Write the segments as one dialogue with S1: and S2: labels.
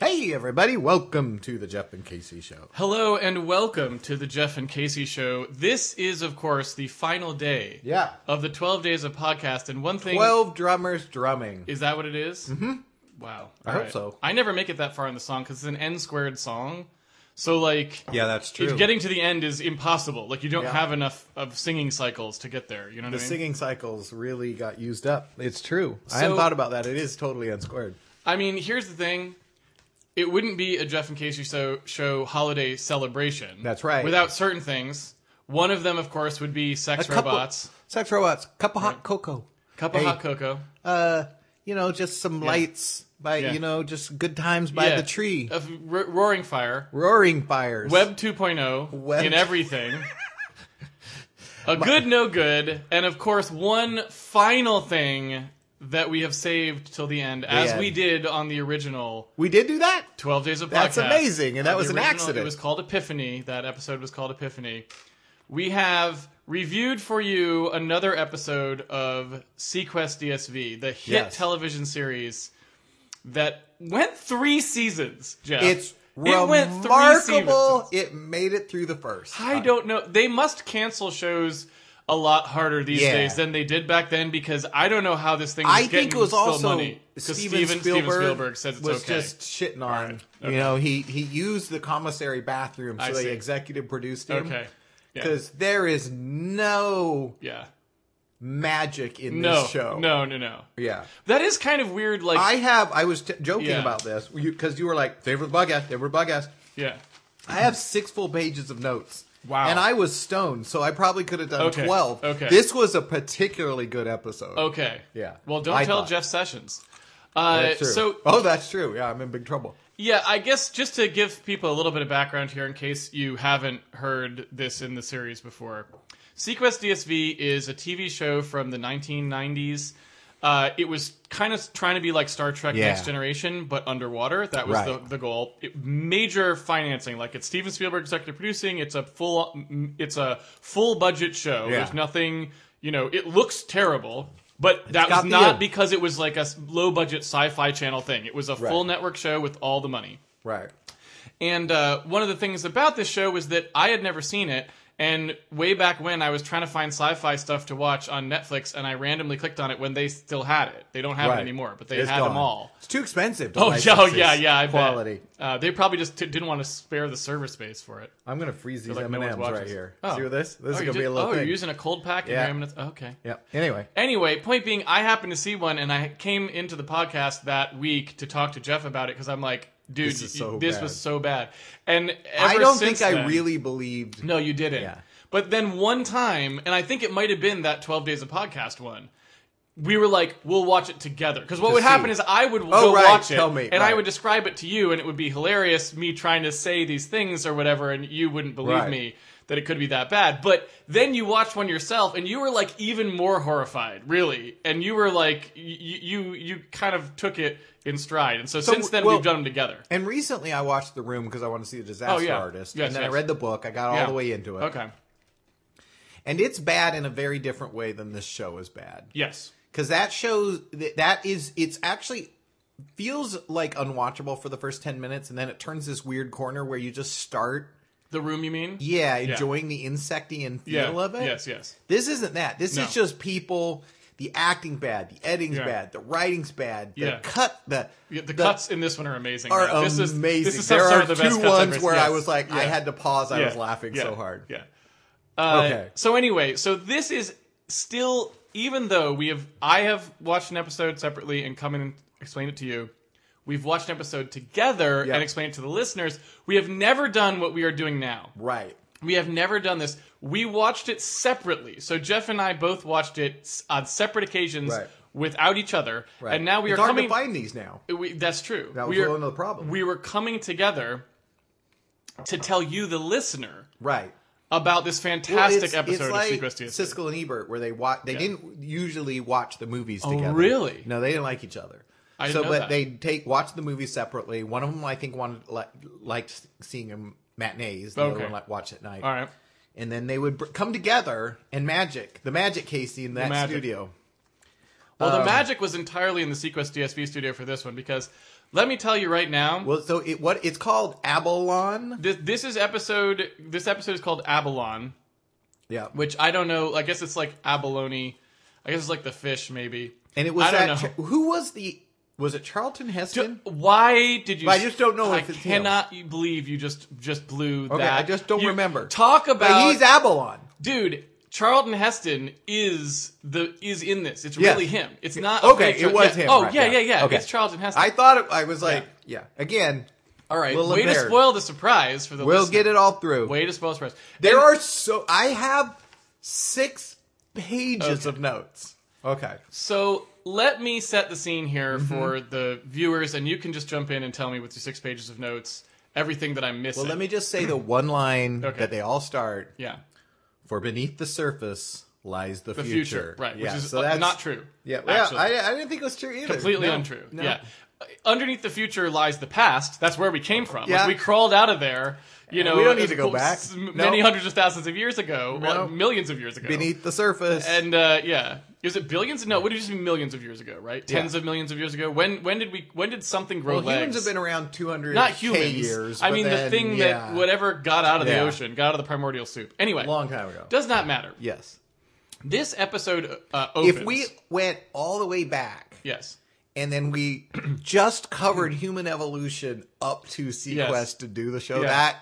S1: Hey, everybody, welcome to the Jeff and Casey Show.
S2: Hello and welcome to the Jeff and Casey Show. This is, of course, the final day
S1: Yeah.
S2: of the 12 days of podcast. And one thing
S1: 12 drummers drumming.
S2: is that what it Mm-hmm. Wow.
S1: I
S2: All
S1: hope so.
S2: I never make it that far in the song because it's an n squared song. So like,
S1: Yeah, that's
S2: it's-
S1: true.
S2: Getting to the end is impossible. Like you don't
S1: Yeah.
S2: have enough of singing cycles to get there. You know
S1: The
S2: what I mean?
S1: singing cycles really got used up. It's true. I hadn't
S2: So-
S1: thought about that. It is totally unsquared.
S2: I mean, here's the thing. It wouldn't be a Jeff and Casey show, show holiday celebration.
S1: That's right.
S2: Without certain things. One of them, of course, would be sex robots.
S1: Sex robots. Cup of hot cocoa.
S2: Cup of
S1: Hey.
S2: hot cocoa.
S1: Uh, you know, just some lights by,
S2: Yeah.
S1: you know, just good times by
S2: Yeah.
S1: the tree.
S2: Of ro- roaring fire.
S1: Roaring fires.
S2: Web 2.0
S1: Web-
S2: in everything. a good, no good. And of course, one final thing that we have saved till the end, as
S1: end.
S2: we did on the original
S1: We did do that?
S2: 12 Days of Podcast. uh,
S1: That's amazing, and that
S2: The
S1: was an
S2: original-
S1: accident.
S2: It was called Epiphany. That episode was called Epiphany. We have reviewed for you another episode of Sequest DSV, the hit
S1: Yes.
S2: television series that went three seasons, Jeff.
S1: It's
S2: It went three
S1: remarkable.
S2: seasons.
S1: It made it through the first.
S2: I don't know. They must cancel shows a lot harder these
S1: Yeah.
S2: days than they did back then because I don't know how this thing. Was
S1: I think
S2: getting
S1: it was
S2: still
S1: also
S2: money because
S1: Steven, Spielberg,
S2: says it's
S1: was
S2: okay.
S1: just shitting on.
S2: right,
S1: You know, he he used the commissary bathroom, so
S2: I
S1: they
S2: see.
S1: executive produced him.
S2: okay. Yeah.
S1: Because there is no
S2: yeah.
S1: magic in
S2: No.
S1: this show.
S2: No. No. No.
S1: Yeah.
S2: That is kind of weird. Like
S1: I have. I was t- joking
S2: Yeah.
S1: about this because you, were like favorite podcast, favorite podcast.
S2: yeah.
S1: I have six full pages of notes.
S2: Wow.
S1: And I was stoned, so I probably could have done
S2: Okay,
S1: twelve.
S2: okay.
S1: This was a particularly good episode.
S2: Okay.
S1: Yeah.
S2: Well, don't
S1: I
S2: tell
S1: thought.
S2: Jeff Sessions. Uh,
S1: That's true.
S2: so
S1: oh, that's true. Yeah, I'm in big trouble.
S2: Yeah, I guess just to give people a little bit of background here in case you haven't heard this in the series before. Sequest DSV is a TV show from the 1990s. Uh, it was kind of trying to be like Star Trek
S1: Yeah.
S2: Next Generation, but underwater. That was
S1: Right.
S2: the, the goal. It- major financing, like it's Steven Spielberg executive producing. It's a full, it's a full budget show.
S1: Yeah.
S2: There's nothing, you know. It looks terrible, but that
S1: got
S2: was
S1: the
S2: not
S1: edge.
S2: because it was like a low budget sci-fi channel thing. It was a full network show with all the money.
S1: Right.
S2: And uh, one of the things about this show was that I had never seen it. And way back when, I was trying to find sci-fi stuff to watch on Netflix, and I randomly clicked on it when they still had it. They don't have
S1: Right.
S2: it anymore, but they
S1: It's
S2: had
S1: gone.
S2: them all.
S1: It's too expensive. To
S2: Oh
S1: license
S2: yeah, oh,
S1: this
S2: yeah, yeah. I bet.
S1: quality.
S2: Uh, they probably just t- didn't want to spare the server space for it.
S1: I'm gonna freeze these
S2: Like,
S1: M
S2: no
S1: and
S2: one's
S1: M's
S2: watching
S1: right here. See what this? This
S2: oh,
S1: is
S2: you
S1: gonna be
S2: did-
S1: a little
S2: Oh,
S1: thing.
S2: you're using a cold pack.
S1: Yeah.
S2: Yeah. okay.
S1: yeah. Anyway,
S2: Anyway, point being, I happened to see one, and I came into the podcast that week to talk to Jeff about it because I'm like, dude,
S1: This
S2: this,
S1: is so
S2: this
S1: bad.
S2: was so bad. And
S1: I
S2: ever
S1: don't think
S2: since
S1: I
S2: then-
S1: really believed.
S2: No, you didn't.
S1: Yeah.
S2: But then one time, and I think it might have been that 12 Days of Podcast one, we were like, we'll watch it together. Because what
S1: To
S2: would
S1: see. Oh,
S2: happen is I would go
S1: right,
S2: watch it,
S1: tell me,
S2: and I
S1: right.
S2: would describe it to you, and it would be hilarious, me trying to say these things or whatever, and you wouldn't believe
S1: Right.
S2: me that it could be that bad. But then you watched one yourself, and you were like even more horrified, really. And you were like, y- y- you you kind of took it in stride. And so, since then,
S1: well-
S2: we've done them together.
S1: And recently, I watched The Room because I want to see the disaster
S2: Oh, yeah.
S1: artist,
S2: Yes,
S1: and then I
S2: yes.
S1: read the book. I got
S2: Yeah.
S1: all the way into it,
S2: Okay.
S1: and it's bad in a very different way than this show is bad.
S2: Yes.
S1: because that shows that that is it's actually feels like unwatchable for the first 10 minutes and then it turns this weird corner where you just start
S2: The room, you mean?
S1: yeah enjoying the insectian
S2: Yeah.
S1: feel of it
S2: Yes, yes.
S1: this isn't that this
S2: No.
S1: is just people the acting bad the editing's
S2: Yeah.
S1: bad the writing's bad the
S2: Yeah.
S1: cut the
S2: Yeah, the, cuts in this one are amazing.
S1: are
S2: right? this is,
S1: amazing
S2: This is
S1: there
S2: some
S1: are
S2: of the
S1: two
S2: best
S1: ones
S2: cuts I've ever
S1: where
S2: seen.
S1: i
S2: Yes.
S1: was like i
S2: Yeah.
S1: had to pause i
S2: Yeah.
S1: was laughing
S2: Yeah.
S1: so hard
S2: Yeah. Uh,
S1: Okay.
S2: So anyway, so this is still, even though we have, I have watched an episode separately and come in and explain it to you. We've watched an episode together
S1: Yeah.
S2: and explained it to the listeners. We have never done what we are doing now.
S1: right
S2: We have never done this. We watched it separately. So Jeff and I both watched it s- on separate occasions
S1: Right.
S2: without each other.
S1: right
S2: And now we
S1: it's
S2: are
S1: hard
S2: coming
S1: to find these now
S2: we, that's true.
S1: That was
S2: we
S1: one of the problems.
S2: We were coming together to tell you, the listener,
S1: right
S2: about this
S1: Well,
S2: fantastic episode
S1: like
S2: of Sequest DSV.
S1: Siskel and Ebert, where they watch. They didn't usually watch the movies together.
S2: Oh, really?
S1: No, they didn't like each other.
S2: I
S1: so,
S2: didn't know
S1: but
S2: that.
S1: they take watch the movies separately. One of them, I think, wanted like, liked seeing them matinees. The other
S2: Okay.
S1: one like watch at night.
S2: All right.
S1: And then they would br- come together and magic the magic Casey in that
S2: magic.
S1: studio
S2: Well, the magic was entirely in the Sequest DSV studio for this one because let me tell you right now,
S1: Well, so it what it's called Abalon.
S2: this, this is episode. This episode is called Abalon,
S1: Yeah,
S2: which I don't know. I guess it's like abalone. I guess it's like the fish, maybe.
S1: and it was
S2: I don't
S1: that.
S2: know.
S1: Ch- who was the? Was it Charlton Heston?
S2: Why did you?
S1: I just don't know
S2: I
S1: if it's him.
S2: cannot believe you just just blew
S1: Okay,
S2: that.
S1: I just don't
S2: You
S1: remember.
S2: Talk
S1: But
S2: about
S1: he's Abalon.
S2: dude. Charlton Heston is the is in this. It's
S1: Yes.
S2: really him. It's not
S1: Okay,
S2: a fake Char-
S1: it was
S2: yeah.
S1: him,
S2: Oh
S1: right,
S2: yeah,
S1: yeah.
S2: yeah, yeah.
S1: Okay.
S2: It's Charlton Heston.
S1: I thought it, I was like, yeah. Again,
S2: All right,
S1: We'll
S2: way to
S1: embarrass.
S2: spoil the surprise for the.
S1: we'll
S2: listener.
S1: get it all through.
S2: Way to spoil the surprise.
S1: There
S2: And-
S1: are so I have six pages of notes. Okay.
S2: So let me set the scene here
S1: Mm-hmm.
S2: for the viewers, and you can just jump in and tell me with your six pages of notes everything that I'm missing.
S1: Well, let me just say the one line
S2: Okay.
S1: that they all start:
S2: Yeah,
S1: "For beneath the surface lies the,
S2: the future, right?
S1: Yeah,
S2: which is
S1: so
S2: uh,
S1: that's
S2: not true.
S1: Yeah, well,
S2: actually.
S1: I, I didn't think it was true either.
S2: completely
S1: No,
S2: untrue.
S1: no.
S2: Yeah. Underneath the future lies the past. That's where we came from. Like,
S1: Yeah.
S2: we crawled out of there. You know,
S1: we don't need to go
S2: s-
S1: back.
S2: s-
S1: No.
S2: Many hundreds of thousands of years ago, well,
S1: No.
S2: millions of years ago.
S1: Beneath the surface,
S2: and uh, yeah, is it billions? No, it would have just been millions of years ago, right? Tens of millions of years ago. When when did we? When did something grow
S1: well,
S2: legs?
S1: humans have been around two hundred
S2: not humans.
S1: years.
S2: I
S1: but
S2: mean, the
S1: then,
S2: thing
S1: yeah,
S2: that whatever got out of the
S1: Yeah.
S2: ocean, got out of the primordial soup. Anyway,
S1: long time ago.
S2: does not matter.
S1: yes.
S2: This episode uh, opens.
S1: If we went all the way back
S2: yes,
S1: and then we just covered human evolution up to Sequest
S2: Yes.
S1: to do the show,
S2: Yeah.
S1: that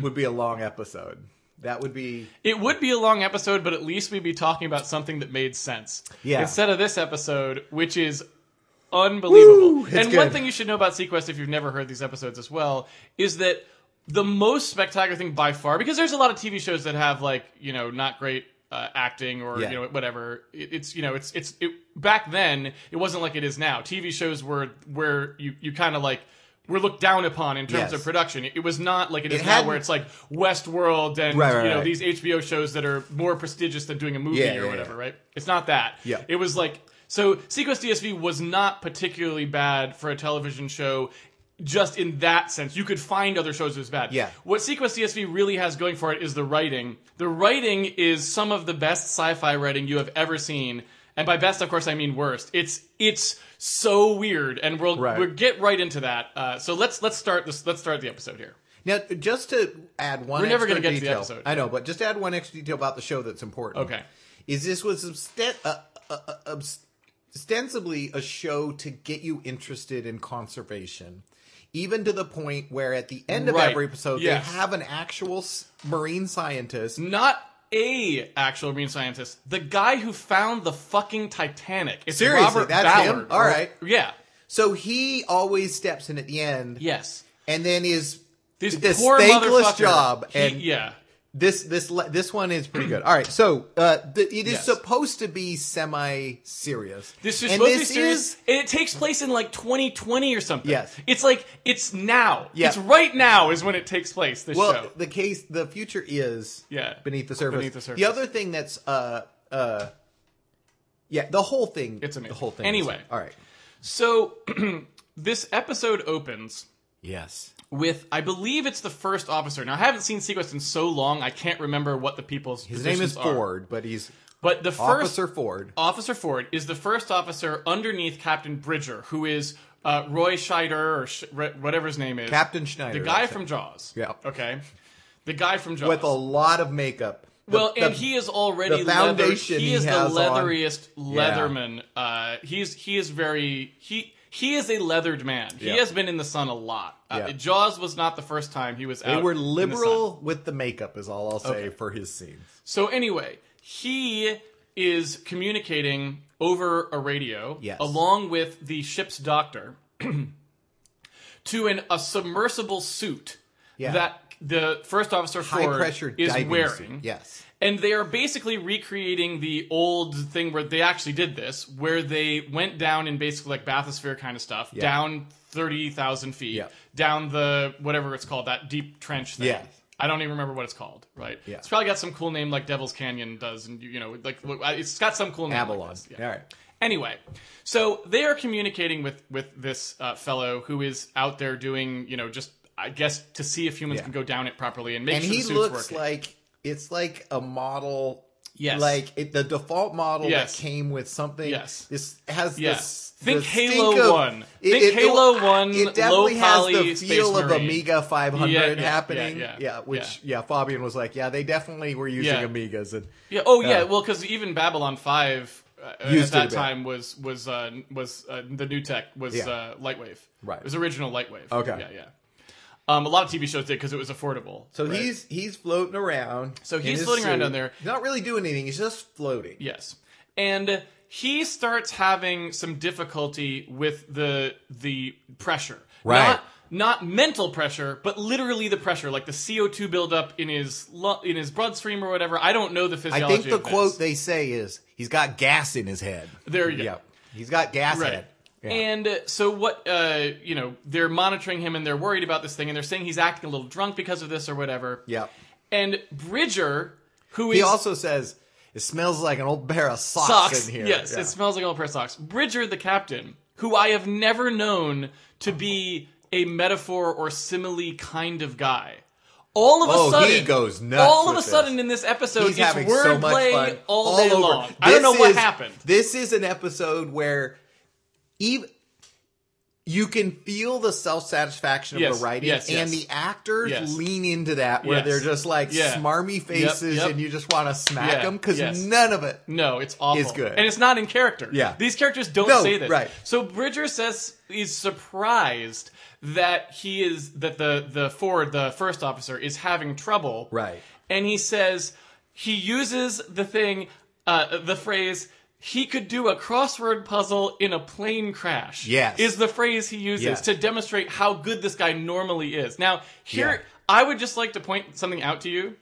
S1: would be a long episode. That would be
S2: It would be a long episode, but at least we'd be talking about something that made sense.
S1: Yeah.
S2: Instead of this episode, which is unbelievable.
S1: Woo! It's
S2: and one
S1: good.
S2: thing you should know about Sequest, if you've never heard these episodes as well, is that the most spectacular thing by far, because there's a lot of TV shows that have like you know not great uh, acting or
S1: Yeah.
S2: you know whatever. It, it's you know it's it's it, back then it wasn't like it is now. TV shows were where you you kind of like. Were looked down upon in terms
S1: Yes.
S2: of production. It, it was not like it is
S1: It
S2: now,
S1: hadn't-
S2: where it's like Westworld and
S1: Right, right,
S2: you know
S1: right.
S2: these these HBO shows that are more prestigious than doing a movie
S1: Yeah,
S2: or
S1: yeah,
S2: whatever,
S1: yeah.
S2: right? It's not that.
S1: Yeah.
S2: It was like so Sequest DSV was not particularly bad for a television show just in that sense. You could find other shows that was bad.
S1: Yeah.
S2: What Sequest DSV really has going for it is the writing. The writing is some of the best sci-fi writing you have ever seen. And by best, of course, I mean worst. It's it's so weird, and we'll
S1: Right.
S2: we'll get right into that. Uh, so let's let's start this. Let's start the episode here.
S1: now. Just to add one,
S2: We're never
S1: extra
S2: gonna get to the
S1: detail.
S2: episode.
S1: I know, but just to add one extra detail about the show that's important.
S2: Okay.
S1: is this was obst- uh, uh, uh, obst- ostensibly a show to get you interested in conservation. Even to the point where at the end of
S2: Right.
S1: every episode,
S2: Yes.
S1: they have an actual s- marine scientist
S2: Not a actual marine scientist. The guy who found the fucking Titanic. It's
S1: Seriously,
S2: Robert
S1: that's
S2: Ballard.
S1: him? All right.
S2: Yeah.
S1: So he always steps in at the end,
S2: Yes.
S1: and then is
S2: This,
S1: this,
S2: poor
S1: thankless
S2: motherfucker.
S1: job.
S2: He-
S1: and
S2: yeah.
S1: this this le- this one is pretty good. All right, so uh, th- it is
S2: Yes.
S1: supposed to be semi serious.
S2: This is supposed to be serious, and it takes place in like 2020 or something.
S1: Yes.
S2: It's like it's now.
S1: Yeah.
S2: It's right now is when it takes place. This
S1: well,
S2: show.
S1: the case the future is
S2: Yeah.
S1: beneath the surface.
S2: Beneath the surface.
S1: other thing that's uh uh yeah the whole thing
S2: It's amazing.
S1: the whole thing. is-
S2: Anyway.
S1: all right.
S2: So this episode opens
S1: Yes.
S2: with I believe it's the first officer. Now I haven't seen Sequest in so long I can't remember what the people's
S1: His name is
S2: positions are.
S1: Ford, but he's
S2: But the first
S1: Officer Ford.
S2: Officer Ford is the first officer underneath Captain Bridger, who is uh, Roy Scheider or Sh- re- whatever his name is.
S1: Captain Schneider.
S2: The guy
S1: that's
S2: from Jaws.
S1: Yeah.
S2: Okay. The guy from Jaws.
S1: it, with a lot of makeup. The-
S2: well, and
S1: the-
S2: he is already
S1: the foundation
S2: leather. He
S1: he
S2: is the
S1: has on.
S2: leatheriest leatherman. Uh, he's he is very he. He is a leathered man. He
S1: Yeah.
S2: has been in the sun a lot. Uh,
S1: Yeah.
S2: Jaws was not the first time he was out.
S1: They were
S2: in the sun.
S1: liberal with the makeup, is all I'll say for his scenes.
S2: So anyway, he is communicating over a radio
S1: Yes.
S2: along with the ship's doctor to an a submersible suit
S1: Yeah.
S2: that the first officer
S1: High
S2: Ford
S1: pressure
S2: is
S1: diving
S2: wearing.
S1: suit. Yes.
S2: And they are basically recreating the old thing where they actually did this, where they went down in basically like bathysphere kind of stuff, down 30,000 feet,
S1: Yeah.
S2: down the whatever it's called, that deep trench thing.
S1: Yeah.
S2: I don't even remember what it's called, right?
S1: Yeah.
S2: It's probably got some cool name like Devil's Canyon does, and you you know, like look, I- it's got some cool name. like
S1: Abalone.
S2: this, yeah.
S1: All right.
S2: Anyway, so they are communicating with with this uh, fellow who is out there doing, you know, just I guess to see if humans
S1: Yeah.
S2: can go down it properly and make
S1: And
S2: sure
S1: he
S2: the suit's
S1: looks
S2: working.
S1: like it's like a model
S2: Yes.
S1: Like it, the default model
S2: Yes.
S1: that came with something.
S2: Yes.
S1: This has
S2: Yes.
S1: this.
S2: Think
S1: the
S2: Halo
S1: stink of-
S2: 1. Think Halo 1,
S1: It definitely
S2: low
S1: has
S2: poly
S1: the
S2: Space
S1: feel of
S2: Marine.
S1: Amiga 500
S2: Yeah, yeah, yeah,
S1: happening.
S2: yeah.
S1: which yeah. Fabian was like, yeah, they definitely were using
S2: Yeah.
S1: Amigas and
S2: Yeah. Oh, yeah.
S1: Yeah.
S2: Well, because even Babylon Five uh,
S1: Used it
S2: at
S1: a
S2: that
S1: bit.
S2: time was was uh, was uh, the new tech was
S1: Yeah.
S2: uh, Lightwave.
S1: Right.
S2: It was original Lightwave.
S1: Okay.
S2: Yeah, yeah. Um, a lot of TV shows did because it was affordable.
S1: So
S2: right?
S1: he's he's floating around.
S2: So
S1: in
S2: he's
S1: his
S2: floating around
S1: suit.
S2: down there.
S1: He's not really doing anything. He's just floating.
S2: yes, and he starts having some difficulty with the the pressure.
S1: Right.
S2: Not, not mental pressure, but literally the pressure, like the CO two buildup in his lu- in his bloodstream or whatever. I don't know the
S1: I
S2: physiology.
S1: think the
S2: of this.
S1: quote they say is he's got gas in his head.
S2: There you go.
S1: Yep. He's got gas
S2: Right.
S1: head. Yeah.
S2: And uh, so what? Uh, you know, they're monitoring him, and they're worried about this thing, and they're saying he's acting a little drunk because of this or whatever.
S1: Yep.
S2: And Bridger, who is
S1: He also says it smells like an old pair of socks,
S2: socks,
S1: in here.
S2: yes,
S1: Yeah.
S2: it smells like old pair of socks. Bridger, the captain, who I have never known to be a metaphor or simile kind of guy. All of a
S1: Oh,
S2: sudden,
S1: he goes nuts
S2: All of a
S1: with this.
S2: sudden, in this episode,
S1: He's
S2: it's
S1: having so much
S2: wordplay
S1: fun
S2: all, day
S1: over.
S2: long. I
S1: This
S2: don't know what
S1: is-
S2: happened.
S1: This is an episode where even you can feel the self satisfaction of
S2: Yes,
S1: the writing
S2: yes,
S1: and
S2: yes.
S1: the actors
S2: Yes.
S1: lean into that where
S2: Yes.
S1: they're just like
S2: Yeah.
S1: smarmy faces
S2: yep.
S1: and you just want to smack
S2: Yeah,
S1: them because
S2: yes.
S1: none of it.
S2: No, it's awful.
S1: Is good.
S2: and it's not in character.
S1: Yeah.
S2: these characters don't
S1: No,
S2: say this.
S1: right.
S2: So Bridger says he's surprised that he is that the the Ford, the first officer, is having trouble.
S1: Right.
S2: and he says he uses the thing, uh, the phrase. He could do a crossword puzzle in a plane crash.
S1: Yes.
S2: Is the phrase he uses
S1: Yes.
S2: to demonstrate how good this guy normally is. Now, here,
S1: Yeah.
S2: I would just like to point something out to you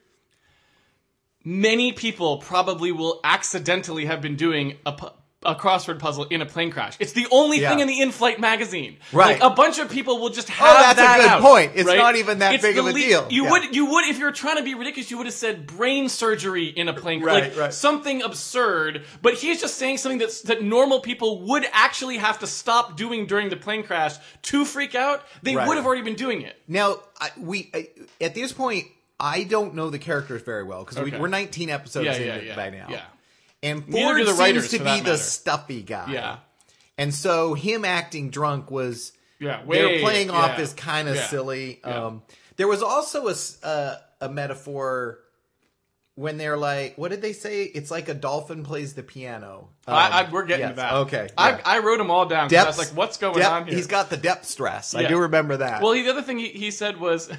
S2: many people probably will accidentally have been doing a, pu- a crossword puzzle in a plane crash. It's the only
S1: Yeah.
S2: thing in the in-flight magazine.
S1: Right. Oh,
S2: Like, a bunch of people will just have
S1: that's a
S2: that
S1: good
S2: out,
S1: point. It's
S2: right?
S1: not even that
S2: It's
S1: big
S2: the
S1: of a
S2: lea-
S1: deal.
S2: You
S1: Yeah.
S2: would you would if you were trying to be ridiculous, you would have said brain surgery in a plane crash.
S1: Right,
S2: like
S1: right.
S2: something absurd, but he's just saying something that's that normal people would actually have to stop doing during the plane crash to freak out. They
S1: Right.
S2: would have already been doing it.
S1: Now, I, we I, at this point, I don't know the characters very well because
S2: Okay.
S1: we, we're 19 episodes
S2: Yeah,
S1: in
S2: yeah,
S1: it
S2: yeah.
S1: by now.
S2: Yeah.
S1: And
S2: do
S1: Ford
S2: the writers,
S1: seems to
S2: for
S1: be
S2: that matter.
S1: the stuffy guy.
S2: Yeah.
S1: And so him acting drunk was
S2: Yeah,
S1: they
S2: way-
S1: were playing off
S2: yeah.
S1: as kind of
S2: Yeah.
S1: silly. Um, there was also a s- uh, a metaphor when they're like, what did they say? It's like a dolphin plays the piano. Um,
S2: I, I, we're getting to
S1: yes,
S2: that.
S1: Okay. yeah.
S2: I, I wrote them all down. 'cause I was
S1: Depths-
S2: like, what's going
S1: depth-
S2: on here?
S1: He's got the depth stress.
S2: Yeah.
S1: I do remember that.
S2: Well, he- the other thing he, he said was,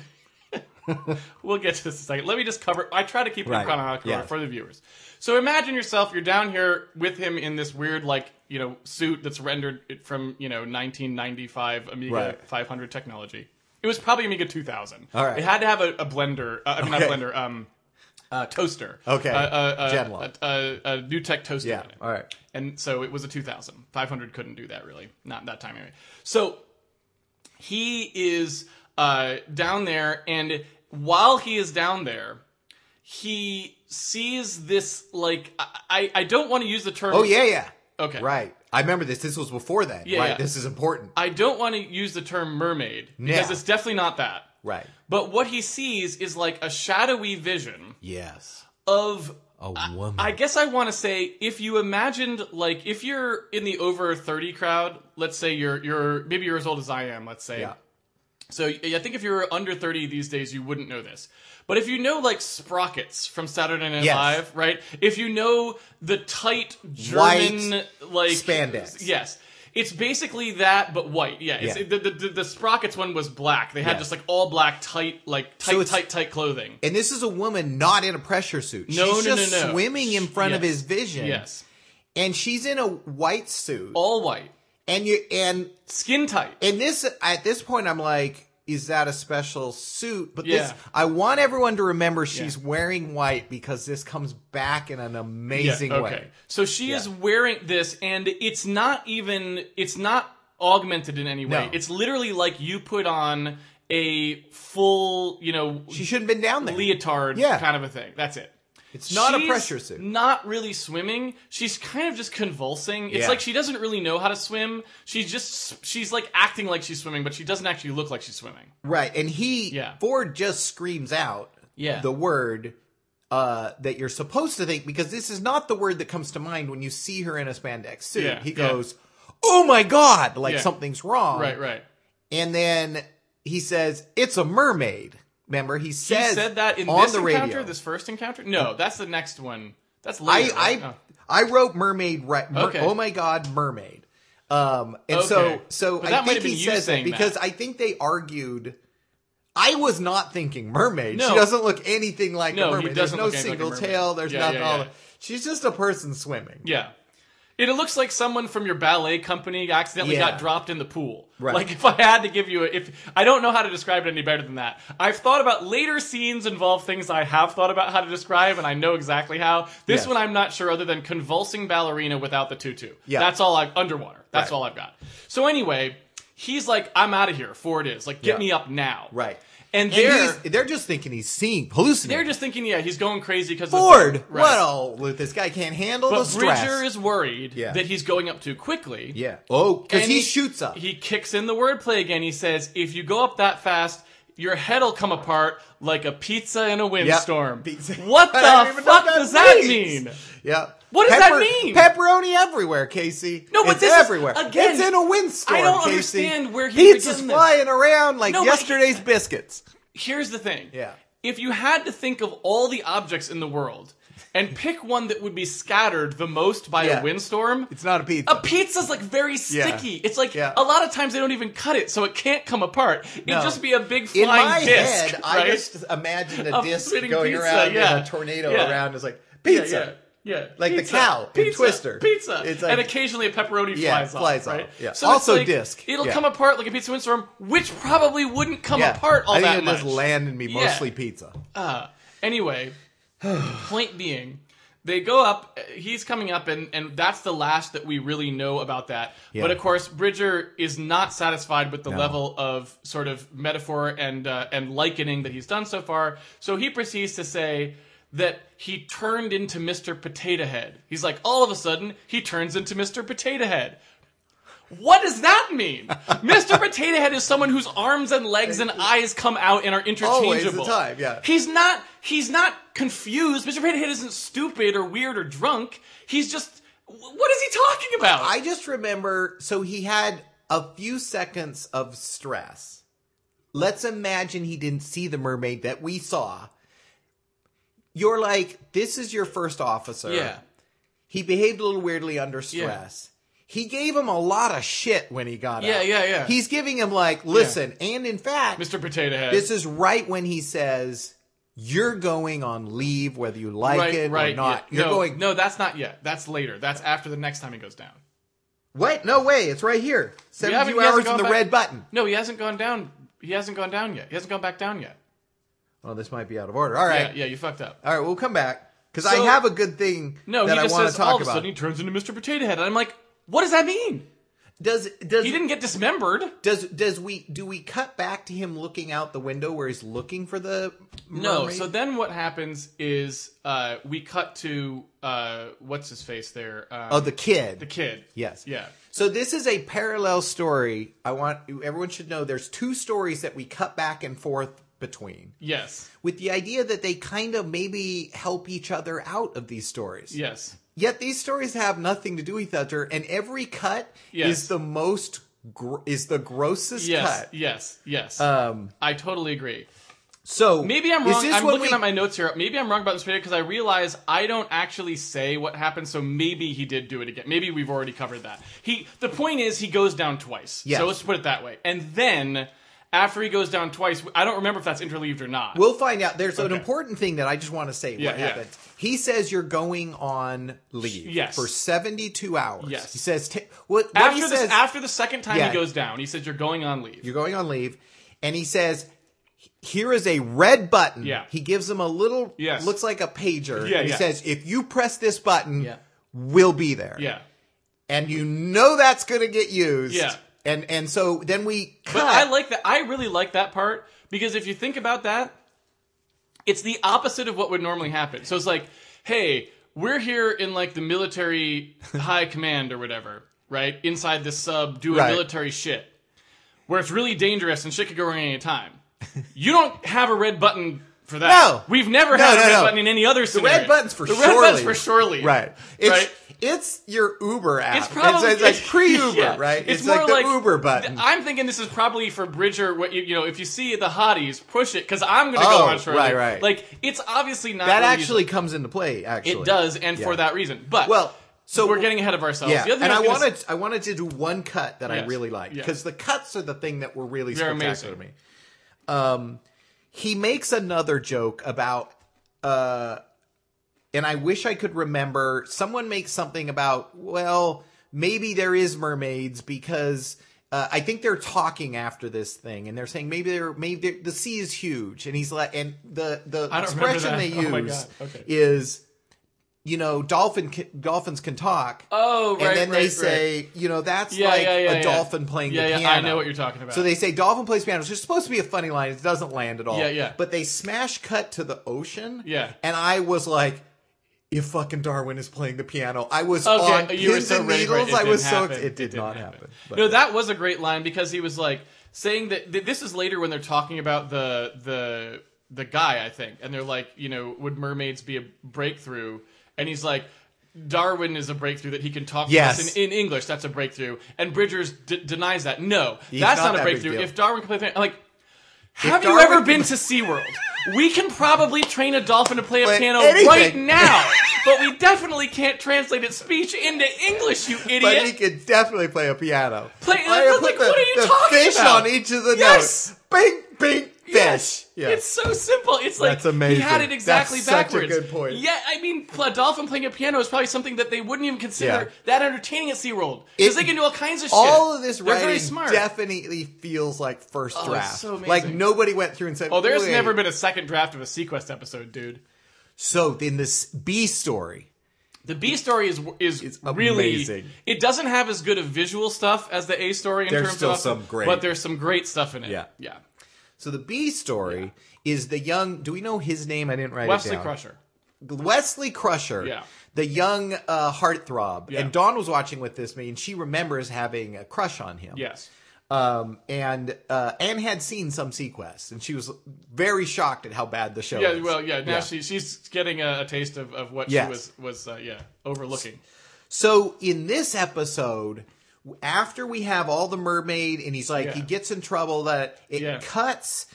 S2: we'll get to this in a second. Let me just cover. I try to keep it in
S1: Right.
S2: chronological order
S1: Yeah.
S2: for the viewers. So imagine yourself. You're down here with him in this weird, like you know, suit that's rendered from you know 1995 Amiga
S1: Right.
S2: 500 technology. It was probably Amiga 2000.
S1: All right.
S2: It had to have a, a blender. Uh, I mean,
S1: Okay.
S2: not blender. Um, uh, toaster.
S1: Okay.
S2: Uh, uh, uh,
S1: Genlock.
S2: a, a, a new tech toaster.
S1: yeah.
S2: in it.
S1: All right.
S2: And so it was a 2000. 500 couldn't do that really. Not that time anyway. So he is uh, down there, and while he is down there, he sees this like I I, I don't want to use the term.
S1: Oh, yeah, yeah.
S2: Okay.
S1: Right. I remember this. This was before that.
S2: Yeah,
S1: right.
S2: yeah.
S1: This is important.
S2: I don't want to use the term mermaid because
S1: Yeah.
S2: it's definitely not that.
S1: right.
S2: But what he sees is like a shadowy vision
S1: Yes.
S2: of
S1: A woman.
S2: I guess I want to say if you imagined like if you're in the over 30 crowd, let's say you're you're maybe you're as old as I am, let's say.
S1: Yeah.
S2: So I think if you were under 30 these days you wouldn't know this. But if you know like sprockets from Saturday Night
S1: Yes.
S2: Live, right? If you know the tight German like
S1: spandex.
S2: Yes. It's basically that, but white. Yeah, it's,
S1: Yeah.
S2: The, the, the, the sprockets one was black. They had
S1: Yes.
S2: just like all black, tight, like tight,
S1: it's-
S2: tight, tight clothing.
S1: And this is a woman not in a pressure suit.
S2: No,
S1: she's
S2: no,
S1: just
S2: no, no.
S1: swimming in front of
S2: Yes.
S1: his vision.
S2: Yes,
S1: And she's in a white suit.
S2: all white,
S1: And you and
S2: skin tight.
S1: and this at this point I'm like is that a special suit? But this
S2: Yeah.
S1: I want everyone to remember she's wearing white because this comes back in an amazing
S2: Yeah,
S1: way.
S2: So she is wearing this, and it's not even it's not augmented in any way.
S1: No.
S2: It's literally like you put on a full, you know,
S1: She shouldn't have been down there.
S2: leotard
S1: Yeah.
S2: kind of a thing. That's it.
S1: It's not
S2: She's
S1: a pressure suit.
S2: Not really swimming. She's kind of just convulsing. It's
S1: Yeah.
S2: like she doesn't really know how to swim. She's just she's like acting like she's swimming, but she doesn't actually look like she's swimming.
S1: Right. And he
S2: Yeah.
S1: Ford just screams out
S2: Yeah.
S1: the word uh, that you're supposed to think because this is not the word that comes to mind when you see her in a spandex suit.
S2: Yeah,
S1: he
S2: yeah.
S1: goes, "Oh my god!" Like
S2: Yeah.
S1: something's wrong.
S2: Right, right.
S1: And then he says, "It's a mermaid." Remember, he
S2: He
S1: says
S2: said that in
S1: on
S2: this
S1: the
S2: encounter,
S1: radio.
S2: this first encounter. No, that's the next one. That's
S1: I
S2: later. right?
S1: I
S2: Oh.
S1: I wrote mermaid right. Mer-
S2: Okay.
S1: Oh my god, mermaid. Um, and
S2: Okay.
S1: so so
S2: But
S1: I
S2: that might
S1: think
S2: have been
S1: he
S2: you
S1: says it
S2: saying that.
S1: because I think they argued. I was not thinking mermaid.
S2: No.
S1: She doesn't look anything like
S2: No,
S1: a
S2: he
S1: mermaid. There's
S2: doesn't
S1: no
S2: look anything like a
S1: single
S2: mermaid.
S1: tail. There's
S2: Yeah,
S1: nothing.
S2: yeah,
S1: all
S2: yeah.
S1: that. She's just a person swimming.
S2: Yeah. It looks like someone from your ballet company accidentally
S1: Yeah.
S2: got dropped in the pool.
S1: Right.
S2: Like if I had to give you a, if I don't know how to describe it any better than that. I've thought about later scenes involve things I have thought about how to describe and I know exactly how. This
S1: Yes.
S2: one I'm not sure other than convulsing ballerina without the tutu.
S1: Yeah.
S2: That's all I've underwater. That's
S1: Right.
S2: all I've got. So anyway, he's like, I'm out of here for it is. Like get
S1: Yeah.
S2: me up now.
S1: Right.
S2: And
S1: And
S2: they're
S1: he's- they're just thinking he's seeing
S2: they're
S1: hallucinating.
S2: just thinking, yeah, he's going crazy because
S1: bored.
S2: Right.
S1: Well, Luke, this guy can't handle the
S2: But
S1: stress.
S2: Bridger is worried
S1: Yeah.
S2: that he's going up too quickly.
S1: yeah. Oh, because
S2: And
S1: he, shoots up.
S2: He kicks in the wordplay again. He says, "If you go up that fast, your head'll come apart like a pizza in a windstorm."
S1: Pizza.
S2: What
S1: I don't
S2: the
S1: even know what
S2: fuck
S1: that
S2: does that
S1: means.
S2: mean?
S1: yeah.
S2: What does that mean?
S1: Pepperoni everywhere, Casey.
S2: No, but
S1: it's
S2: this is-
S1: everywhere.
S2: again,
S1: it's in a windstorm.
S2: I don't
S1: Casey.
S2: understand where he would
S1: pizza's
S2: get this.
S1: flying around like
S2: No, but he-
S1: yesterday's biscuits.
S2: Here's the thing.
S1: Yeah.
S2: If you had to think of all the objects in the world and pick one that would be scattered the most by
S1: Yeah.
S2: a windstorm,
S1: It's not a pizza.
S2: a pizza's like very sticky. It's like
S1: Yeah.
S2: a lot of times they don't even cut it, so it can't come apart.
S1: No.
S2: It'd just be a big
S1: in
S2: flying
S1: my
S2: disc,
S1: head,
S2: right?
S1: I just imagined a
S2: A
S1: disc
S2: spinning
S1: going
S2: pizza,
S1: around
S2: yeah.
S1: in a tornado
S2: Yeah.
S1: around. It's like
S2: Yeah,
S1: pizza.
S2: Yeah, yeah.
S1: Like the cow in Twister.
S2: Pizza.
S1: It's like-
S2: and occasionally a pepperoni
S1: Yeah,
S2: flies,
S1: flies
S2: off. Right?
S1: off, yeah.
S2: it's
S1: Also
S2: like,
S1: disc,
S2: It'll
S1: yeah.
S2: come apart like a pizza windstorm, which probably wouldn't come
S1: Yeah.
S2: apart all
S1: I think
S2: that
S1: it
S2: much.
S1: just landed me
S2: Yeah.
S1: mostly pizza.
S2: Uh, anyway, point being, they go up. He's coming up, and and that's the last that we really know about that.
S1: Yeah.
S2: But of course, Bridger is not satisfied with the level of sort of metaphor and uh, and likening that he's done so far. So he proceeds to say. That he turned into Mr. Potato Head. He's like, all of a sudden, he turns into Mr. Potato Head. What does that mean? Mr. Potato Head is someone whose arms and legs and eyes come out and are interchangeable.
S1: Always the time, yeah.
S2: He's not he's not confused. Mr. Potato Head isn't stupid or weird or drunk. He's just wh- what is he talking about?
S1: I just remember so he had a few seconds of stress. Let's imagine he didn't see the mermaid that we saw. You're like, this is your first officer.
S2: yeah.
S1: He behaved a little weirdly under stress. He gave him a lot of shit when he got
S2: Yeah,
S1: out.
S2: yeah, yeah.
S1: He's giving him like, listen, and in fact,
S2: Mr. Potato Head.
S1: this is right when he says, you're going on leave whether you like
S2: right,
S1: it
S2: right.
S1: or not.
S2: yeah.
S1: You're
S2: no,
S1: going,
S2: No, that's not yet. That's later. That's after the next time he goes down.
S1: what? No way. It's right here.
S2: haven't-
S1: 72
S2: he hasn't
S1: hours
S2: gone
S1: and the
S2: back-
S1: red button.
S2: No, he hasn't gone down. He hasn't gone down yet. He hasn't gone back down yet.
S1: Oh, this might be out of order. All right.
S2: Yeah, yeah, you fucked up.
S1: All right, we'll come back because
S2: So-
S1: I have a good thing
S2: No,
S1: that
S2: he
S1: I
S2: just
S1: want
S2: says
S1: to
S2: all
S1: talk
S2: of a
S1: about.
S2: sudden he turns into Mr. Potato Head. And I'm like, what does that mean?
S1: does does
S2: He didn't get dismembered.
S1: does does we do we cut back to him looking out the window where he's looking for the
S2: No.
S1: mermaid?
S2: So then what happens is uh, we cut to uh, what's his face there. Um,
S1: oh the kid
S2: the kid.
S1: yes
S2: Yeah.
S1: so this is a parallel story I want everyone should know there's two stories that we cut back and forth between
S2: Yes.
S1: with the idea that they kind of maybe help each other out of these stories
S2: Yes.
S1: Yet these stories have nothing to do with each other, and every cut
S2: Yes.
S1: is the most gr- is the grossest
S2: Yes.
S1: cut.
S2: Yes. Yes.
S1: Um,
S2: I totally agree.
S1: so
S2: Maybe I'm
S1: is
S2: wrong.
S1: this
S2: I'm
S1: when
S2: looking
S1: we-
S2: at my notes here. Maybe I'm wrong about this video because I realize I don't actually say what happened. So maybe he did do it again. Maybe we've already covered that. He. The point is he goes down twice.
S1: Yes.
S2: So let's put it that way. And then after he goes down twice, I don't remember if that's interleaved or not.
S1: We'll find out. There's an
S2: Okay.
S1: important thing that I just want to say.
S2: Yeah,
S1: what
S2: yeah.
S1: happens? He says you're going on leave
S2: Yes.
S1: for 72 hours.
S2: Yes.
S1: He says ta- what, what
S2: after
S1: he
S2: this,
S1: says.
S2: after the second time
S1: Yeah.
S2: he goes down, he says, "You're going on leave."
S1: you're going on leave, and he says. Here is a red button.
S2: Yeah.
S1: He gives him a little,
S2: Yes.
S1: looks like a pager.
S2: Yeah,
S1: and he
S2: yeah.
S1: says, if you press this button,
S2: Yeah.
S1: we'll be there.
S2: yeah.
S1: and you know that's going to get used.
S2: Yeah.
S1: And and so then we cut.
S2: But I like that. I really like that part because if you think about that, it's the opposite of what would normally happen. So it's like, hey, we're here in like the military high command or whatever, right? Inside this sub, doing
S1: Right.
S2: military shit where it's really dangerous and shit could go wrong at any time. You don't have a red button for that.
S1: No.
S2: we've never
S1: No,
S2: had a
S1: no,
S2: red
S1: no.
S2: button in any other
S1: The
S2: scenario.
S1: red button's for
S2: the
S1: surely.
S2: red button's for surely.
S1: Right. It's,
S2: right.
S1: It's your Uber app.
S2: It's probably
S1: it's, like pre Uber,
S2: yeah.
S1: right? It's,
S2: more
S1: like the Uber button.
S2: I'm thinking this is probably for Bridger. What you, you know, if you see the hotties, push it because I'm going to
S1: Oh,
S2: go on shortly.
S1: right, right.
S2: Like it's obviously not
S1: that
S2: really
S1: actually comes into play. Actually,
S2: usable. it does, and for
S1: Yeah.
S2: that reason. But
S1: Well, so
S2: we're getting ahead of ourselves.
S1: Yeah,
S2: The other thing
S1: and
S2: I
S1: I
S2: was gonna
S1: wanted I wanted to do one cut that I
S2: Yes.
S1: really liked
S2: Yes.
S1: because the cuts are the thing that were really
S2: They're
S1: spectacular to me. Um, he makes another joke about, uh, and I wish I could remember. Someone makes something about well, maybe there is mermaids because. Uh, I think they're talking after this thing, and they're saying maybe they're maybe they're, the sea is huge, and he's like, and the the
S2: I don't remember
S1: expression they
S2: that.
S1: use
S2: Oh my God. Okay.
S1: is, you know, dolphin ca- dolphins can talk,
S2: Oh, right.
S1: and then
S2: right,
S1: they
S2: right.
S1: say, you know, that's
S2: Yeah,
S1: like
S2: yeah, yeah,
S1: a
S2: yeah.
S1: dolphin playing
S2: yeah,
S1: the
S2: yeah,
S1: piano.
S2: I know what you're talking about.
S1: So they say dolphin plays piano. It's just supposed to be a funny line. It doesn't land at all.
S2: Yeah, yeah.
S1: But they smash cut to the ocean.
S2: Yeah.
S1: And I was like, if fucking Darwin is playing the piano, I was on
S2: Okay,
S1: pins
S2: you were so
S1: and
S2: ready for it.
S1: needles.
S2: It
S1: I
S2: didn't
S1: was so
S2: happen.
S1: it did
S2: didn't
S1: not happen. But-
S2: No, that was a great line because he was like saying that th- this is later when they're talking about the the the guy I think, and they're like, you know, would mermaids be a breakthrough? And he's like. Darwin is a breakthrough that he can talk
S1: Yes.
S2: to us in, in English. That's a breakthrough, and Bridgers d- denies that. No,
S1: He's
S2: that's
S1: not
S2: not, a
S1: that big
S2: breakthrough.
S1: deal.
S2: If Darwin can play, the- I'm like, have you
S1: Darwin
S2: ever
S1: can-
S2: been to SeaWorld? We can probably train a dolphin to play a
S1: Play
S2: piano
S1: anything.
S2: right now, but we definitely can't translate its speech into English, you idiot.
S1: but he could definitely play a piano.
S2: Play-
S1: I
S2: like,
S1: put
S2: what are you
S1: the
S2: talking
S1: fish
S2: about?
S1: on each of the
S2: Yes.
S1: notes. Bing, bing, fish.
S2: Yes.
S1: Yeah.
S2: It's so simple. It's like
S1: That's amazing.
S2: he had it exactly
S1: That's such a
S2: backwards.
S1: good point.
S2: Yeah, I mean, pl- a dolphin playing a piano is probably something that they wouldn't even consider that entertaining at SeaWorld.
S1: It-
S2: Because they can do all kinds of shit.
S1: all of this
S2: They're
S1: writing
S2: very smart. Oh,
S1: definitely feels like first
S2: it's
S1: draft.
S2: so amazing.
S1: like nobody went through and said,
S2: oh, there's
S1: "Wait."
S2: never been a second draft of a Sequest episode, dude.
S1: So in this B story,
S2: The B story is is
S1: It's
S2: really
S1: amazing.
S2: it doesn't have as good of visual stuff as the A story in
S1: There's
S2: terms
S1: still
S2: of
S1: some great-
S2: but there's some great stuff in it.
S1: Yeah.
S2: yeah.
S1: so the B story is the young. Do we know his name? I didn't write it
S2: Wesley
S1: down.
S2: Crusher.
S1: Wesley Crusher.
S2: Yeah.
S1: The young uh, heartthrob,
S2: Yeah.
S1: and Dawn was watching with this me, and she remembers having a crush on him.
S2: Yes.
S1: um, and uh, Anne had seen some Sequest, and she was very shocked at how bad the show.
S2: Yeah,
S1: is.
S2: well, yeah. Now she she's getting a, a taste of, of what
S1: Yes.
S2: she was was uh, yeah overlooking.
S1: So in this episode, after we have all the mermaid and he's like
S2: Yeah.
S1: he gets in trouble that it
S2: Yeah.
S1: cuts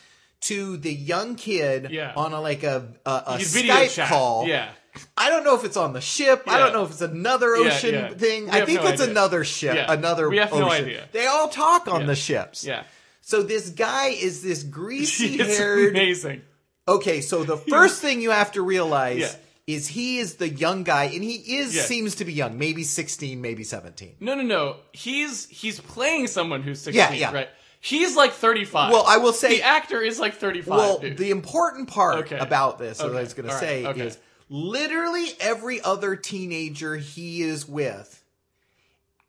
S1: to the young kid
S2: Yeah.
S1: on a like a a, a
S2: You video
S1: Skype
S2: chat.
S1: call.
S2: Yeah.
S1: I don't know if it's on the ship. I
S2: Yeah.
S1: don't know if it's another ocean
S2: yeah.
S1: thing.
S2: We
S1: I
S2: have
S1: think
S2: no
S1: it's
S2: idea.
S1: another ship,
S2: Yeah.
S1: another
S2: We have
S1: ocean.
S2: no idea.
S1: They all talk on
S2: Yeah.
S1: the ships.
S2: Yeah.
S1: So this guy is this
S2: It's
S1: greasy-haired
S2: amazing.
S1: Okay, so the first thing you have to realize
S2: Yeah.
S1: is he is the young guy, and he is
S2: Yeah.
S1: seems to be young, maybe sixteen, maybe seventeen.
S2: No, no, no. He's he's playing someone who's 16,
S1: Yeah, yeah.
S2: right? He's like 35.
S1: Well, I will say-
S2: the actor is like 35.
S1: Well,
S2: dude.
S1: the important part
S2: Okay.
S1: about this that I
S2: Okay.
S1: was going
S2: All
S1: to
S2: right.
S1: say
S2: Okay.
S1: is literally every other teenager he is with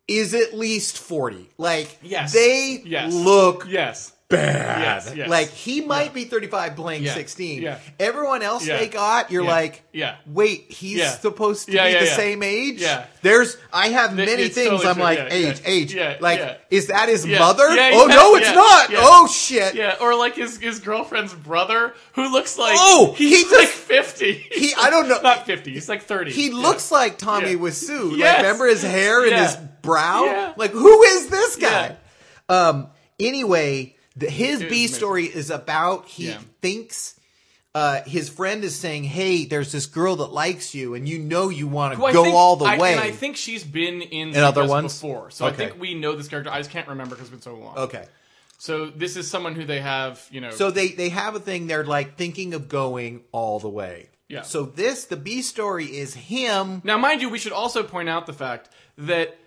S1: is at least forty. Like
S2: yes.
S1: they
S2: yes.
S1: look
S2: yes.
S1: bad.
S2: Yes, yes.
S1: Like he might be thirty-five playing
S2: Yeah.
S1: sixteen.
S2: Yeah.
S1: Everyone else
S2: Yeah.
S1: they got, you're
S2: Yeah.
S1: like.
S2: Yeah.
S1: wait, he's
S2: Yeah.
S1: supposed to
S2: Yeah,
S1: be
S2: yeah,
S1: the
S2: yeah.
S1: same age.
S2: Yeah.
S1: There's I have many
S2: it's
S1: things
S2: totally
S1: I'm
S2: true.
S1: like
S2: Yeah,
S1: age,
S2: yeah.
S1: age.
S2: Yeah,
S1: like
S2: yeah.
S1: is that his
S2: Yeah.
S1: mother?
S2: Yeah,
S1: oh
S2: yeah,
S1: no, it's
S2: yeah,
S1: not.
S2: yeah.
S1: Oh shit.
S2: Yeah, or like his his girlfriend's brother who looks like
S1: Oh, he
S2: he's
S1: just-
S2: like 50.
S1: He I don't know.
S2: Not 50. He's like 30.
S1: he
S2: Yeah.
S1: looks like Tommy
S2: Yeah.
S1: Wiseau. Like,
S2: Yes.
S1: remember his hair and
S2: Yeah.
S1: his brow?
S2: Yeah.
S1: Like who is this guy? Um anyway, the, his
S2: was
S1: B
S2: amazing.
S1: story is about he
S2: Yeah.
S1: thinks uh, his friend is saying, "Hey, there's this girl that likes you, and you know you want to
S2: Who I
S1: go
S2: think-
S1: all the
S2: I-
S1: way."
S2: And I think she's been in,
S1: other
S2: Sequest
S1: ones?
S2: before, so
S1: Okay.
S2: I think we know this character. I just can't remember because it's been so long.
S1: okay,
S2: So this is someone who they have, you know.
S1: So they they have a thing. They're like thinking of going all the way.
S2: Yeah.
S1: So this the B story is him.
S2: Now, mind you, we should also point out the fact that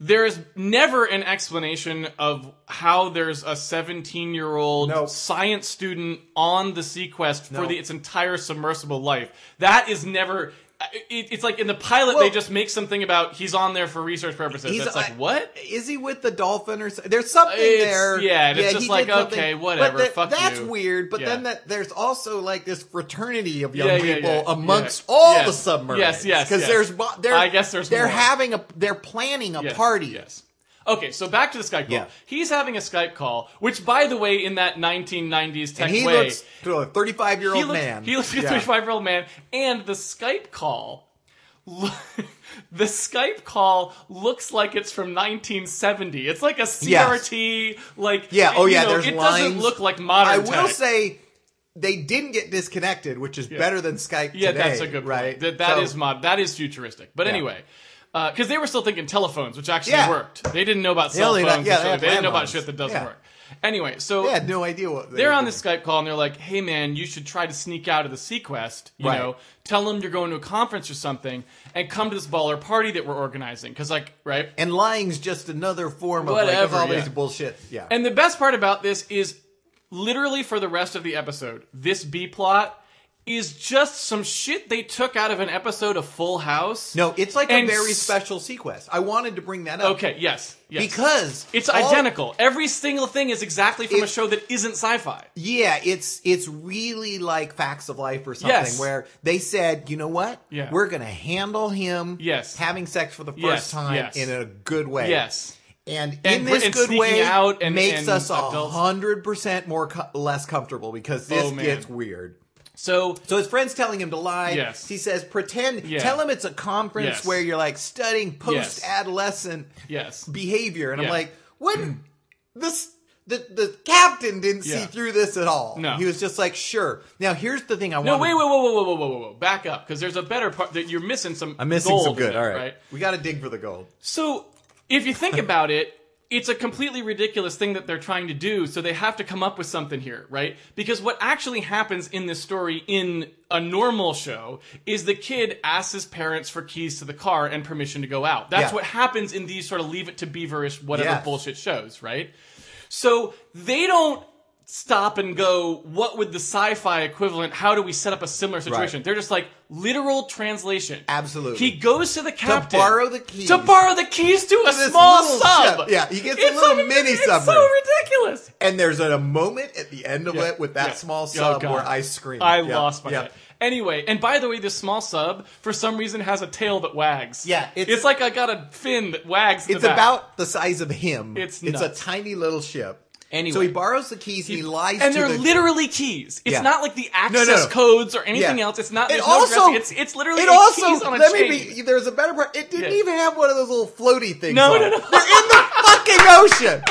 S2: there is never an explanation of how there's a 17 year old
S1: No.
S2: science student on the Sequest
S1: No.
S2: for the, its entire submersible life. That is never. It, it's like in the pilot,
S1: Well-
S2: they just make something about he's on there for research purposes. It's like,
S1: I-
S2: what?
S1: Is he with the dolphin or so- there's something
S2: It's-
S1: there?
S2: yeah, and it's just
S1: he
S2: like,
S1: did something.
S2: okay,
S1: But
S2: whatever,
S1: that-
S2: fuck
S1: that's
S2: you.
S1: weird. But
S2: Yeah.
S1: then that there's also like this fraternity of young
S2: Yeah, yeah,
S1: people
S2: yeah,
S1: amongst
S2: yeah.
S1: all
S2: Yes.
S1: the submarines.
S2: Yes, yes,
S1: Because
S2: yes.
S1: there's bo- they're
S2: I guess there's
S1: they're
S2: more.
S1: having a they're planning a
S2: Yes,
S1: party.
S2: Yes. Okay, so back to the Skype call.
S1: Yeah.
S2: He's having a Skype call, which, by the way, in that 1990s tech
S1: And he
S2: way,
S1: looks to a 35 year
S2: he
S1: old
S2: looks,
S1: man.
S2: He looks like a
S1: Yeah.
S2: 35 year old man. And the Skype call, lo- the Skype call looks like it's from 1970. It's like a CRT, like
S1: Yeah, oh
S2: you
S1: yeah,
S2: know,
S1: there's
S2: it doesn't
S1: lines.
S2: look like modern.
S1: I will
S2: tech.
S1: say they didn't get disconnected, which is better than Skype
S2: Yeah,
S1: today.
S2: that's a good
S1: right.
S2: point. That that
S1: So-
S2: is mod. That is futuristic. But anyway, because they were still thinking telephones, which actually
S1: Yeah.
S2: worked. They didn't know about cell
S1: only
S2: phones.
S1: got-
S2: and
S1: yeah,
S2: stuff.
S1: they
S2: they,
S1: had
S2: didn't know about
S1: landlines.
S2: shit that doesn't
S1: Yeah.
S2: work. Anyway, so
S1: they had no idea what they
S2: they're
S1: were
S2: on the
S1: doing.
S2: Skype call and they're like, "Hey man, you should try to sneak out of the Sequest. You
S1: Right.
S2: know, tell them you're going to a conference or something, and come to this baller party that we're organizing. Because like, right?
S1: And lying's just another form of
S2: Whatever,
S1: like all
S2: yeah.
S1: these bullshit. Yeah.
S2: And the best part about this is literally for the rest of the episode, this B plot is just some shit they took out of an episode of Full House.
S1: no, it's like a
S2: and
S1: very
S2: s-
S1: special sequence. I wanted to bring that up.
S2: Okay, yes. yes.
S1: Because
S2: it's
S1: all-
S2: identical. Every single thing is exactly from a
S1: It-
S2: show that isn't sci-fi.
S1: Yeah, it's it's really like Facts of Life or something
S2: Yes.
S1: where they said, you know what?
S2: Yeah.
S1: We're gonna handle him
S2: Yes.
S1: having sex for the first
S2: Yes,
S1: time
S2: yes.
S1: in a good way.
S2: Yes.
S1: And,
S2: And
S1: in
S2: br-
S1: this
S2: and
S1: good
S2: sneaking
S1: way
S2: out and-
S1: makes
S2: and
S1: us a
S2: adults-
S1: hundred percent more co- less comfortable because this
S2: Oh, man.
S1: gets weird.
S2: So
S1: So his friend's telling him to lie.
S2: Yes.
S1: He says, pretend,
S2: Yeah.
S1: tell him it's a conference
S2: Yes.
S1: where you're like studying post adolescent
S2: yes.
S1: behavior. And
S2: Yeah.
S1: I'm like, what? This, the, the captain didn't see
S2: Yeah.
S1: through this at all.
S2: No.
S1: He was just like, sure. Now here's the thing I
S2: No,
S1: want.
S2: wait, wait, whoa, whoa, whoa, whoa, whoa, whoa! Back up, because there's a better part that you're missing. Some
S1: I'm missing
S2: gold
S1: some
S2: in
S1: good.
S2: it,
S1: all
S2: right.
S1: We got to dig for the gold.
S2: So, if you think about it, it's a completely ridiculous thing that they're trying to do, so they have to come up with something here, right? Because what actually happens in this story in a normal show is the kid asks his parents for keys to the car and permission to go out. That's
S1: Yeah.
S2: what happens in these sort of leave it to beaverish whatever
S1: Yes.
S2: bullshit shows, right? So, they don't stop and go, what would the sci-fi equivalent, how do we set up a similar situation? They're just like literal translation.
S1: Absolutely.
S2: He goes to the captain
S1: borrow the keys.
S2: To borrow the keys to a
S1: this
S2: small
S1: little
S2: sub.
S1: ship. Yeah, he gets a
S2: It's
S1: little
S2: so-
S1: mini
S2: It's so
S1: submarine.
S2: ridiculous.
S1: And there's a moment at the end of
S2: Yeah,
S1: it with that
S2: yeah.
S1: small
S2: Oh,
S1: sub
S2: God.
S1: where I scream.
S2: I lost my head. Anyway, and by the way, this small sub for some reason has a tail that wags.
S1: Yeah,
S2: it's,
S1: it's-
S2: like I got a fin that wags. in the
S1: It's
S2: back.
S1: about the size of him.
S2: It's
S1: a
S2: nuts.
S1: tiny little ship.
S2: Anyway.
S1: so he borrows the keys and he lies
S2: and
S1: to
S2: they're
S1: the
S2: literally keys. It's
S1: Yeah.
S2: not like the access
S1: no.
S2: codes or anything
S1: Yeah.
S2: else. It's not.
S1: It
S2: there's
S1: also-
S2: no dressing. it's it's literally
S1: It
S2: the
S1: also
S2: keys on a
S1: let
S2: chain.
S1: me be. There's a better part. It didn't
S2: Yeah.
S1: even have one of those little floaty things.
S2: No,
S1: on
S2: no,
S1: it.
S2: no.
S1: They're in the fucking ocean.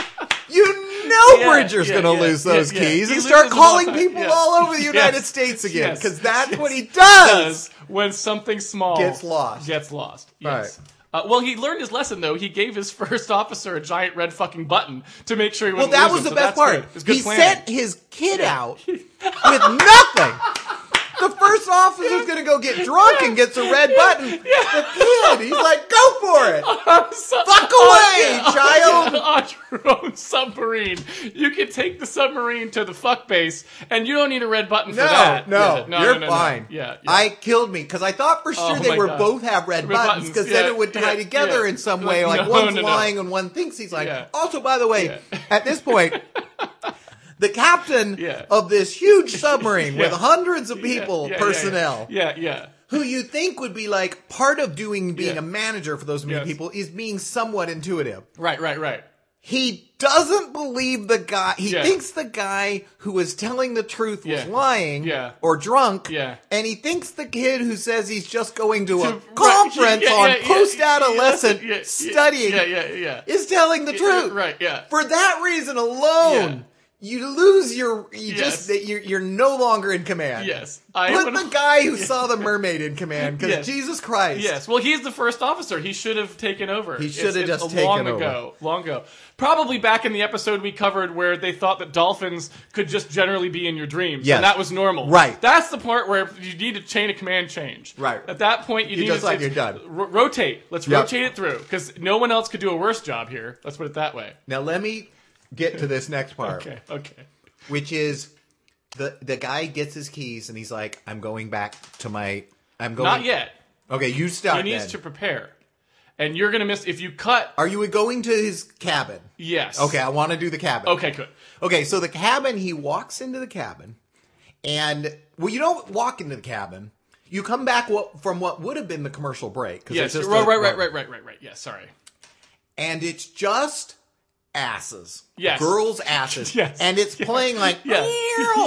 S1: You know
S2: Yeah,
S1: Bridger's
S2: yeah,
S1: gonna
S2: yeah,
S1: lose
S2: yeah,
S1: those
S2: yeah.
S1: keys
S2: He
S1: and
S2: loses
S1: start
S2: them all
S1: calling
S2: the time.
S1: people
S2: Yeah.
S1: all over the
S2: Yes.
S1: United States again
S2: Yes.
S1: because that's what he does.
S2: does when something small
S1: Gets lost.
S2: Gets lost. Yes. Uh, well, he learned his lesson though. He gave his first officer a giant red fucking button to make sure he
S1: Well,
S2: wouldn't
S1: that was
S2: lose
S1: the
S2: him, so
S1: best
S2: that's
S1: part.
S2: good. It was good
S1: he
S2: planning.
S1: sent his kid out with nothing. The first officer's gonna go get drunk and gets a red button. The kid, he's like, "Go for it,
S2: So-
S1: fuck away, child."
S2: on your own submarine. You can take the submarine to the fuck base, and you don't need a red button for
S1: No,
S2: that.
S1: no,
S2: Yeah,
S1: you're
S2: no, no, no.
S1: fine.
S2: Yeah, yeah.
S1: I killed me because I thought for sure
S2: Oh my
S1: they were
S2: God.
S1: both have red,
S2: Red
S1: buttons because
S2: buttons,
S1: then
S2: yeah,
S1: it would tie
S2: yeah,
S1: together
S2: yeah.
S1: in some
S2: Like,
S1: way. Like
S2: no,
S1: one's
S2: no, no.
S1: lying and one thinks he's like.
S2: Yeah.
S1: Also, by the way,
S2: Yeah.
S1: at this point. The captain
S2: Yeah.
S1: of this huge submarine with
S2: Yeah.
S1: hundreds of
S2: Yeah,
S1: people,
S2: yeah, yeah,
S1: personnel,
S2: Yeah, yeah.
S1: who you think would be like part of doing being
S2: Yeah.
S1: a manager for those many
S2: Yes.
S1: people is being somewhat intuitive.
S2: Right, right, right.
S1: He doesn't believe the guy. He
S2: Yeah.
S1: thinks the guy who was telling the truth was
S2: Yeah.
S1: lying
S2: Yeah.
S1: or drunk.
S2: Yeah.
S1: And he thinks the kid who says he's just going to a
S2: To-
S1: conference
S2: yeah,
S1: on
S2: yeah, yeah,
S1: post adolescent
S2: yeah, yeah, yeah,
S1: studying
S2: Yeah, yeah, yeah.
S1: is telling the truth.
S2: Right, yeah.
S1: For that reason alone, you lose your. You
S2: Yes.
S1: just that you're you're no longer in command.
S2: Yes. I
S1: Put
S2: would-
S1: the guy who saw the mermaid in command, because
S2: Yes.
S1: Jesus Christ.
S2: Yes. Well, he's the first officer. He should have taken over.
S1: He should have
S2: It's- it's
S1: just
S2: a long
S1: taken over.
S2: ago. Long ago. Probably back in the episode we covered where they thought that dolphins could just generally be in your dreams.
S1: Yes.
S2: And that was normal.
S1: Right.
S2: That's the part where you need to chain a command change.
S1: Right.
S2: At that point, you
S1: You're
S2: need
S1: just
S2: to
S1: like,
S2: it's-
S1: you're done.
S2: ro- rotate. Let's
S1: Yep.
S2: rotate it through because no one else could do a worse job here. Let's put it that way.
S1: Now let me get to this next part,
S2: Okay. Okay.
S1: which is the the guy gets his keys and he's like, "I'm going back to my. I'm going.
S2: Not yet.
S1: Okay, you stop.
S2: He needs
S1: then.
S2: to prepare. And you're gonna miss if you cut.
S1: Are you going to his cabin?
S2: Yes.
S1: Okay, I want to do the cabin.
S2: Okay. Good.
S1: Okay, so the cabin, he walks into the cabin, and well, you don't walk into the cabin. You come back what, from what would have been the commercial break. 'cause
S2: Yes.
S1: it's just
S2: Right.
S1: a-
S2: Right. Right. Right. Right. Right. Yes. Sorry.
S1: and it's just asses.
S2: Yes.
S1: Girls' asses.
S2: Yes.
S1: And it's playing like
S2: Yeah.
S1: "Meow."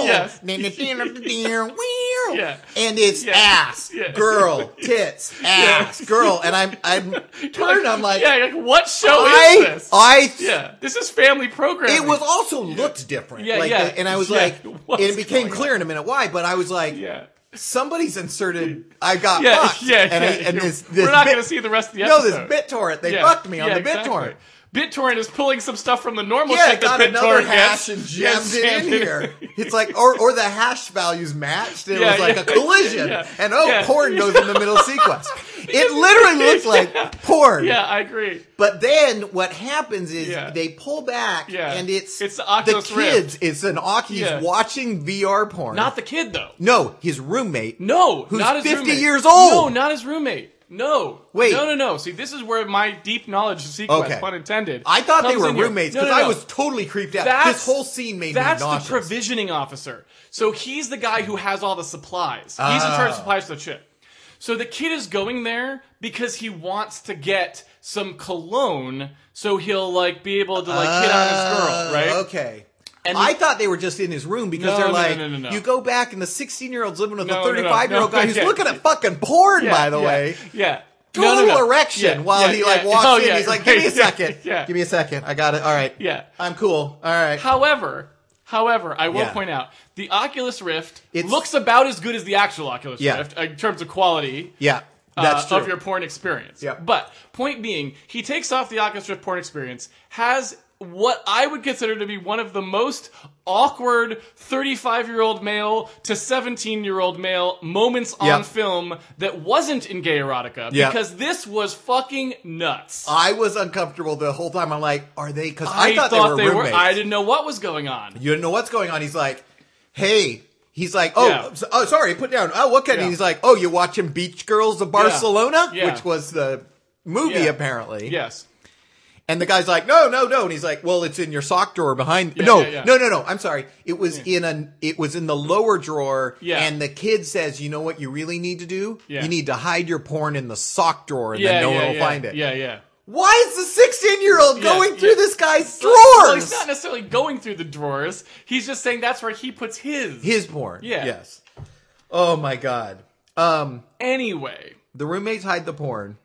S2: Yes.
S1: "Meow."
S2: Yeah.
S1: And it's
S2: Yeah.
S1: ass,
S2: Yeah.
S1: girl, tits, ass, girl, and I'm I'm turned. I'm like,
S2: yeah, you're like what show is
S1: I
S2: this?
S1: I
S2: yeah, this is family programming.
S1: it was also looked different.
S2: Yeah,
S1: like
S2: yeah.
S1: the- and I was
S2: Yeah.
S1: like,
S2: What's
S1: it became
S2: going
S1: clear in a minute why, but I was like,
S2: yeah,
S1: somebody's inserted. I got
S2: yeah,
S1: fucked.
S2: yeah,
S1: and, I,
S2: yeah.
S1: and this, this
S2: We're not
S1: bit,
S2: going to see the rest of the
S1: no,
S2: episode.
S1: this BitTorrent. They
S2: Yeah.
S1: fucked me on
S2: Yeah,
S1: the
S2: exactly.
S1: BitTorrent.
S2: BitTorrent is pulling some stuff from the normal
S1: Yeah,
S2: tech that
S1: got another
S2: BitTorrent
S1: hash
S2: gets.
S1: and jammed
S2: Yes,
S1: it in
S2: jammed
S1: here.
S2: it
S1: It's like, or or the hash values matched. It
S2: Yeah,
S1: was like
S2: yeah.
S1: a collision,
S2: Yeah.
S1: and oh,
S2: Yeah.
S1: porn goes in the middle sequence. It literally looked like porn.
S2: Yeah, I agree.
S1: But then what happens is
S2: Yeah.
S1: they pull back,
S2: Yeah.
S1: and it's
S2: It's the
S1: the
S2: Oculus
S1: kids. It's an Oculus
S2: Yeah.
S1: watching VR porn.
S2: Not the kid though.
S1: no, his roommate.
S2: No,
S1: Who's
S2: not his
S1: 50
S2: roommate.
S1: years old.
S2: No, not his roommate. No.
S1: Wait.
S2: No, no, no. See, this is where my deep knowledge of sequence,
S1: Okay.
S2: pun intended.
S1: I thought they
S2: comes
S1: were
S2: in here.
S1: roommates
S2: No,
S1: because
S2: no, no.
S1: I was totally creeped out.
S2: That's-
S1: this whole scene made me
S2: That's
S1: nauseous.
S2: the provisioning officer. So he's the guy who has all the supplies. He's in charge
S1: Oh.
S2: of supplies for the chip. So the kid is going there because he wants to get some cologne, so he'll like be able to like hit on his girl,
S1: Oh,
S2: right?
S1: Okay.
S2: And
S1: I thought they were just in his room because
S2: No,
S1: they're
S2: no,
S1: like,
S2: no, no, no, no.
S1: you go back and the 16 year old's living with
S2: No,
S1: a
S2: no, no,
S1: 35 year old
S2: no,
S1: guy who's
S2: yeah.
S1: looking at fucking porn, by the
S2: yeah,
S1: way.
S2: yeah. No,
S1: Total
S2: no, no.
S1: erection
S2: Yeah,
S1: while
S2: yeah,
S1: he like
S2: yeah.
S1: walks
S2: Oh,
S1: in.
S2: yeah,
S1: He's like, give me a
S2: right, yeah,
S1: second.
S2: yeah.
S1: Give me a second. I got it. All right.
S2: Yeah.
S1: I'm cool. All right.
S2: However, however, I will
S1: Yeah.
S2: point out the Oculus Rift
S1: It's-
S2: looks about as good as the actual Oculus
S1: Yeah.
S2: Rift in terms of quality.
S1: yeah.
S2: uh,
S1: That's true.
S2: of your porn experience.
S1: Yeah.
S2: But point being, he takes off the Oculus Rift porn experience, has what I would consider to be one of the most awkward 35 year old male to 17 year old male moments on
S1: Yeah.
S2: film that wasn't in gay erotica
S1: Yeah.
S2: because this was fucking nuts.
S1: I was uncomfortable the whole time. I'm like, are they? Because I, thought, they were roommates.
S2: I didn't know what was going on.
S1: you don't know what's going on. He's like, hey, he's like, oh,
S2: Yeah.
S1: so- oh, sorry, put down. Oh, what kind?
S2: Yeah.
S1: And he's like, oh, you watching Beach Girls of Barcelona,
S2: Yeah.
S1: which was the movie
S2: Yeah.
S1: apparently.
S2: Yes.
S1: And the guy's like, no, no, no. And he's like, well, it's in your sock drawer behind.
S2: Yeah,
S1: no,
S2: yeah, yeah.
S1: no, no, no. I'm sorry. It was in a, it was in the lower drawer.
S2: Yeah.
S1: And the kid says, you know what you really need to do?
S2: Yeah.
S1: You need to hide your porn in the sock drawer and
S2: Yeah,
S1: then no
S2: yeah,
S1: one will
S2: yeah,
S1: find it.
S2: Yeah, yeah.
S1: Why is the 16 year old
S2: Yeah,
S1: going
S2: yeah.
S1: through this guy's drawers?
S2: Well, he's not necessarily going through the drawers. He's just saying that's where he puts his.
S1: His porn.
S2: Yeah.
S1: Yes. Oh my god. Um,
S2: Anyway.
S1: the roommates hide the porn.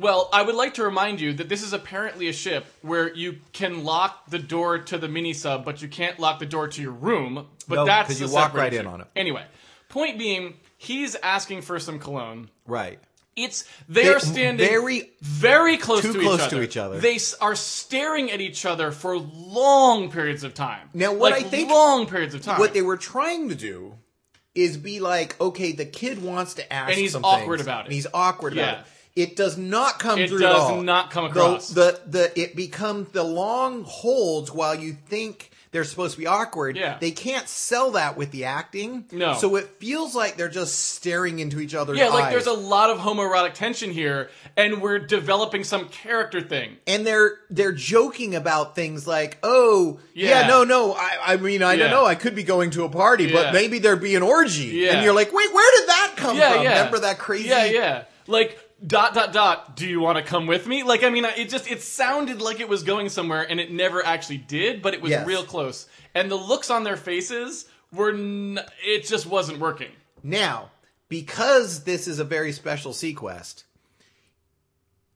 S2: Well, I would like to remind you that this is apparently a ship where you can lock the door to the mini sub, but you can't lock the door to your room. But
S1: No,
S2: that's
S1: 'cause you
S2: a
S1: walk
S2: separate
S1: right in
S2: issue.
S1: on it.
S2: Anyway, point being, he's asking for some cologne.
S1: Right.
S2: It's they,
S1: They-
S2: are standing
S1: very-
S2: very close
S1: too
S2: to
S1: close
S2: each
S1: to
S2: other.
S1: each other.
S2: They s- are staring at each other for long periods of time.
S1: Now, what
S2: Like,
S1: I think-
S2: long periods of time.
S1: What they were trying to do is be like, okay, the kid wants to ask,
S2: And he's
S1: some
S2: awkward
S1: things,
S2: about it.
S1: and he's awkward
S2: Yeah.
S1: about it. It does not come
S2: It
S1: through at
S2: does
S1: all.
S2: not come
S1: The-
S2: across.
S1: The, the it becomes the long holds while you think they're supposed to be awkward.
S2: Yeah.
S1: They can't sell that with the acting.
S2: No.
S1: So it feels like they're just staring into each other's
S2: yeah,
S1: eyes.
S2: like there's a lot of homoerotic tension here, and we're developing some character thing.
S1: and they're they're joking about things like, oh, yeah,
S2: Yeah.
S1: no, no, I, I mean, I
S2: Yeah.
S1: don't know, I could be going to a party,
S2: Yeah.
S1: but maybe there'd be an orgy,
S2: Yeah.
S1: and you're like, wait, where did that come
S2: yeah,
S1: from?
S2: yeah.
S1: Remember that crazy?
S2: Yeah, yeah. Like dot dot dot. Do you want to come with me? Like I mean, I- it just it sounded like it was going somewhere, and it never actually did, but it was
S1: Yes.
S2: real close. And the looks on their faces were n- it just wasn't working.
S1: Now, because this is a very special sequest,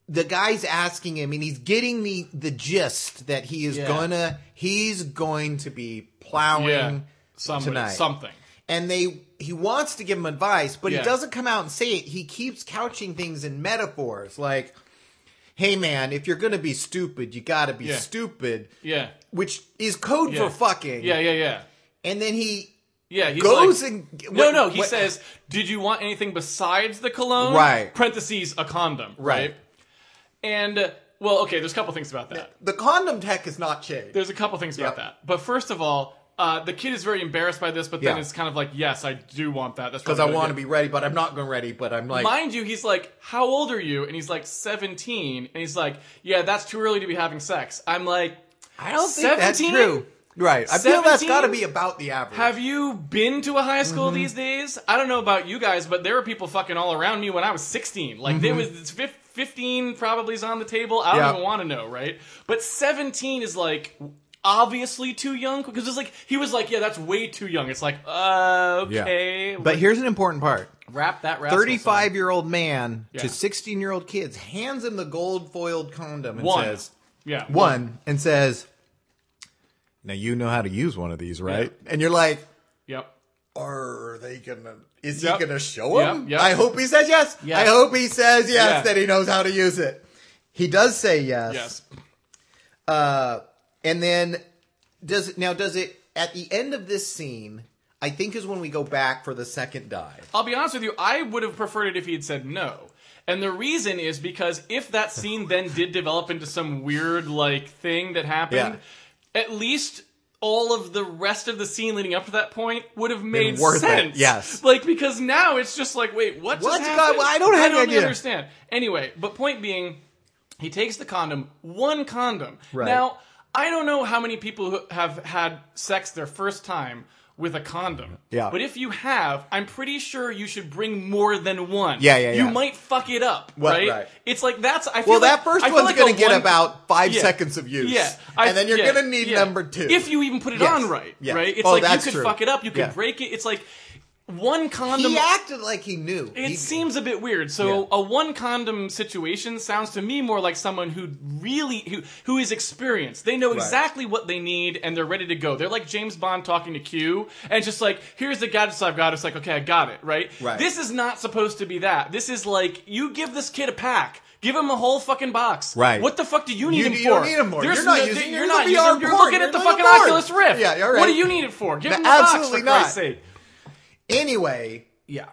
S1: the guy's asking him, and he's getting the the gist that he is
S2: Yeah.
S1: gonna he's going to be plowing.
S2: Yeah, somebody,
S1: tonight.
S2: something.
S1: and they he wants to give him advice, but
S2: Yeah.
S1: he doesn't come out and say it. He keeps couching things in metaphors like, "Hey man, if you're going to be stupid, you got to be
S2: Yeah.
S1: stupid,"
S2: Yeah,
S1: which is code
S2: Yeah.
S1: for fucking.
S2: yeah, yeah, yeah.
S1: And then he
S2: Yeah, he's
S1: goes
S2: like,
S1: and
S2: no, no. He
S1: what-
S2: says, "Did you want anything besides the cologne?"
S1: Right.
S2: Parentheses a condom. Right.
S1: Right.
S2: And uh, well, okay. There's a couple things about that.
S1: the condom tech has not changed.
S2: There's a couple things about
S1: Yep.
S2: that. But first of all, uh, the kid is very embarrassed by this, but then
S1: Yeah.
S2: it's kind of like, yes, I do want that. That's
S1: because I want to be ready, but I'm not going ready. But I'm like,
S2: Mind you, he's like, how old are you? And he's like, 17. And he's like, yeah, that's too early to be having sex. I'm like,
S1: I don't think that's
S2: 17?
S1: true. Right? I feel that's
S2: 17?
S1: got to be about the average.
S2: have you been to a high
S1: Mm-hmm.
S2: school these days? I don't know about you guys, but there were people fucking all around me when I was 16. Like, there was it's fif- 15 probably is on the table. I don't
S1: Mm-hmm. Yeah.
S2: even want to know, right? But 17 is like obviously too young because it's like he was like, yeah, that's way too young. It's like, uh,
S3: Yeah.
S2: okay,
S1: But here's an important part.
S2: wrap that rascal
S1: 35 year old man
S2: Yeah.
S1: to 16 year old kids hands him the gold foiled condom and
S2: One.
S1: says,
S2: song. yeah,
S1: one, and says,
S3: Now you know how to use one of these, right?
S1: and you're like,
S2: yep.
S1: are they gonna, is
S2: Yep.
S1: he gonna show him?
S2: Yep, yep.
S1: I hope he says yes.
S2: Yes.
S1: I hope he says yes
S2: Yeah.
S1: that he knows how to use it. He does say
S2: Yes.
S1: Uh, and then does it now does it at the end of this scene? I think is when we go back for the second dive.
S2: I'll be honest with you, I would have preferred it if he had said no. And the reason is because if that scene then did develop into some weird like thing that happened, at least all of the rest of the scene leading up to that point would have made
S1: worth it,
S2: sense.
S1: yes.
S2: Like because now it's just like, wait, what? just
S1: What's go-
S2: happened?
S1: I don't have
S2: I
S1: an
S2: don't
S1: idea.
S2: understand. Anyway, but point being, he takes the condom, one condom.
S1: Right.
S2: Now, I don't know how many people who have had sex their first time with a condom.
S1: Yeah.
S2: But if you have, I'm pretty sure you should bring more than one.
S1: Yeah, yeah,
S2: You
S1: yeah.
S2: might fuck it up,
S1: Well,
S2: right?
S1: right.
S2: It's like that's. I feel
S1: Well,
S2: like-
S1: that first
S2: I feel
S1: one's
S2: like
S1: going
S2: a
S1: to get
S2: one-
S1: about five
S2: Yeah.
S1: seconds of use,
S2: Yeah, I-
S1: and then you're
S2: yeah,
S1: going to need
S2: yeah.
S1: number two.
S2: If you even put it
S1: Yes,
S2: on right,
S1: yes.
S2: right? It's
S1: Oh,
S2: like
S1: that's
S2: you could
S1: truld
S2: fuck it up, you could
S1: Yeah.
S2: break it. It's like one condom.
S1: he acted like he knew.
S2: It
S1: He-
S2: seems a bit weird. So
S1: Yeah.
S2: a one condom situation sounds to me more like someone who really who who is experienced. They know exactly what they need and they're ready to go. They're like James Bond talking to Q and just like, here's the gadgets I've got. It's like, okay, I got it, right?
S1: Right.
S2: This is not supposed to be that. This is like you give this kid a pack. Give him a whole fucking box.
S3: Right.
S2: What the fuck do you need
S1: You-
S2: him
S1: you
S2: for?
S1: don't need him for.
S2: There's
S1: You're not
S2: no-
S1: using-
S2: You're
S1: you're
S2: not
S1: the
S2: using.
S1: VR
S2: You're
S1: porn.
S2: looking at
S1: You're
S2: the
S1: not
S2: fucking
S1: the porn.
S2: Oculus Rift.
S1: Yeah, you're
S2: What
S1: right.
S2: do you need it for? Give him the
S1: No, absolutely
S2: box for Christ's
S1: not.
S2: sake.
S1: anyway.
S2: Yeah.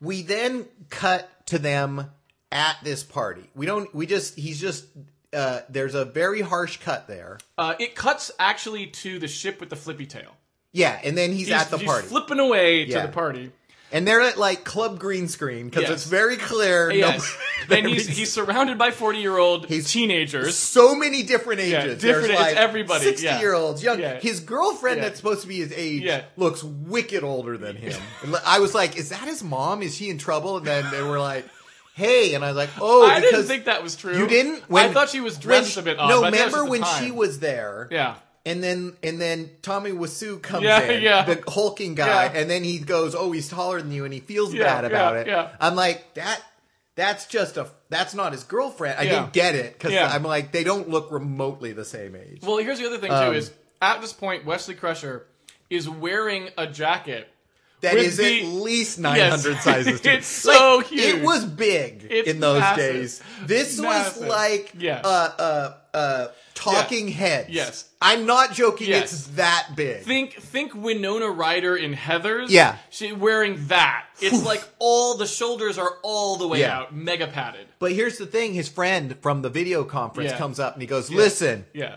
S1: We then cut to them at this party. We don't. We just. He's just. Uh, there's a very harsh cut there.
S2: Uh, it cuts actually to the ship with the flippy tail.
S1: Yeah, and then he's,
S2: He's-
S1: at the
S2: he's
S1: party,
S2: flipping away
S1: Yeah.
S2: to the party.
S1: and they're at like club green screen because
S2: Yes.
S1: it's very clear. no-
S2: Yes. then he's he's surrounded by forty year old
S1: He's-
S2: teenagers.
S1: so many different ages.
S2: different-
S1: There's
S2: it's
S1: like
S2: everybody, yeah.
S1: Sixty year olds, young.
S2: Yeah.
S1: His girlfriend
S2: Yeah.
S1: that's supposed to be his age
S2: Yeah.
S1: looks wicked older than him. And I was like, "Is that his mom? Is she in trouble?" And then they were like, "Hey," and I was like, "Oh,
S2: I didn't
S1: because
S2: think that was true.
S1: you didn't."
S2: I thought she was
S1: when
S2: dressed
S1: she-
S2: a bit odd.
S1: No,
S2: but I think that
S1: remember
S2: was
S1: when
S2: just the
S1: she
S2: time.
S1: was there?
S2: Yeah.
S1: And then and then Tommy Wiseau comes
S2: Yeah,
S1: in,
S2: yeah.
S1: the hulking guy,
S2: Yeah.
S1: and then he goes, "Oh, he's taller than you," and he feels
S2: Yeah,
S1: bad
S2: yeah,
S1: about it.
S2: yeah.
S1: I'm like that. That's just a. That's not his girlfriend. I
S2: Yeah.
S1: didn't get it because
S2: Yeah.
S1: I'm like they don't look remotely the same age.
S2: Well, here's the other thing too
S1: Um,
S2: is at this point Wesley Crusher is wearing a jacket.
S1: That
S2: with
S1: is
S2: the-
S1: at least 900
S2: Yes.
S1: sizes. too.
S2: It's so
S1: Like,
S2: huge.
S1: It was big
S2: It's
S1: in those
S2: massive.
S1: days. This
S2: Massive.
S1: was like
S2: Yeah.
S1: uh, uh, uh, talking heads.
S2: Yes.
S1: I'm not joking.
S2: Yes.
S1: It's that big.
S2: Think think Winona Ryder in Heather's.
S1: Yeah.
S2: She wearing that. It's like all the shoulders are all the way
S1: Yeah.
S2: out, mega padded.
S1: but here's the thing his friend from the video conference
S2: Yeah.
S1: comes up and he goes, Listen,
S2: Yeah.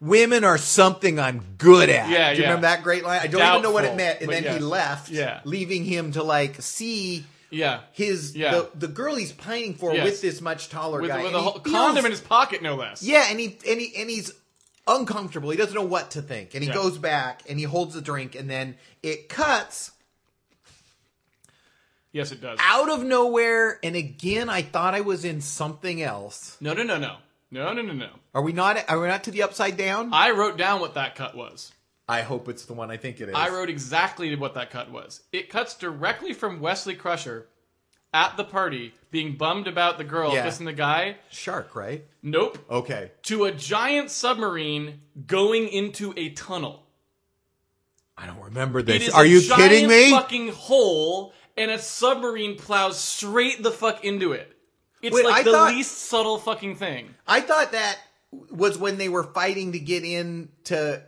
S1: women are something I'm good at.
S2: Yeah,
S1: Do you
S2: yeah.
S1: remember that great line? I don't even know what it
S2: Doubtful,
S1: meant. And
S2: but
S1: then
S2: yeah.
S1: he left,
S2: Yeah.
S1: leaving him to like see
S2: Yeah.
S1: his
S2: Yeah.
S1: the, the girl he's pining for
S2: Yes.
S1: with this much taller
S2: With,
S1: guy.
S2: with
S1: and
S2: a
S1: he
S2: whole
S1: feels-
S2: condom in his pocket, no less.
S1: Yeah, and he and he and he's uncomfortable. He doesn't know what to think, and he
S2: Yeah.
S1: goes back and he holds the drink, and then it cuts
S2: Yes, it does.
S1: out of nowhere. And again, I thought I was in something else.
S2: No, no, no, no, no, no, no, no.
S1: Are we not? Are we not to the upside down?
S2: I wrote down what that cut was.
S1: I hope it's the one I think it is.
S2: I wrote exactly what that cut was. It cuts directly from Wesley Crusher at the party being bummed about the girl
S1: Yeah.
S2: kissing the guy.
S1: shark, right?
S2: Nope.
S1: Okay,
S2: To a giant submarine going into a tunnel.
S1: I don't remember
S2: It
S1: this.
S2: is
S3: Are
S2: a
S3: you
S2: giant
S3: kidding me?
S2: Fucking hole, and a submarine plows straight the fuck into it. It's
S1: Wait,
S2: like
S1: I
S2: the
S1: thought-
S2: least subtle fucking thing.
S1: I thought that was when they were fighting to get in to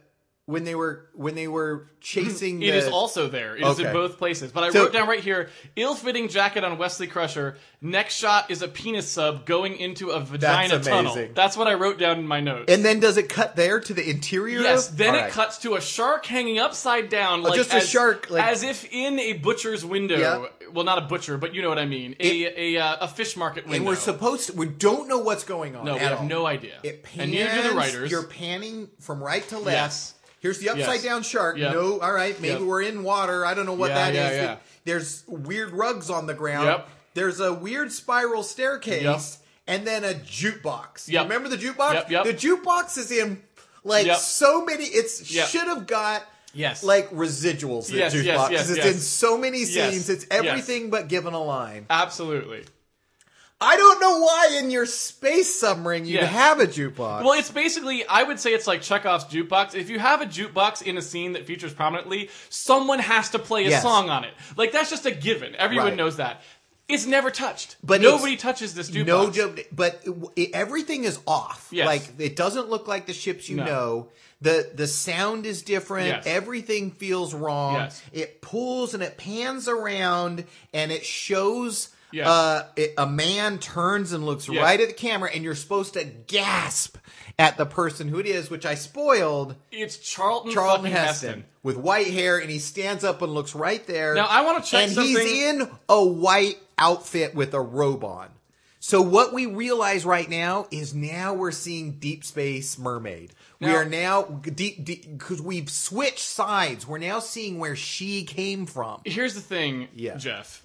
S1: when they were when they were chasing.
S2: It
S1: the,
S2: is also there. It is in
S1: Okay.
S2: both places. But I
S1: So-
S2: wrote down right here: ill-fitting jacket on Wesley Crusher. Next shot is a penis sub going into a vagina
S1: That's
S2: tunnel.
S1: amazing.
S2: That's what I wrote down in my notes.
S1: And then does it cut there to the interior?
S2: yes,
S1: of-
S2: then
S1: All
S2: it
S1: right.
S2: cuts to a shark hanging upside down, like
S1: Oh, just a
S2: as-
S1: shark, like-
S2: as if in a butcher's window.
S1: Yeah.
S2: Well, not a butcher, but you know what I mean. A a, uh, a fish market window.
S1: And we're supposed to, we don't know what's going on.
S2: no, we
S1: at
S2: have
S1: all.
S2: no idea.
S1: It pans,
S2: and neither do the writers.
S1: You're panning from right to left.
S2: Yes.
S1: Here's the upside
S2: Yes.
S1: down shark.
S2: Yep.
S1: No, all right, maybe
S2: Yep.
S1: we're in water. I don't know what
S2: Yeah,
S1: that is.
S2: yeah, yeah.
S1: There's weird rugs on the ground.
S2: Yep.
S1: There's a weird spiral staircase
S2: Yep.
S1: and then a jukebox.
S2: Yep.
S1: Remember the jukebox?
S2: Yep, yep.
S1: The jukebox is in like
S2: Yep.
S1: so many it's
S2: Yep.
S1: should have got
S2: Yes.
S1: like residuals in
S2: Yes,
S1: jukebox.
S2: yes, yes,
S1: it's
S2: yes.
S1: in so many scenes.
S2: Yes,
S1: It's
S2: yes.
S1: everything but given a line.
S2: Absolutely.
S1: I don't know why in your space submarine you
S2: Yeah.
S1: have a jukebox.
S2: Well, it's basically, I would say it's like Chekhov's jukebox. If you have a jukebox in a scene that features prominently, someone has to play a
S1: Yes.
S2: song on it. Like, that's just a given. Everyone
S1: Right.
S2: knows that. It's never touced.
S1: But
S2: Nobody
S1: it's-
S2: touches this jukebox.
S1: No joke, but it, it, everything is off.
S2: Yes.
S1: Like it doesn't look like the ships you
S2: No.
S1: know. The the sound is different.
S2: Yes.
S1: Everything feels wrong.
S2: Yes.
S1: It pulls and it pans around and it shows
S2: Yes.
S1: uh, it- a man turns and looks
S2: Yes.
S1: right at the camera and you're supposed to gasp at the person who it is, which I spoiled.
S2: It's Charlton,
S1: Charlton
S2: fucking
S1: Heston, with white hair and he stands up and looks right there.
S2: Now, I wanna check
S1: And
S2: something-
S1: he's in a white outfit with a robe on. So what we realize right now is now we're seeing Deep Space Mermaid. we
S2: Now-
S1: are now deep because we've switched sides. We're now seeing where she came from.
S2: Here's the thing,
S1: Yeah.
S2: Jeff.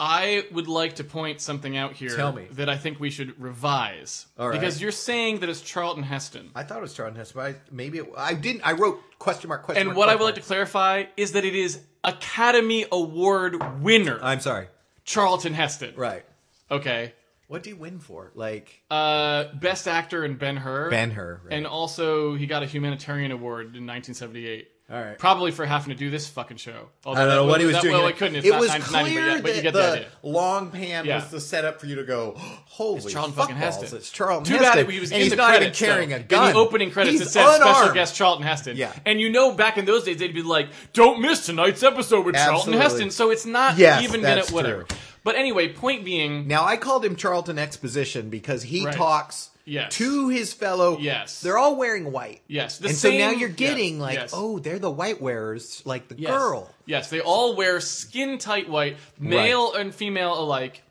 S2: I would like to point something out here
S1: Tell me.
S2: that I think we should revise.
S1: All right.
S2: Because you're saying that it's Charlton Heston.
S1: I thought it was Charlton Heston, but I, maybe it, I didn't. I wrote question mark question.
S2: And
S1: mark,
S2: what I would like
S1: question
S2: to clarify is that it is Academy Award winner
S1: mark. I'm sorry.
S2: Charlton Heston.
S1: Right.
S2: Okay.
S1: What do you win for? Like
S2: Uh, best actor in Ben Hur.
S1: Ben Hur. Right?
S2: And also, he got a humanitarian award in 1978.
S1: All right.
S2: Probably for having to do this fucking show. Although
S1: I don't know
S2: that-
S1: what he was
S2: that-
S1: doing.
S2: Well, I couldn't. It's
S1: it
S2: not
S1: was
S2: 1990,
S1: clear
S2: but, yeah, but you
S1: that
S2: get
S1: the,
S2: the idea.
S1: long pan
S2: Yeah.
S1: was the setup for you to go, holy
S2: It's Charlton
S1: fuck
S2: fucking
S1: balls,
S2: Heston.
S1: It's Charlton
S2: Too
S1: Heston.
S2: bad he was
S1: and
S2: in
S1: he's
S2: the
S1: not
S2: credits,
S1: even carrying
S2: though.
S1: a gun.
S2: In the opening credits,
S1: he's
S2: it said special
S1: unarmed.
S2: guest Charlton Heston.
S1: Yeah.
S2: And you know back in those days, they'd be like, don't miss tonight's episode with
S1: Absolutely.
S2: Charlton Heston. So it's not
S1: Yes,
S2: even
S1: that's
S2: gonna, whatever.
S1: true.
S2: But anyway, point being,
S1: Now I called him Charlton Exposition because he
S2: Right.
S1: talks
S2: Yes.
S1: to his fellow.
S2: Yes.
S1: they're all wearing white.
S2: Yes, the
S1: and so
S2: same-
S1: now you're
S2: yeah,
S1: getting like,
S2: yes.
S1: oh, they're the white wearers, like the
S2: Yes.
S1: girl.
S2: Yes, they all wear skin tight white, male and female alike,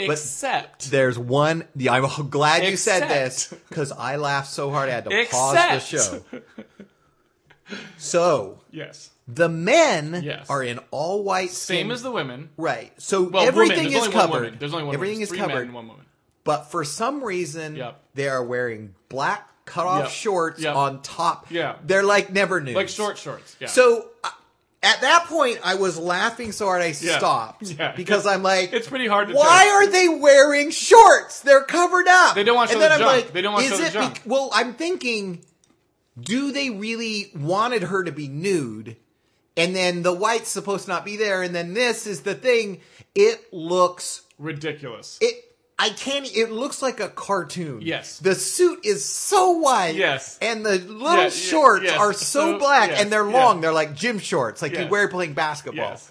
S2: except
S1: There's one. Yeah, I'm glad you said this
S2: Except-
S1: because I laughed so hard I had to pause the show.
S2: Except-
S1: So
S2: yes,
S1: the men
S2: Yes.
S1: are in all white.
S2: same as the women.
S1: right. So
S2: Well,
S1: everything
S2: women. There's
S1: is
S2: only
S1: covered.
S2: One woman. There's only one.
S1: everything
S2: woman.
S1: is
S2: There's three Men
S1: covered.
S2: and one woman.
S1: But for some reason,
S2: Yep.
S1: they are wearing black cutoff
S2: Yep.
S1: shorts
S2: Yep.
S1: on top.
S2: Yeah.
S1: They're like never knew.
S2: Like short shorts. Yeah.
S1: So uh, at that point, I was laughing so hard I stopped
S2: Yeah.
S1: because I'm like,
S2: It's pretty hard to
S1: Why
S2: judge.
S1: are they wearing shorts? They're covered up. They
S2: don't want to
S1: And
S2: show
S1: then I'm
S2: the junk.
S1: like,
S2: They don't want to
S1: is
S2: show the
S1: it
S2: junk.
S1: bec- well, I'm thinking, do they really wanted her to be nude? And then the white's supposed to not be there. And then this is the thing. It looks
S2: ridiculous.
S1: it I can't it looks like a cartoon.
S2: Yes.
S1: The suit is so white.
S2: Yes.
S1: And the little
S2: Yeah, yeah,
S1: shorts
S2: yes.
S1: are so,
S2: So-
S1: black
S2: yes,
S1: and they're
S2: yeah.
S1: long. They're like gym shorts, like you
S2: Yes.
S1: wear playing basketball.
S2: Yes.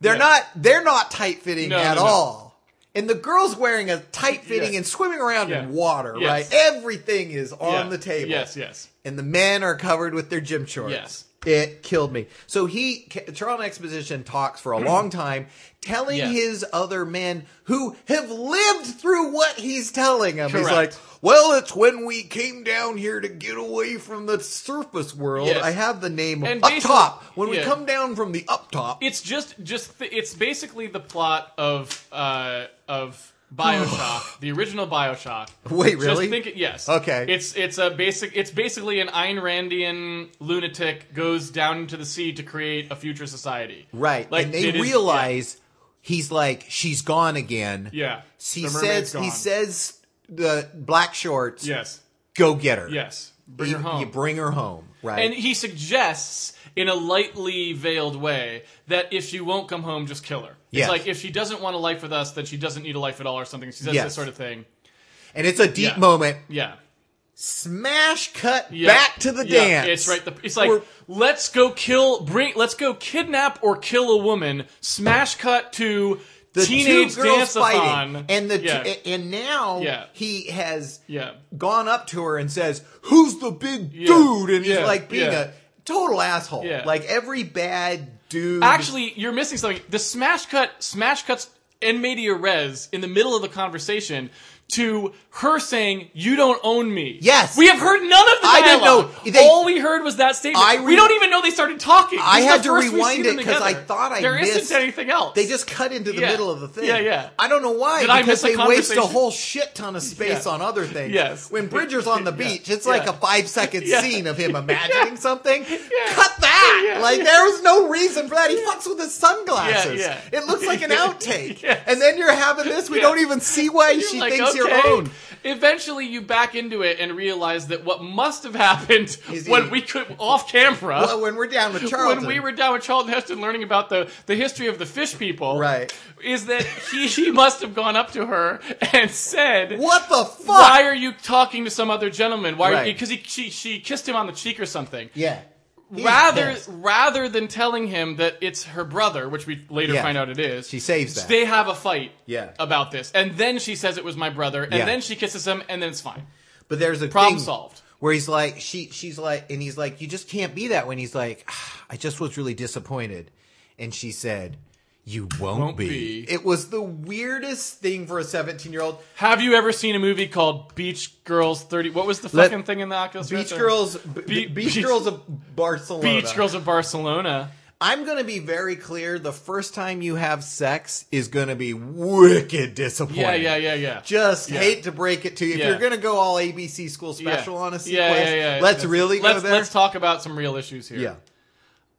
S1: They're
S2: Yeah.
S1: not they're not tight fitting
S2: No,
S1: at
S2: no, no.
S1: all. And the girl's wearing a tight fitting
S2: Yes.
S1: and swimming around
S2: Yeah.
S1: in water,
S2: Yes.
S1: right? Everything is on
S2: Yeah.
S1: the table
S2: Yes. Yes.
S1: and the men are covered with their gym shorts.
S2: Yes.
S1: It killed me. So he, Charlton Exposition talks for a long time, telling
S2: Hmm. Yes.
S1: his other men who have lived through what he's telling them. He's like,
S2: Correct.
S1: well, it's when we came down here to get away from the surface world.
S2: Yes.
S1: I have the name of
S2: And
S1: up
S2: basically-
S1: top. When we
S2: yeah.
S1: come down from the up top,
S2: It's just just th- it's basically the plot of uh of BioShock, the original BioShock.
S1: Wait,
S2: Just
S1: really?
S2: think it- yes.
S1: Okay.
S2: It's it's a basic it's basically an Ayn Randian lunatic goes down into the sea to create a future society.
S1: right?
S2: Like
S1: and they
S2: it is-
S1: realize he's like, she's gone again.
S2: Yeah.
S1: He
S2: The mermaid's
S1: says, he
S2: gone.
S1: says the black shorts,
S2: Yes.
S1: go get her.
S2: Yes. Bring
S1: you,
S2: her home.
S1: You bring her home, right?
S2: and he suggests in a lightly veiled way that if she won't come home, just kill her.
S1: Yes.
S2: It's like if she doesn't want a life with us, then she doesn't need a life at all or something. She says
S1: Yes.
S2: this sort of thing.
S1: And it's a deep
S2: Yeah.
S1: moment.
S2: Yeah.
S1: Smash cut
S2: Yeah.
S1: back to the
S2: Yeah,
S1: dance.
S2: It's right. The, it's like
S1: We're-
S2: let's go kill, bring, let's go kidnap or kill a woman. Smash cut to
S1: the
S2: teenage
S1: two girls
S2: dance-a-thon.
S1: fighting, and the
S2: yeah.
S1: two, and now
S2: Yeah.
S1: he has
S2: yeah.
S1: gone up to her and says, "Who's the big dude?" And he's
S2: Yeah.
S1: like being
S2: Yeah.
S1: a total asshole,
S2: Yeah.
S1: like every bad dude.
S2: Actually, you're missing something. The smash cut, smash cuts, and media res in the middle of the conversation to her saying, "You don't own me."
S1: Yes.
S2: we have heard none of the
S1: I didn't
S2: dialogue.
S1: know. They-
S2: All we heard was that statement.
S1: I
S2: we
S1: re-
S2: don't even know they started talking.
S1: I
S2: This is
S1: had
S2: the
S1: to
S2: first we've
S1: rewind
S2: seen
S1: it
S2: them
S1: 'cause I
S2: together.
S1: thought I
S2: there
S1: missed-
S2: not anything else.
S1: They just cut into the
S2: Yeah.
S1: middle of the thing.
S2: Yeah, yeah.
S1: I don't know why.
S2: Did I
S1: because
S2: miss a
S1: they waste a
S2: conversation?
S1: whole shit ton of space
S2: Yeah.
S1: on other things.
S2: Yes.
S1: When Bridger's on the
S2: Yeah.
S1: beach, it's like
S2: Yeah.
S1: a five second
S2: Yeah.
S1: scene of him imagining something. Cut that!
S2: Yeah.
S1: Like there was no reason for that. He fucks with his sunglasses.
S2: Yeah, yeah.
S1: It looks like an outtake.
S2: Yes.
S1: And then you're having this. We
S2: Yeah.
S1: don't even see why
S2: You're
S1: she
S2: like,
S1: thinks you're
S2: okay.
S1: own.
S2: Eventually, you back into it and realize that what must have happened
S1: Is
S2: when
S1: he-
S2: we could off camera.
S1: Well, when we're down with Charlton,
S2: when we were down with Charlton Heston learning about the, the history of the fish people,
S1: Right.
S2: is that he, he must have gone up to her and said,
S1: what the fuck?
S2: "Why are you talking to some other gentleman? Why?"
S1: Right.
S2: Because he she, she kissed him on the cheek or something.
S1: Yeah. He's
S2: Rather,
S1: pissed.
S2: rather than telling him that it's her brother, which we later
S1: Yeah.
S2: find out it is,
S1: She saves that.
S2: They have a fight
S1: Yeah.
S2: about this, and then she says it was my brother, and
S1: Yeah.
S2: then she kisses him, and then it's fine.
S1: But there's a
S2: Problem
S1: thing
S2: solved.
S1: Where he's like, she, she's like, and he's like, you just can't be that. When he's like, "Ah, I just was really disappointed, and she said, you won't,
S2: Won't
S1: be.
S2: be.
S1: It was the weirdest thing for a 17 year old.
S2: Have you ever seen a movie called Beach Girls Thirty? What was the
S1: Let-
S2: fucking thing in the Oculus?
S1: Beach
S2: Rift?
S1: girls, b-
S2: Be-
S1: beach,
S2: beach-
S1: girls of Barcelona.
S2: Beach Girls of Barcelona.
S1: I'm gonna be very clear. The first time you have sex is gonna be wicked disappointing.
S2: Yeah, yeah, yeah, yeah.
S1: Just
S2: Yeah.
S1: hate to break it to you. If
S2: Yeah.
S1: you're gonna go all ABC school
S2: Yeah.
S1: special on a sequence,
S2: Yeah, yeah, yeah, yeah.
S1: let's really go
S2: let's,
S1: there.
S2: Let's talk about some real issues here.
S1: yeah.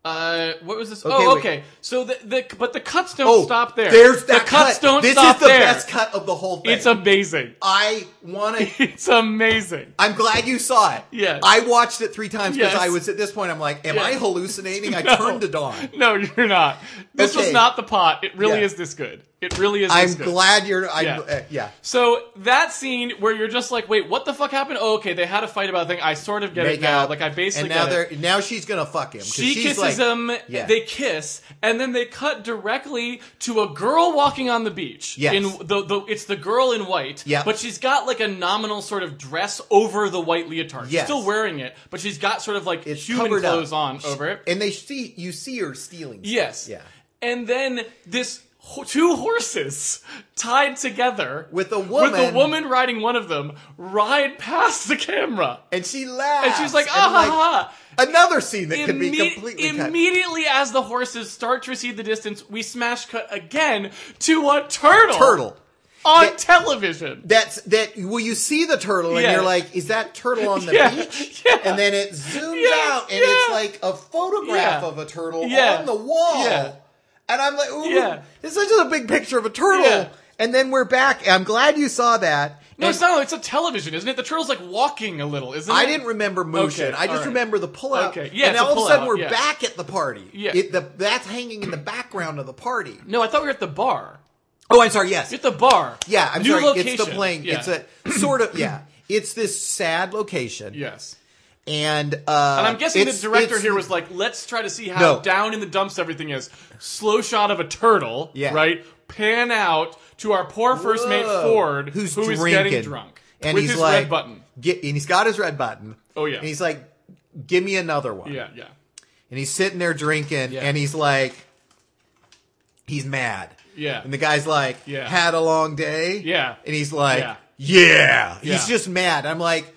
S2: Uh, what was this?
S1: Okay,
S2: oh,
S1: wait.
S2: okay. So the, the but the cuts don't
S1: Oh,
S2: stop there.
S1: There's that
S2: the cuts
S1: cut.
S2: don't
S1: this
S2: stop
S1: is the
S2: there.
S1: best cut of the whole thing.
S2: It's amazing.
S1: I want to.
S2: It's amazing.
S1: I'm glad you saw it.
S2: Yes.
S1: I watched it three times because
S2: Yes.
S1: I was at this point. I'm like, am
S2: Yes.
S1: I hallucinating? I
S2: No.
S1: turned to dawn.
S2: No, you're not. This
S1: Okay.
S2: was not the pot. It really
S1: Yeah.
S2: is this good. It really is.
S1: I'm
S2: this good.
S1: glad you're. I'm,
S2: Yeah.
S1: yeah. Uh, yeah.
S2: So that scene where you're just like, wait, what the fuck happened? Oh, okay, they had a fight about a thing. I sort of get it
S1: Make
S2: now.
S1: out.
S2: Like I basically
S1: and now
S2: get it.
S1: they're now she's gonna fuck him. 'cause
S2: She
S1: she's
S2: kisses
S1: like,
S2: him.
S1: Yeah.
S2: They kiss, and then they cut directly to a girl walking on the beach.
S1: Yes.
S2: In the, the it's the girl in white.
S1: Yeah.
S2: But she's got like a nominal sort of dress over the white leotard. She's
S1: Yes.
S2: still wearing it, but she's got sort of like
S1: It's
S2: human
S1: covered up.
S2: clothes on over it.
S1: and they see you see her stealing. stuff.
S2: Yes.
S1: Yeah.
S2: And then this ho- two horses tied together
S1: With a
S2: with
S1: woman.
S2: a woman riding one of them ride past the camera.
S1: And she laughs.
S2: And she's like, ah
S1: I'm
S2: ha ha.
S1: Another scene that could be
S2: Imme-
S1: completely cut.
S2: immediately as the horses start to recede the distance, we smash cut again to a turtle.
S1: Turtle.
S2: on
S1: That-
S2: television.
S1: That's that. Well, you see the turtle, and
S2: Yeah.
S1: you're like, "Is that turtle on the
S2: Yeah.
S1: beach?"
S2: Yeah.
S1: And then it zooms
S2: Yeah.
S1: out, and
S2: Yeah.
S1: it's like a photograph
S2: Yeah.
S1: of a turtle
S2: Yeah.
S1: on the wall.
S2: Yeah.
S1: And I'm like, "Ooh,
S2: Yeah.
S1: this is just a big picture of a turtle."
S2: Yeah.
S1: And then we're back. I'm glad you saw that.
S2: No,
S1: And
S2: it's not. It's a television, isn't it? The turtle's like walking a little, isn't it?
S1: I didn't remember motion.
S2: Okay,
S1: I just
S2: alright.
S1: remember the pullout.
S2: Okay, yeah,
S1: and
S2: it's a
S1: all of a sudden
S2: pullout,
S1: we're
S2: yeah.
S1: back at the party.
S2: Yeah.
S1: It, the, that's hanging in the background of the party.
S2: No, I thought we were at the bar.
S1: Oh, I'm sorry. Yes,
S2: You're at the bar.
S1: yeah. I'm
S2: New
S1: sorry.
S2: Location.
S1: It's the playing.
S2: Yeah.
S1: It's a sort of yeah. It's this sad location.
S2: yes.
S1: and uh,
S2: And I'm guessing the
S1: it's-
S2: director
S1: it's-
S2: here was like, let's try to see how
S1: No.
S2: down in the dumps everything is. Slow shot of a turtle,
S1: Yeah.
S2: right? Pan out to our poor first mate
S1: Whoa.
S2: Ford,
S1: who's
S2: who is
S1: drinking.
S2: getting drunk
S1: and
S2: with
S1: he's
S2: his
S1: like,
S2: red button.
S1: Get, and he's got his red button.
S2: Oh, yeah.
S1: and he's like, "Give me another one."
S2: Yeah, yeah,
S1: and he's sitting there drinking,
S2: Yeah.
S1: and he's like, he's mad.
S2: Yeah.
S1: and the guy's like,
S2: Yeah.
S1: had a long day."
S2: Yeah.
S1: and he's like,
S2: Yeah.
S1: "Yeah."
S2: Yeah.
S1: He's just mad. I'm like.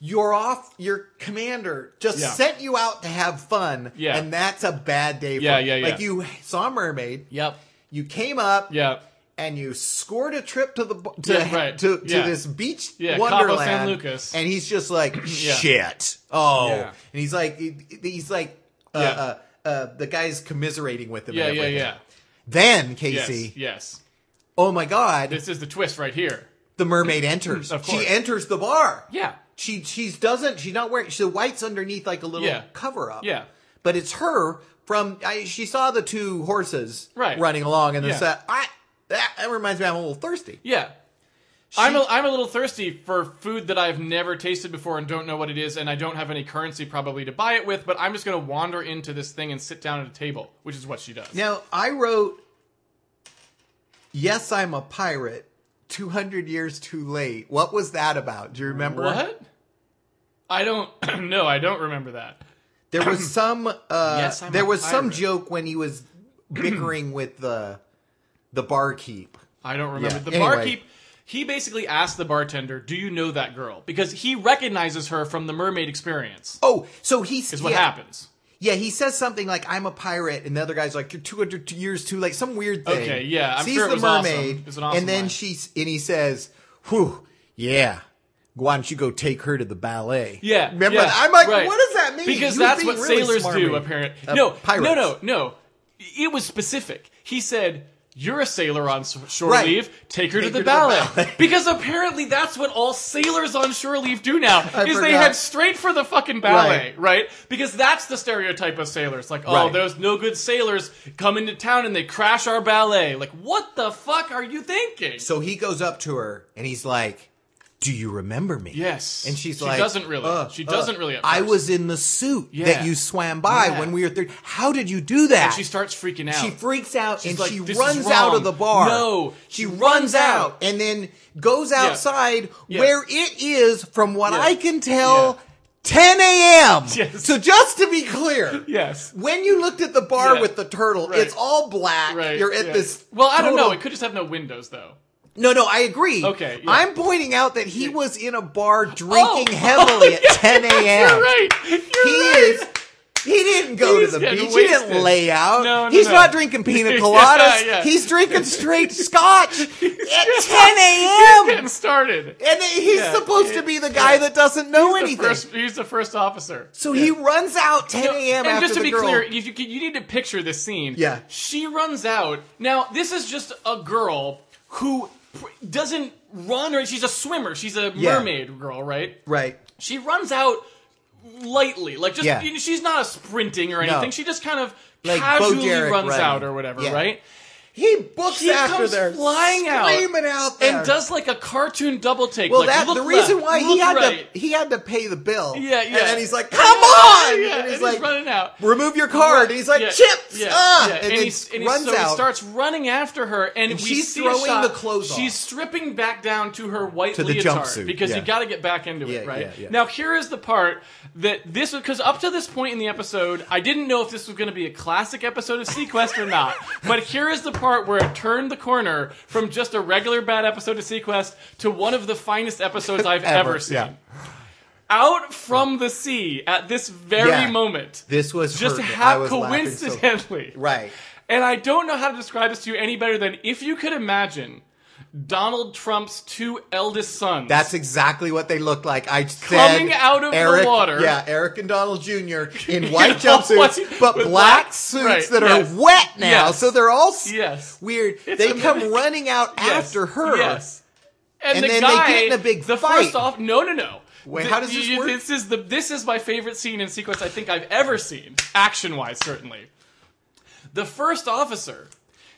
S1: You're off. Your commander just
S2: Yeah.
S1: sent you out to have fun,
S2: Yeah.
S1: and that's a bad day.
S2: Yeah,
S1: for
S2: yeah, yeah.
S1: Like you saw Mermaid,
S2: yep,
S1: you came up,
S2: yeah,
S1: and you scored a trip to the to
S2: Yeah, right.
S1: to, to
S2: Yeah.
S1: this beach
S2: Yeah, Cabo San
S1: wonderland,
S2: Lucas.
S1: and he's just like shit. Oh,
S2: Yeah.
S1: and he's like he- he's like uh, uh, uh, the guy's commiserating with him.
S2: yeah,
S1: and
S2: yeah,
S1: everything.
S2: yeah.
S1: Then
S2: Yes,
S1: Casey,
S2: yes.
S1: oh my God,
S2: This is the twist right here.
S1: the mermaid enters.
S2: Of course.
S1: she enters the bar.
S2: Yeah,
S1: She she's doesn't she's not wearing she the white's underneath like a little
S2: Yeah.
S1: cover up.
S2: Yeah.
S1: but it's her from I, she saw the two horses
S2: Right.
S1: running along and
S2: Yeah.
S1: yeah. said, I that, that reminds me I'm a little thirsty.
S2: yeah. I'm a, I'm a little thirsty for food that I've never tasted before and don't know what it is, and I don't have any currency probably to buy it with. But I'm just going to wander into this thing and sit down at a table, which is what she does.
S1: Now, I wrote, Yes, I'm a pirate, 200 years too late. What was that about? Do you remember?
S2: What? I don't. no, I don't remember that.
S1: There was some, uh,
S2: Yes, I'm
S1: there
S2: a
S1: was some
S2: pirate.
S1: joke when he was bickering with the, the barkeep.
S2: I don't remember.
S1: Yeah,
S2: The
S1: anyway.
S2: barkeep, he basically asked the bartender, "Do you know that girl?" Because he recognizes her from the mermaid experience.
S1: Oh, so he's
S2: Is what
S1: yeah,
S2: happens.
S1: Yeah, he says something like "I'm a pirate," and the other guy's like "You're 200 years too late." Some weird thing.
S2: Okay, yeah, I'm
S1: sees
S2: sure it
S1: the
S2: was awesome.
S1: mermaid,
S2: It was an awesome
S1: and then
S2: line.
S1: she's and he says, "Whew, yeah." Why don't you go take her to the ballet?
S2: Yeah,
S1: remember?
S2: yeah,
S1: that? I'm like,
S2: right.
S1: what does that mean?
S2: Because
S1: You
S2: that's
S1: being
S2: what
S1: really
S2: sailors do,
S1: smarmy.
S2: apparently.
S1: Uh,
S2: no,
S1: pirates.
S2: no, no, no. It was specific. He said, "You're a sailor on s- shore
S1: Right.
S2: leave. Take her to
S1: her to
S2: the
S1: the
S2: ballet."
S1: ballet.
S2: because apparently, that's what all sailors on shore leave do now. is they
S1: forgot.
S2: head straight for the fucking ballet, right? Because that's the stereotype of sailors. Like, oh,
S1: Right.
S2: those no good sailors come into town and they crash our ballet. Like, what the fuck are you thinking?
S1: So he goes up to her and he's like, "Do you remember me?"
S2: Yes.
S1: and she's
S2: She
S1: like,
S2: doesn't really.
S1: "Uh,
S2: She
S1: uh,
S2: doesn't really at
S1: I
S2: first."
S1: was in the suit
S2: Yeah.
S1: that you swam by
S2: Yeah.
S1: when we were thirty. How did you do that?"
S2: and she starts freaking out.
S1: She freaks out and
S2: like,
S1: she
S2: "This is
S1: runs out
S2: wrong."
S1: of the bar.
S2: No,
S1: she,
S2: she
S1: runs,
S2: runs
S1: out.
S2: out.
S1: and then goes outside
S2: Yeah.
S1: where it is, from what
S2: Yeah.
S1: I can tell,
S2: Yeah.
S1: 10 a.m.
S2: Yes.
S1: So just to be clear,
S2: Yes.
S1: when you looked at the bar
S2: Yeah.
S1: with the turtle,
S2: Right.
S1: it's all black.
S2: Right.
S1: You're at
S2: yeah.
S1: this.
S2: Well, I don't
S1: total-
S2: know. It could just have no windows, though.
S1: No, no, I agree.
S2: Okay, yeah.
S1: I'm pointing out that he
S2: Yeah.
S1: was in a bar drinking
S2: Oh!
S1: heavily at
S2: Yeah,
S1: 10 a.m.
S2: You're right. You're
S1: He
S2: right.
S1: is. He didn't go
S2: He's
S1: to the beach.
S2: getting
S1: He didn't
S2: wasted.
S1: lay out.
S2: No, no,
S1: He's
S2: no.
S1: not drinking pina
S2: Yeah,
S1: coladas.
S2: yeah.
S1: He's drinking straight scotch at 10
S2: Getting
S1: a.m.
S2: started.
S1: And then he's
S2: Yeah,
S1: supposed
S2: yeah,
S1: to be the guy
S2: yeah.
S1: that doesn't know
S2: The
S1: anything.
S2: first, he's the first officer.
S1: so he runs out 10 a.m.
S2: and
S1: after
S2: just to
S1: the
S2: be
S1: girl.
S2: clear, if you, can- you need to picture this scene.
S1: Yeah.
S2: She runs out. Now, this is just a girl who pr- doesn't run, or she's a swimmer. She's a
S1: Yeah.
S2: mermaid girl, right?
S1: Right.
S2: She runs out lightly, like just
S1: Yeah.
S2: you know, she's not sprinting or anything. She just kind of
S1: Like Bo
S2: casually
S1: Derek
S2: runs
S1: running.
S2: out or whatever,
S1: Yeah.
S2: right?
S1: He books
S2: He
S1: after
S2: comes
S1: there,
S2: flying out
S1: screaming out there.
S2: and does like a cartoon double take.
S1: Well,
S2: like,
S1: that
S2: look
S1: the reason
S2: left,
S1: why he
S2: look
S1: had
S2: right.
S1: to he had to pay the bill.
S2: Yeah,
S1: And
S2: yeah.
S1: then he's like, "Come on!"
S2: Yeah,
S1: and he's
S2: and
S1: like,
S2: he's running out.
S1: "Remove your card." And he's like,
S2: Yeah,
S1: "Chips!"
S2: yeah,
S1: ah!
S2: yeah.
S1: And,
S2: and,
S1: then
S2: he's, and he's-
S1: runs
S2: so
S1: out.
S2: he starts running after her, and, we
S1: she's
S2: see a
S1: throwing
S2: shot.
S1: the clothes off.
S2: She's stripping back down to her white
S3: To the
S2: leotard
S3: jumpsuit,
S2: because
S3: yeah.
S2: you got to get back into
S1: Yeah,
S2: it, right?
S1: yeah, yeah.
S2: Now here is the part that this because up to this point in the episode, I didn't know if this was going to be a classic episode of Sequest or not. But here is the part where it turned the corner from just a regular bad episode of Sequest to one of the finest episodes I've ever,
S1: Ever,
S2: seen.
S3: yeah.
S2: Out from the sea at this very
S1: Yeah.
S2: moment
S1: This was
S2: just
S1: hurting. I
S2: how
S1: was laughing so-
S2: coincidentally
S1: Right.
S2: and i don't know how to describe this to you any better than if you could imagine donald trump's two eldest sons
S1: That's exactly what they look like. I said
S2: Coming out of the
S1: Eric,
S2: water.
S1: Yeah, Eric and Donald Jr. in white jumpsuits,
S2: white-
S1: but
S2: with
S1: black,
S2: black-
S1: suits
S2: right,
S1: that
S2: yes.
S1: are wet now,
S2: Yes.
S1: so they're all s-
S2: Yes.
S1: weird.
S2: It's
S1: they come
S2: amazing.
S1: running out
S2: Yes,
S1: after her.
S2: yes and,
S1: And
S2: the
S1: then they
S2: guy,
S1: get in a big
S2: the
S1: fight.
S2: first off no no no
S1: Wait,
S2: Th-
S1: how does this
S2: you-
S1: work?
S2: This is the this is my favorite scene in sequence I think I've ever seen, action wise certainly. The first officer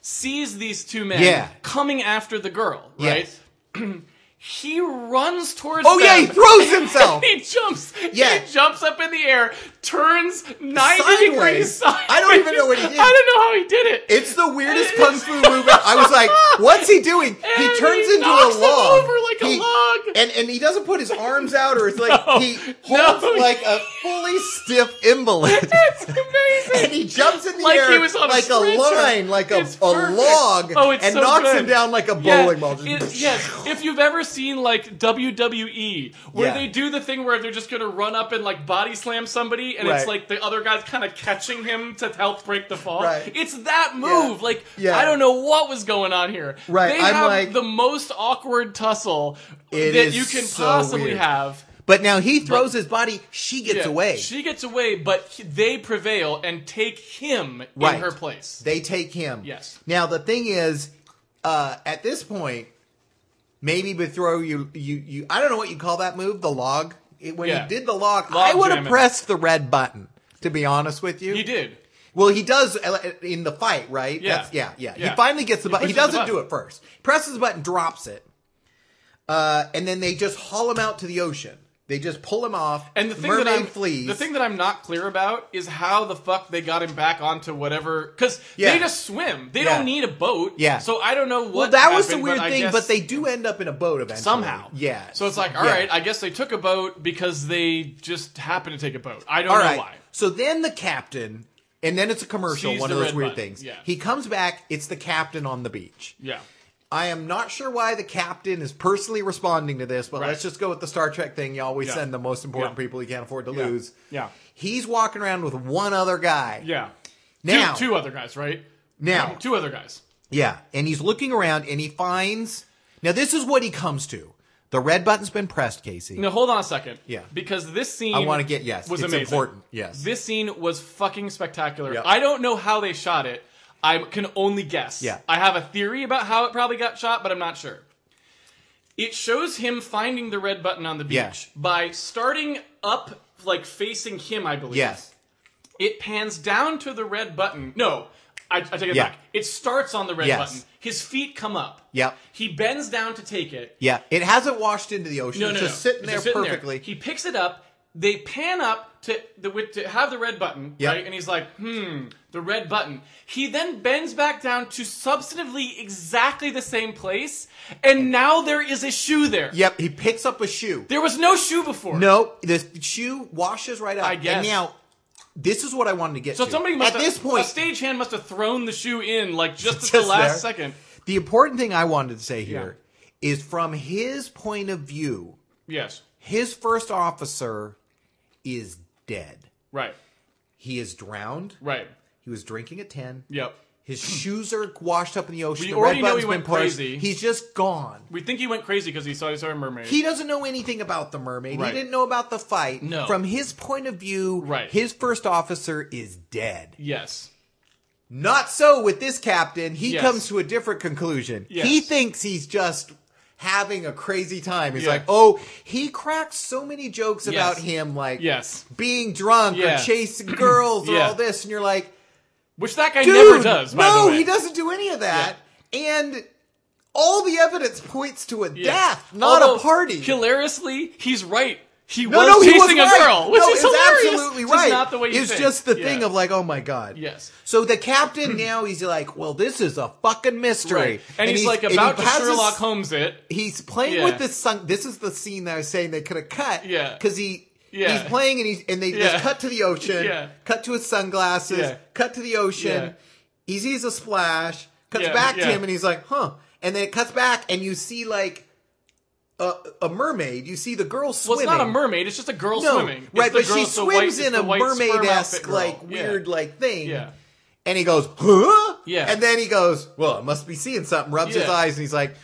S2: sees these two men
S1: Yeah.
S2: coming after the girl, right?
S1: Yes.
S2: he runs towards.
S1: Oh yeah, he
S2: them.
S1: throws himself.
S2: He jumps.
S1: Yeah.
S2: He jumps up in the air, turns 90
S1: Sideways.
S2: degrees sideways.
S1: I don't even know what he did.
S2: I don't know how he did it.
S1: It's the weirdest kung fu movement. I was like, what's he doing?
S2: And
S1: he turns
S2: he
S1: into
S2: knocks
S1: a
S2: him
S1: log.
S2: over like a
S1: He-
S2: log.
S1: And and he doesn't put his arms out or it's like he holds
S2: no.
S1: like a fully stiff invalid.
S2: That's amazing.
S1: And he jumps in the
S2: Like
S1: air
S2: he was on a
S1: like a,
S2: stretcher.
S1: line, like a,
S2: It's
S1: a
S2: perfect.
S1: log,
S2: Oh, it's
S1: and
S2: so
S1: knocks
S2: good.
S1: him down like a
S2: Yeah,
S1: bowling ball. Just-
S2: it- yes. If you've ever seen like WWE, where
S1: Yeah.
S2: they do the thing where they're just gonna run up and like body slam somebody, and it's
S1: Right.
S2: like the other guy's kind of catching him to help break the fall.
S1: Right.
S2: It's that move. Like
S1: Yeah.
S2: I don't know what was going on here.
S1: Right,
S2: They
S1: I'm
S2: have
S1: like-
S2: the most awkward tussle
S1: It
S2: that
S1: is
S2: you can
S1: so
S2: possibly
S1: weird.
S2: have.
S1: But now he throws his body. She gets
S2: Yeah.
S1: away.
S2: She gets away, but he- they prevail and take him
S1: Right.
S2: in her place.
S1: They take him.
S2: Yes.
S1: Now the thing is, uh, at this point, maybe Bethro, you you you. I don't know what you call that move. The log. It- when
S2: Yeah.
S1: he did the log,
S2: Log
S1: I would have
S2: jamming.
S1: pressed the red button. To be honest with you,
S2: He did.
S1: Well, he does uh, in the fight, right?
S2: Yeah.
S1: yeah, yeah,
S2: Yeah.
S1: He finally gets the button. He
S2: pushes the
S1: doesn't do
S2: button.
S1: it first. Presses the button, drops it, uh, and then they just haul him out to the ocean. They just pull him off,
S2: And the thing
S1: mermaid
S2: that I'm
S1: flees.
S2: the thing that I'm not clear about is how the fuck they got him back onto whatever because
S1: Yeah.
S2: they just swim. They
S1: Yeah.
S2: don't need a boat.
S1: Yeah.
S2: So I don't know what.
S1: well, that was the
S2: happened,
S1: weird
S2: I
S1: thing,
S2: guess
S1: but they do end up in a boat eventually.
S2: somehow.
S1: yeah.
S2: So it's like, all
S1: yeah.
S2: right, I guess they took a boat because they just happened to take a boat. I don't
S1: All
S2: know
S1: right.
S2: why.
S1: So then the captain, and then it's a commercial,
S2: Sees
S1: one
S2: the
S1: of those
S2: red
S1: weird
S2: button,
S1: things.
S2: yeah.
S1: He comes back. It's the captain on the beach.
S2: Yeah.
S1: I am not sure why the captain is personally responding to this, but
S2: Right.
S1: let's just go with the Star Trek thing. You always
S2: Yeah.
S1: send the most important
S2: Yeah.
S1: people you can't afford to lose.
S2: Yeah.
S1: He's walking around with one other guy.
S2: Yeah.
S1: Now,
S2: two, two other guys, right?
S1: Now.
S2: two other guys.
S1: Yeah, and he's looking around and he finds. Now, this is what he comes to. The red button's been pressed, Casey.
S2: No, hold on a second.
S1: Yeah.
S2: Because this scene
S1: I want to get yes.
S2: was
S1: it's
S2: amazing.
S1: important. Yes.
S2: This scene was fucking spectacular.
S1: Yep.
S2: I don't know how they shot it. I can only guess.
S1: Yeah.
S2: I have a theory about how it probably got shot, but I'm not sure. It shows him finding the red button on the beach
S1: Yeah.
S2: by starting up like facing him, I believe.
S1: yes.
S2: It pans down to the red button. No, I, I take it
S1: Yeah.
S2: back. It starts on the red
S1: Yes.
S2: button. His feet come up.
S1: Yep.
S2: He bends down to take it.
S1: Yeah. It hasn't washed into the ocean.
S2: No,
S1: it's
S2: no,
S1: just
S2: no.
S1: sitting
S2: It's
S1: there
S2: just
S1: perfectly.
S2: He picks it up. They pan up to the with to have the red button,
S1: Yep.
S2: right? And he's like, "Hmm, the red button." He then bends back down to substantively exactly the same place, and now there is a shoe there.
S1: Yep. He picks up a shoe.
S2: There was no shoe before.
S1: No, the shoe washes right up.
S2: I guess.
S1: And now, this is what I wanted to get
S2: So
S1: to.
S2: somebody must
S1: At
S2: have,
S1: this point,
S2: a stagehand must have thrown the shoe in like just, at
S1: Just
S2: the last
S1: there.
S2: second.
S1: the important thing I wanted to say here is from his point of view,
S2: Yes.
S1: his first officer is dead.
S2: Right.
S1: He is drowned.
S2: Right.
S1: He was drinking at 10.
S2: Yep.
S1: His shoes are washed up in the ocean.
S2: We
S1: the red
S2: already know
S1: button's
S2: he
S1: been
S2: went
S1: pushed.
S2: crazy.
S1: He's just gone.
S2: We think he went crazy because he saw he saw a mermaid.
S1: He doesn't know anything about the mermaid.
S2: Right.
S1: He didn't know about the fight.
S2: No.
S1: From his point of view,
S2: Right.
S1: his first officer is dead.
S2: yes.
S1: Not so with this captain. He
S2: Yes.
S1: comes to a different conclusion.
S2: Yes.
S1: He thinks he's just having a crazy time. He's
S2: Yeah.
S1: like, oh, he cracks so many jokes about him, like
S2: Yes.
S1: being drunk
S2: Yeah.
S1: or chasing girls or
S2: Yeah.
S1: all this. And you're like,
S2: Which that guy
S1: Dude,
S2: never does. By
S1: no,
S2: the way.
S1: he doesn't do any of that. And all the evidence points to a
S2: Yeah.
S1: death, not
S2: Although,
S1: a party.
S2: Hilariously, he's right. He
S1: no,
S2: was
S1: no, he was
S2: chasing
S1: right.
S2: a girl, which
S1: no,
S2: is
S1: it's
S2: hilarious.
S1: absolutely
S2: It's just
S1: right.
S2: not the way you
S1: it's
S2: think.
S1: just the
S2: Yeah.
S1: thing of like, oh my god.
S2: Yes.
S1: So the captain now he's like, well, this is a fucking mystery,
S2: Right. And, he's, like
S1: and he
S2: about to
S1: passes-
S2: Sherlock Holmes it.
S1: He's playing
S2: Yeah.
S1: with this sunk. This is the scene that I was saying they could have cut.
S2: Yeah.
S1: because he
S2: Yeah.
S1: he's playing and he's and they
S2: Yeah.
S1: just cut to the ocean.
S2: Yeah.
S1: cut to his sunglasses.
S2: Yeah.
S1: Cut to the ocean.
S2: Yeah.
S1: He sees a splash. Cuts
S2: Yeah,
S1: back
S2: yeah.
S1: to him and he's like, huh? And then it cuts back and you see like a, a mermaid. You see the girl
S2: Well,
S1: swimming.
S2: it's not a mermaid. It's just a girl swimming. It's
S1: right?
S2: the
S1: But
S2: girl-
S1: she
S2: it's the white-
S1: swims
S2: it's
S1: in
S2: the
S1: a
S2: white sperm outfit
S1: mermaid-esque
S2: girl.
S1: like
S2: Yeah.
S1: weird like thing.
S2: Yeah.
S1: And he goes, huh?
S2: Yeah.
S1: And then he goes, well, I must be seeing something. Rubs his
S2: Yeah.
S1: eyes and he's like,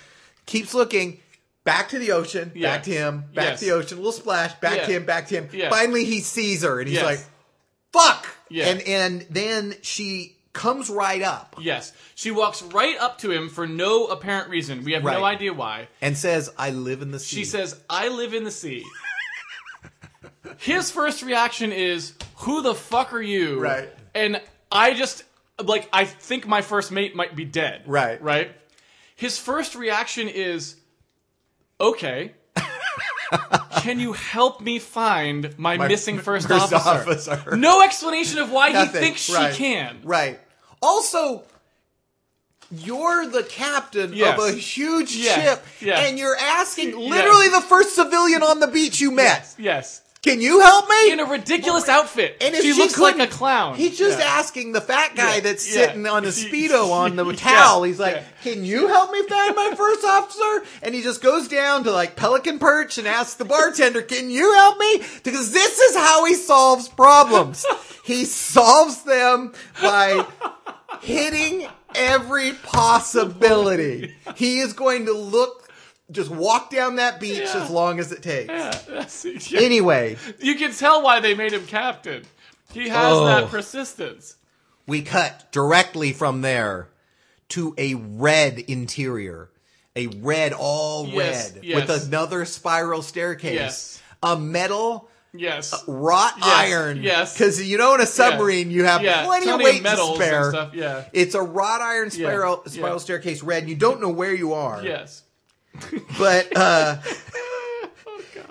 S1: keeps looking. Back to the ocean,
S2: Yeah.
S1: back to him, back
S2: Yes.
S1: to the ocean, little splash, back
S2: Yeah.
S1: to him, back to him.
S2: Yeah.
S1: Finally, he sees her and he's
S2: Yes.
S1: like, fuck!
S2: Yeah.
S1: And, and then she comes right up
S2: Yes. She walks right up to him for no apparent reason. We have no
S1: Right.
S2: idea why.
S1: and says, I live in the sea.
S2: She says, I live in the sea. His first reaction is, Who the fuck are you?
S1: Right.
S2: And I just, like, I think my first mate might be dead.
S1: Right.
S2: Right? His first reaction is, Okay. Can you help me find my, missing first,
S1: first
S2: officer?
S1: officer.
S2: No explanation of why
S1: Nothing.
S2: he thinks she
S1: Right.
S2: can.
S1: Right. Also, you're the captain
S2: Yes.
S1: of a huge
S2: Yes.
S1: ship,
S2: Yes.
S1: and you're asking literally the first civilian on the beach you met,
S2: Yes.
S1: "Can you help me?"
S2: In a ridiculous outfit.
S1: and if
S2: she, looks like
S1: couldn't-
S2: a clown.
S1: He's just
S2: Yeah.
S1: asking the fat guy
S2: Yeah.
S1: that's
S2: Yeah.
S1: sitting on the
S2: She-
S1: speedo on the
S2: Yeah.
S1: towel. He's like,
S2: Yeah.
S1: "Can you help me find my first officer?" And he just goes down to like Pelican Perch and asks the bartender, "Can you help me?" Because this is how he solves problems. he solves them by hitting every possibility. He is going to look, just walk down that beach
S2: Yeah.
S1: as long as it takes.
S2: Yeah, that's- yeah.
S1: Anyway,
S2: You can tell why they made him captain. He has
S1: Oh.
S2: that persistence.
S1: we cut directly from there to a red interior. A red, all
S2: Yes,
S1: red,
S2: yes.
S1: with another spiral staircase.
S2: Yes.
S1: A metal
S2: Yes.
S1: wrought
S2: Yes,
S1: iron.
S2: yes.
S1: Because, you know, in a submarine, you have
S2: Yeah,
S1: plenty of
S2: plenty
S1: weight
S2: of metals
S1: to spare.
S2: and stuff. Yeah.
S1: It's a wrought iron spiral,
S2: yeah.
S1: spiral staircase red, and you don't know where you are.
S2: Yes.
S1: But uh,
S2: Oh,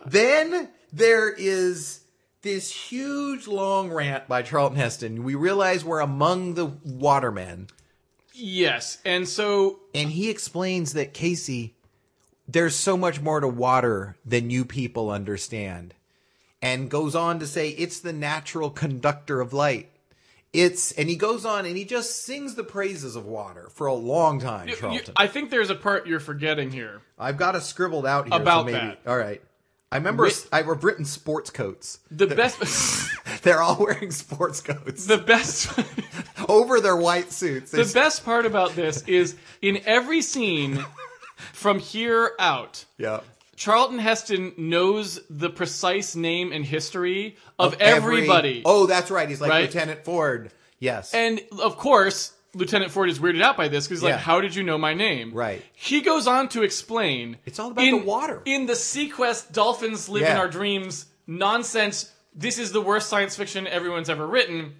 S1: then there is this huge long rant by Charlton Heston. We realize we're among the watermen,
S2: Yes. And so
S1: and he explains that Casey, there's so much more to water than you people understand, and goes on to say it's the natural conductor of light. It's and he goes on and he just sings the praises of water for a long time,
S2: You-
S1: Charlton.
S2: I think there's a part you're forgetting here.
S1: I've got it scribbled out here. so
S2: About
S1: maybe,
S2: that.
S1: All right. I remember
S2: Wit-
S1: I have written sports coats.
S2: The best,
S1: They're all wearing sports coats
S2: the best,
S1: over their white suits.
S2: the best part about this is in every scene from here out,
S1: yeah.
S2: Charlton Heston knows the precise name and history of,
S1: Every-
S2: everybody.
S1: oh, that's right. He's like
S2: Right?
S1: Lieutenant Ford. Yes.
S2: And of course, Lieutenant Ford is weirded out by this because, like,
S1: Yeah.
S2: how did you know my name?
S1: Right.
S2: He goes on to explain
S1: It's all about
S2: in-
S1: the water.
S2: In the Sequest Dolphins Live in
S1: Yeah.
S2: Our Dreams nonsense, this is the worst science fiction everyone's ever written.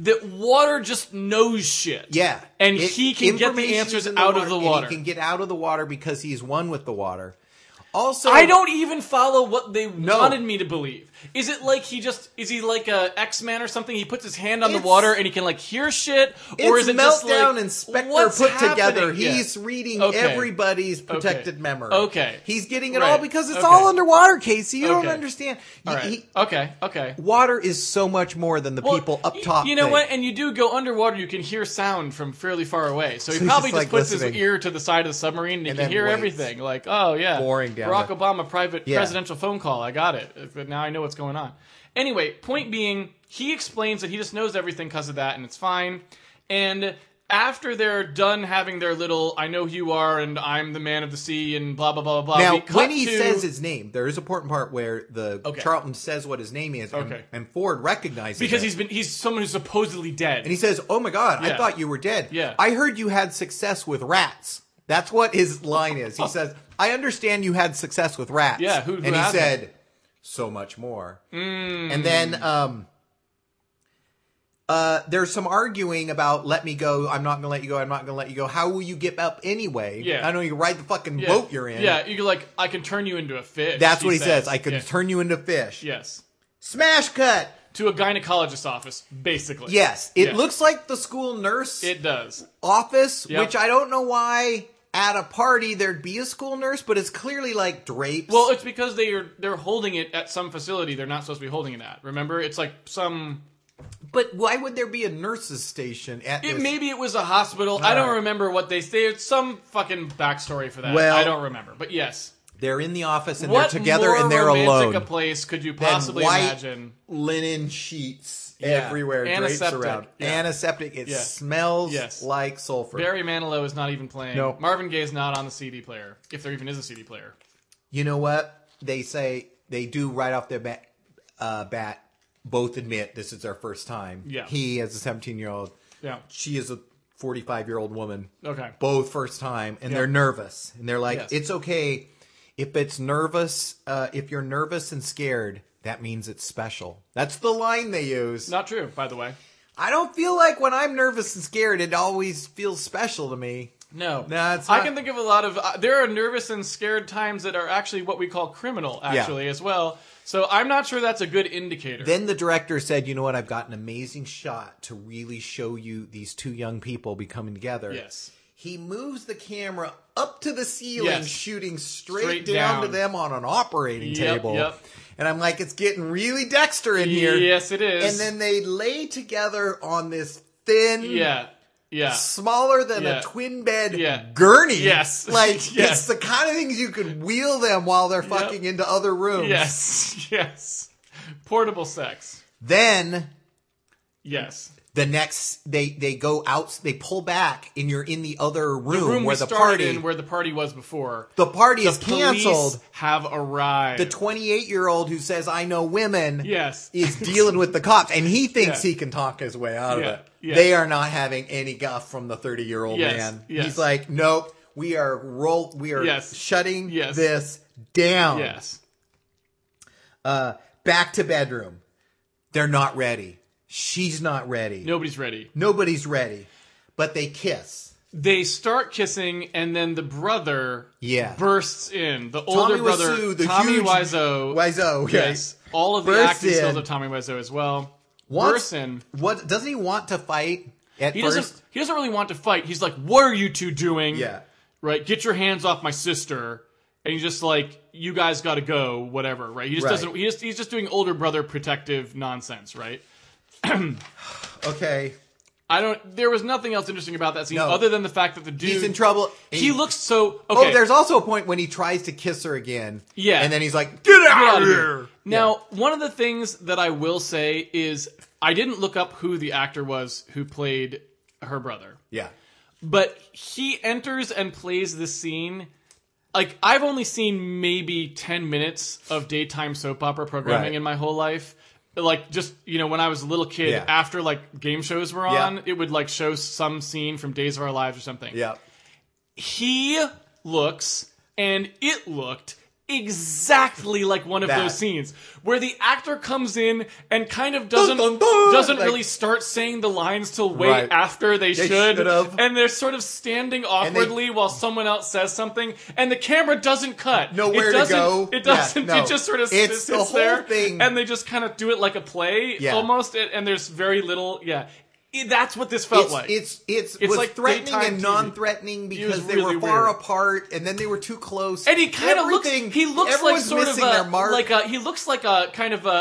S2: That water just knows shit.
S1: yeah.
S2: And
S1: It-
S2: he can get the
S1: information's
S2: answers
S1: in
S2: out of the
S1: and
S2: water.
S1: He can get out of the water because he's one with the water. Also,
S2: I don't even follow what they wanted me to believe. Is it like he just is he like a X Man or something? He puts his hand on the
S1: It's-
S2: water and he can like hear shit, or
S1: It's
S2: is it just like,
S1: meltdown and Spectre
S2: what's
S1: put together.
S2: happening here?
S1: He's reading
S2: Okay.
S1: everybody's protected
S2: Okay.
S1: memory.
S2: Okay.
S1: he's getting it
S2: Right.
S1: all because it's
S2: Okay.
S1: all underwater, Casey. You
S2: Okay.
S1: don't understand.
S2: All
S1: He-
S2: right.
S1: he-
S2: okay. Okay.
S1: water is so much more than the
S2: Well,
S1: people up
S2: y-
S1: top.
S2: You know
S1: think.
S2: what? And you do go underwater. You can hear sound from fairly far away. So he
S1: So he's
S2: probably
S1: just,
S2: just,
S1: like,
S2: puts
S1: listening.
S2: his ear to the side of the submarine and he can
S1: then
S2: hear
S1: waits.
S2: everything. Like, oh yeah,
S1: Boring down
S2: Barack
S1: there.
S2: Obama private
S1: Yeah.
S2: presidential phone call. I got it. But now I know what's going on. Anyway, point being, he explains that he just knows everything because of that, and it's fine. And after they're done having their little, I know who you are, and I'm the man of the sea, and blah blah blah blah.
S1: Now,
S2: we cut
S1: when he
S2: to-
S1: says his name, there is an important part where the
S2: Okay.
S1: Charlton says what his name is, and,
S2: Okay.
S1: and Ford recognizes
S2: because
S1: it.
S2: he's been he's someone who's supposedly dead.
S1: and he says, "Oh my God,
S2: Yeah.
S1: I thought you were dead.
S2: Yeah.
S1: I heard you had success with rats." That's what his line is. He says, "I understand you had success with rats."
S2: Yeah, who- Hmm. who
S1: and he
S2: hasn't?
S1: said, "So much more." And then, um, uh, there's some arguing about "Let me go. I'm not going to let you go. I'm not going to let you go. How will you get up anyway?
S2: Yeah.
S1: I know you ride the fucking
S2: Yeah.
S1: boat you're in.
S2: Yeah, you're like, I can turn you into a fish.
S1: That's what he says.
S2: says.
S1: I could
S2: Yeah.
S1: turn you into fish.
S2: Yes.
S1: Smash cut.
S2: To a gynecologist's office, basically.
S1: Yes, it
S2: Yeah.
S1: looks like the school nurse
S2: It does.
S1: office,
S2: Yep.
S1: which I don't know why at a party there'd be a school nurse, but it's clearly like drapes.
S2: Well, it's because they are they're holding it at some facility they're not supposed to be holding it at. Remember, it's like some.
S1: but why would there be a nurses station at
S2: It,
S1: this?
S2: maybe it was a hospital. I don't
S1: right.
S2: remember what they say. It's some fucking backstory for that.
S1: Well-
S2: I don't remember. But yes,
S1: they're in the office and
S2: what
S1: they're together
S2: more
S1: and they're
S2: romantic
S1: alone.
S2: a place could you
S1: And
S2: possibly
S1: white
S2: imagine?
S1: linen sheets
S2: Yeah.
S1: everywhere, drapes
S2: Antiseptic.
S1: around,
S2: Yeah.
S1: antiseptic. It
S2: Yeah.
S1: smells
S2: Yes.
S1: like sulfur.
S2: Barry Manilow is not even playing.
S1: No.
S2: Marvin Gaye's not on the CD player, if there even is a CD player.
S1: you know what they say they do right off their bat, uh, bat both admit this is their first time
S2: Yeah.
S1: he is a 17 year old
S2: Yeah.
S1: she is a 45 year old woman
S2: Okay.
S1: both first time and they're nervous and they're like
S2: Yes.
S1: it's okay if it's nervous uh, if you're nervous and scared that means it's special that's the line they use
S2: Not true, by the way.
S1: i don't feel like when i'm nervous and scared it always feels special to me
S2: No,
S1: No, it's
S2: I
S1: not-
S2: can think of a lot of. Uh, there are nervous and scared times that are actually what we call criminal, actually as well. So I'm not sure that's a good indicator.
S1: Then the director said, "You know what? I've got an amazing shot to really show you these two young people becoming together."
S2: yes,
S1: He moves the camera up to the ceiling,
S2: Yes.
S1: shooting straight,
S2: Straight
S1: down, to
S2: down.
S1: them on an operating
S2: Yep,
S1: table.
S2: yep.
S1: And I'm like, "It's getting really Dexter in here."
S2: yes, it is.
S1: And then they lay together on this thin,
S2: yeah, yeah,
S1: smaller than
S2: Yeah.
S1: a twin bed
S2: Yeah.
S1: gurney.
S2: Yes.
S1: like
S2: Yes.
S1: it's the kind of things you could wheel them while they're fucking into other rooms.
S2: yes, yes. Portable sex.
S1: Then
S2: Yes,
S1: the next they they go out they pull back and you're in the other room,
S2: room
S1: where
S2: we
S1: the
S2: started
S1: party
S2: in, where the party was before.
S1: the party is
S2: Police
S1: canceled
S2: Have arrived.
S1: the 28 year old who says i know women
S2: yes,
S1: is dealing with the cops and he thinks
S2: Yeah.
S1: he can talk his way out
S2: Yeah,
S1: of it
S2: yeah.
S1: they are not having any guff from the 30 year old
S2: Yes,
S1: man
S2: yes.
S1: he's like nope we are roll we are
S2: Yes.
S1: shutting
S2: Yes.
S1: this down
S2: yes.
S1: uh back to bedroom they're not ready she's not ready
S2: Nobody's ready.
S1: nobody's ready but they kiss
S2: They start kissing, and then the brother
S1: yeah
S2: bursts in. The older brother,
S1: Wiseau, the
S2: Tommy
S1: huge-
S2: Wiseau.
S1: Wiseau, okay.
S2: Yes, all of the
S1: Bursts
S2: acting skills
S1: in.
S2: of Tommy Wiseau as well.
S1: Wants-
S2: Bursts in.
S1: What doesn't he want to fight at
S2: He
S1: 1st
S2: doesn't. He doesn't really want to fight. He's like, "What are you two doing?
S1: Yeah.
S2: right. Get your hands off my sister." And he's just like, "You guys got to go, whatever." Right. He just
S1: Right.
S2: doesn't. He just, he's just doing older brother protective nonsense, right?
S1: okay.
S2: I don't. There was nothing else interesting about that scene
S1: No.
S2: other than the fact that the dude
S1: He's in trouble.
S2: He looks so. Okay.
S1: Oh, there's also a point when he tries to kiss her again.
S2: Yeah.
S1: And then he's like, get
S2: Get
S1: out
S2: outta
S1: of
S2: here.
S1: here.
S2: Now, one of the things that I will say is I didn't look up who the actor was who played her brother,
S1: Yeah.
S2: but he enters and plays this scene. Like I've only seen maybe ten minutes of daytime soap opera programming
S1: Right.
S2: in my whole life. Like just you know when I was a little kid,
S1: Yeah.
S2: after like game shows were
S1: Yeah.
S2: on, it would like show some scene from Days of Our Lives or something
S1: Yeah.
S2: he looks and it looked exactly like one of
S1: That.
S2: those scenes where the actor comes in and kind of doesn't
S1: dun, dun!
S2: doesn't
S1: Like-
S2: really start saying the lines till way
S1: Right.
S2: after they, should
S1: should've.
S2: and they're sort of standing
S1: they-
S2: awkwardly while someone else says something and the camera doesn't cut
S1: Nowhere
S2: it
S1: to
S2: doesn't,
S1: go.
S2: it doesn't
S1: Yeah, no.
S2: it just sort of
S1: It's the
S2: sits
S1: whole
S2: there
S1: thing.
S2: and they just kind of do it like a play
S1: Yeah.
S2: almost and and there's very little yeah It- that's what this felt
S1: It's,
S2: like
S1: it's it's
S2: It's
S1: was
S2: like
S1: threatening
S2: daytime
S1: and
S2: TV.
S1: non-threatening because they
S2: really
S1: were far
S2: weird.
S1: apart, and then they were too close.
S2: And he kind of looks.
S1: Everything-
S2: He looks like
S1: everyone's
S2: sort of
S1: missing their
S2: a,
S1: mark.
S2: like a. He looks like a kind of a a,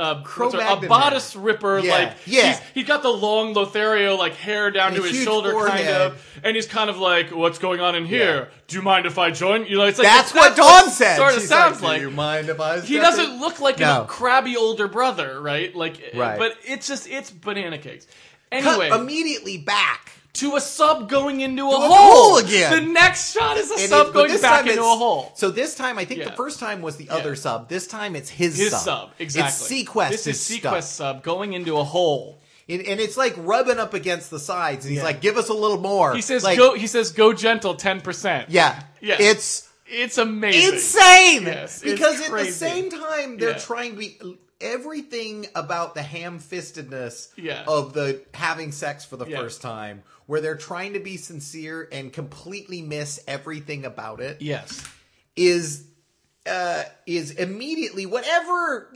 S2: a, what's it- a
S1: Cro-Magnon.
S2: bodice ripper.
S1: Yeah,
S2: Like
S1: yeah.
S2: He's, he got the long Lothario like hair down
S1: And
S2: to
S1: a
S2: his
S1: huge
S2: shoulder, kind
S1: forehead.
S2: of, and he's kind of like, "What's going on in here? Do you mind if I join?" You know, it's like
S1: that's what
S2: what
S1: Dawn said.
S2: Sort of
S1: She's
S2: sounds
S1: "Do
S2: like.
S1: you mind if I
S2: he
S1: step
S2: doesn't
S1: in?"
S2: look like
S1: No.
S2: a crabby older brother, right? Like,
S1: Right.
S2: but it's just it's banana cakes.
S1: Cut
S2: Anyway,
S1: immediately back.
S2: to a sub going into a,
S1: a
S2: hole.
S1: hole again.
S2: The next shot is a
S1: And
S2: sub
S1: it- but
S2: going
S1: this
S2: back
S1: time
S2: into a
S1: it's-
S2: hole.
S1: So this time, I think
S2: Yeah.
S1: the first time was the other sub. This time, it's his,
S2: His
S1: sub.
S2: sub. exactly.
S1: It's Sequest.
S2: This is
S1: stuff.
S2: Sequest sub going into a hole.
S1: And, and it's like rubbing up against the sides, and he's
S2: Yeah.
S1: like, "Give us a little more."
S2: He says
S1: like,
S2: go. He says go gentle, ten percent.
S1: Yeah,
S2: Yeah.
S1: It's
S2: it's amazing.
S1: insane
S2: Yes, it's
S1: because at
S2: crazy.
S1: the same time they're
S2: Yeah.
S1: trying to be everything about the ham-fistedness
S2: Yeah.
S1: of the having sex for the
S2: Yeah.
S1: first time, where they're trying to be sincere and completely miss everything about it.
S2: Yes,
S1: is uh is immediately whatever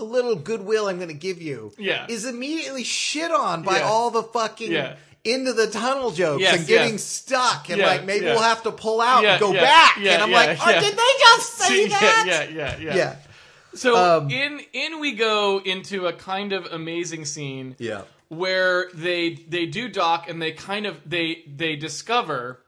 S1: little goodwill I'm going to give you
S2: Yeah.
S1: is immediately shit on by
S2: Yeah.
S1: all the fucking
S2: Yeah.
S1: into the tunnel jokes
S2: Yes,
S1: and getting
S2: yes.
S1: stuck and
S2: Yeah,
S1: like maybe
S2: yeah.
S1: we'll have to pull out
S2: Yeah,
S1: and go
S2: yeah,
S1: back
S2: yeah,
S1: and I'm
S2: yeah,
S1: like oh,
S2: yeah.
S1: did they just say that
S2: yeah, yeah, yeah, yeah.
S1: yeah
S2: So
S1: Um,
S2: in in we go into a kind of amazing scene.
S1: yeah
S2: where they they do dock and they kind of they they discover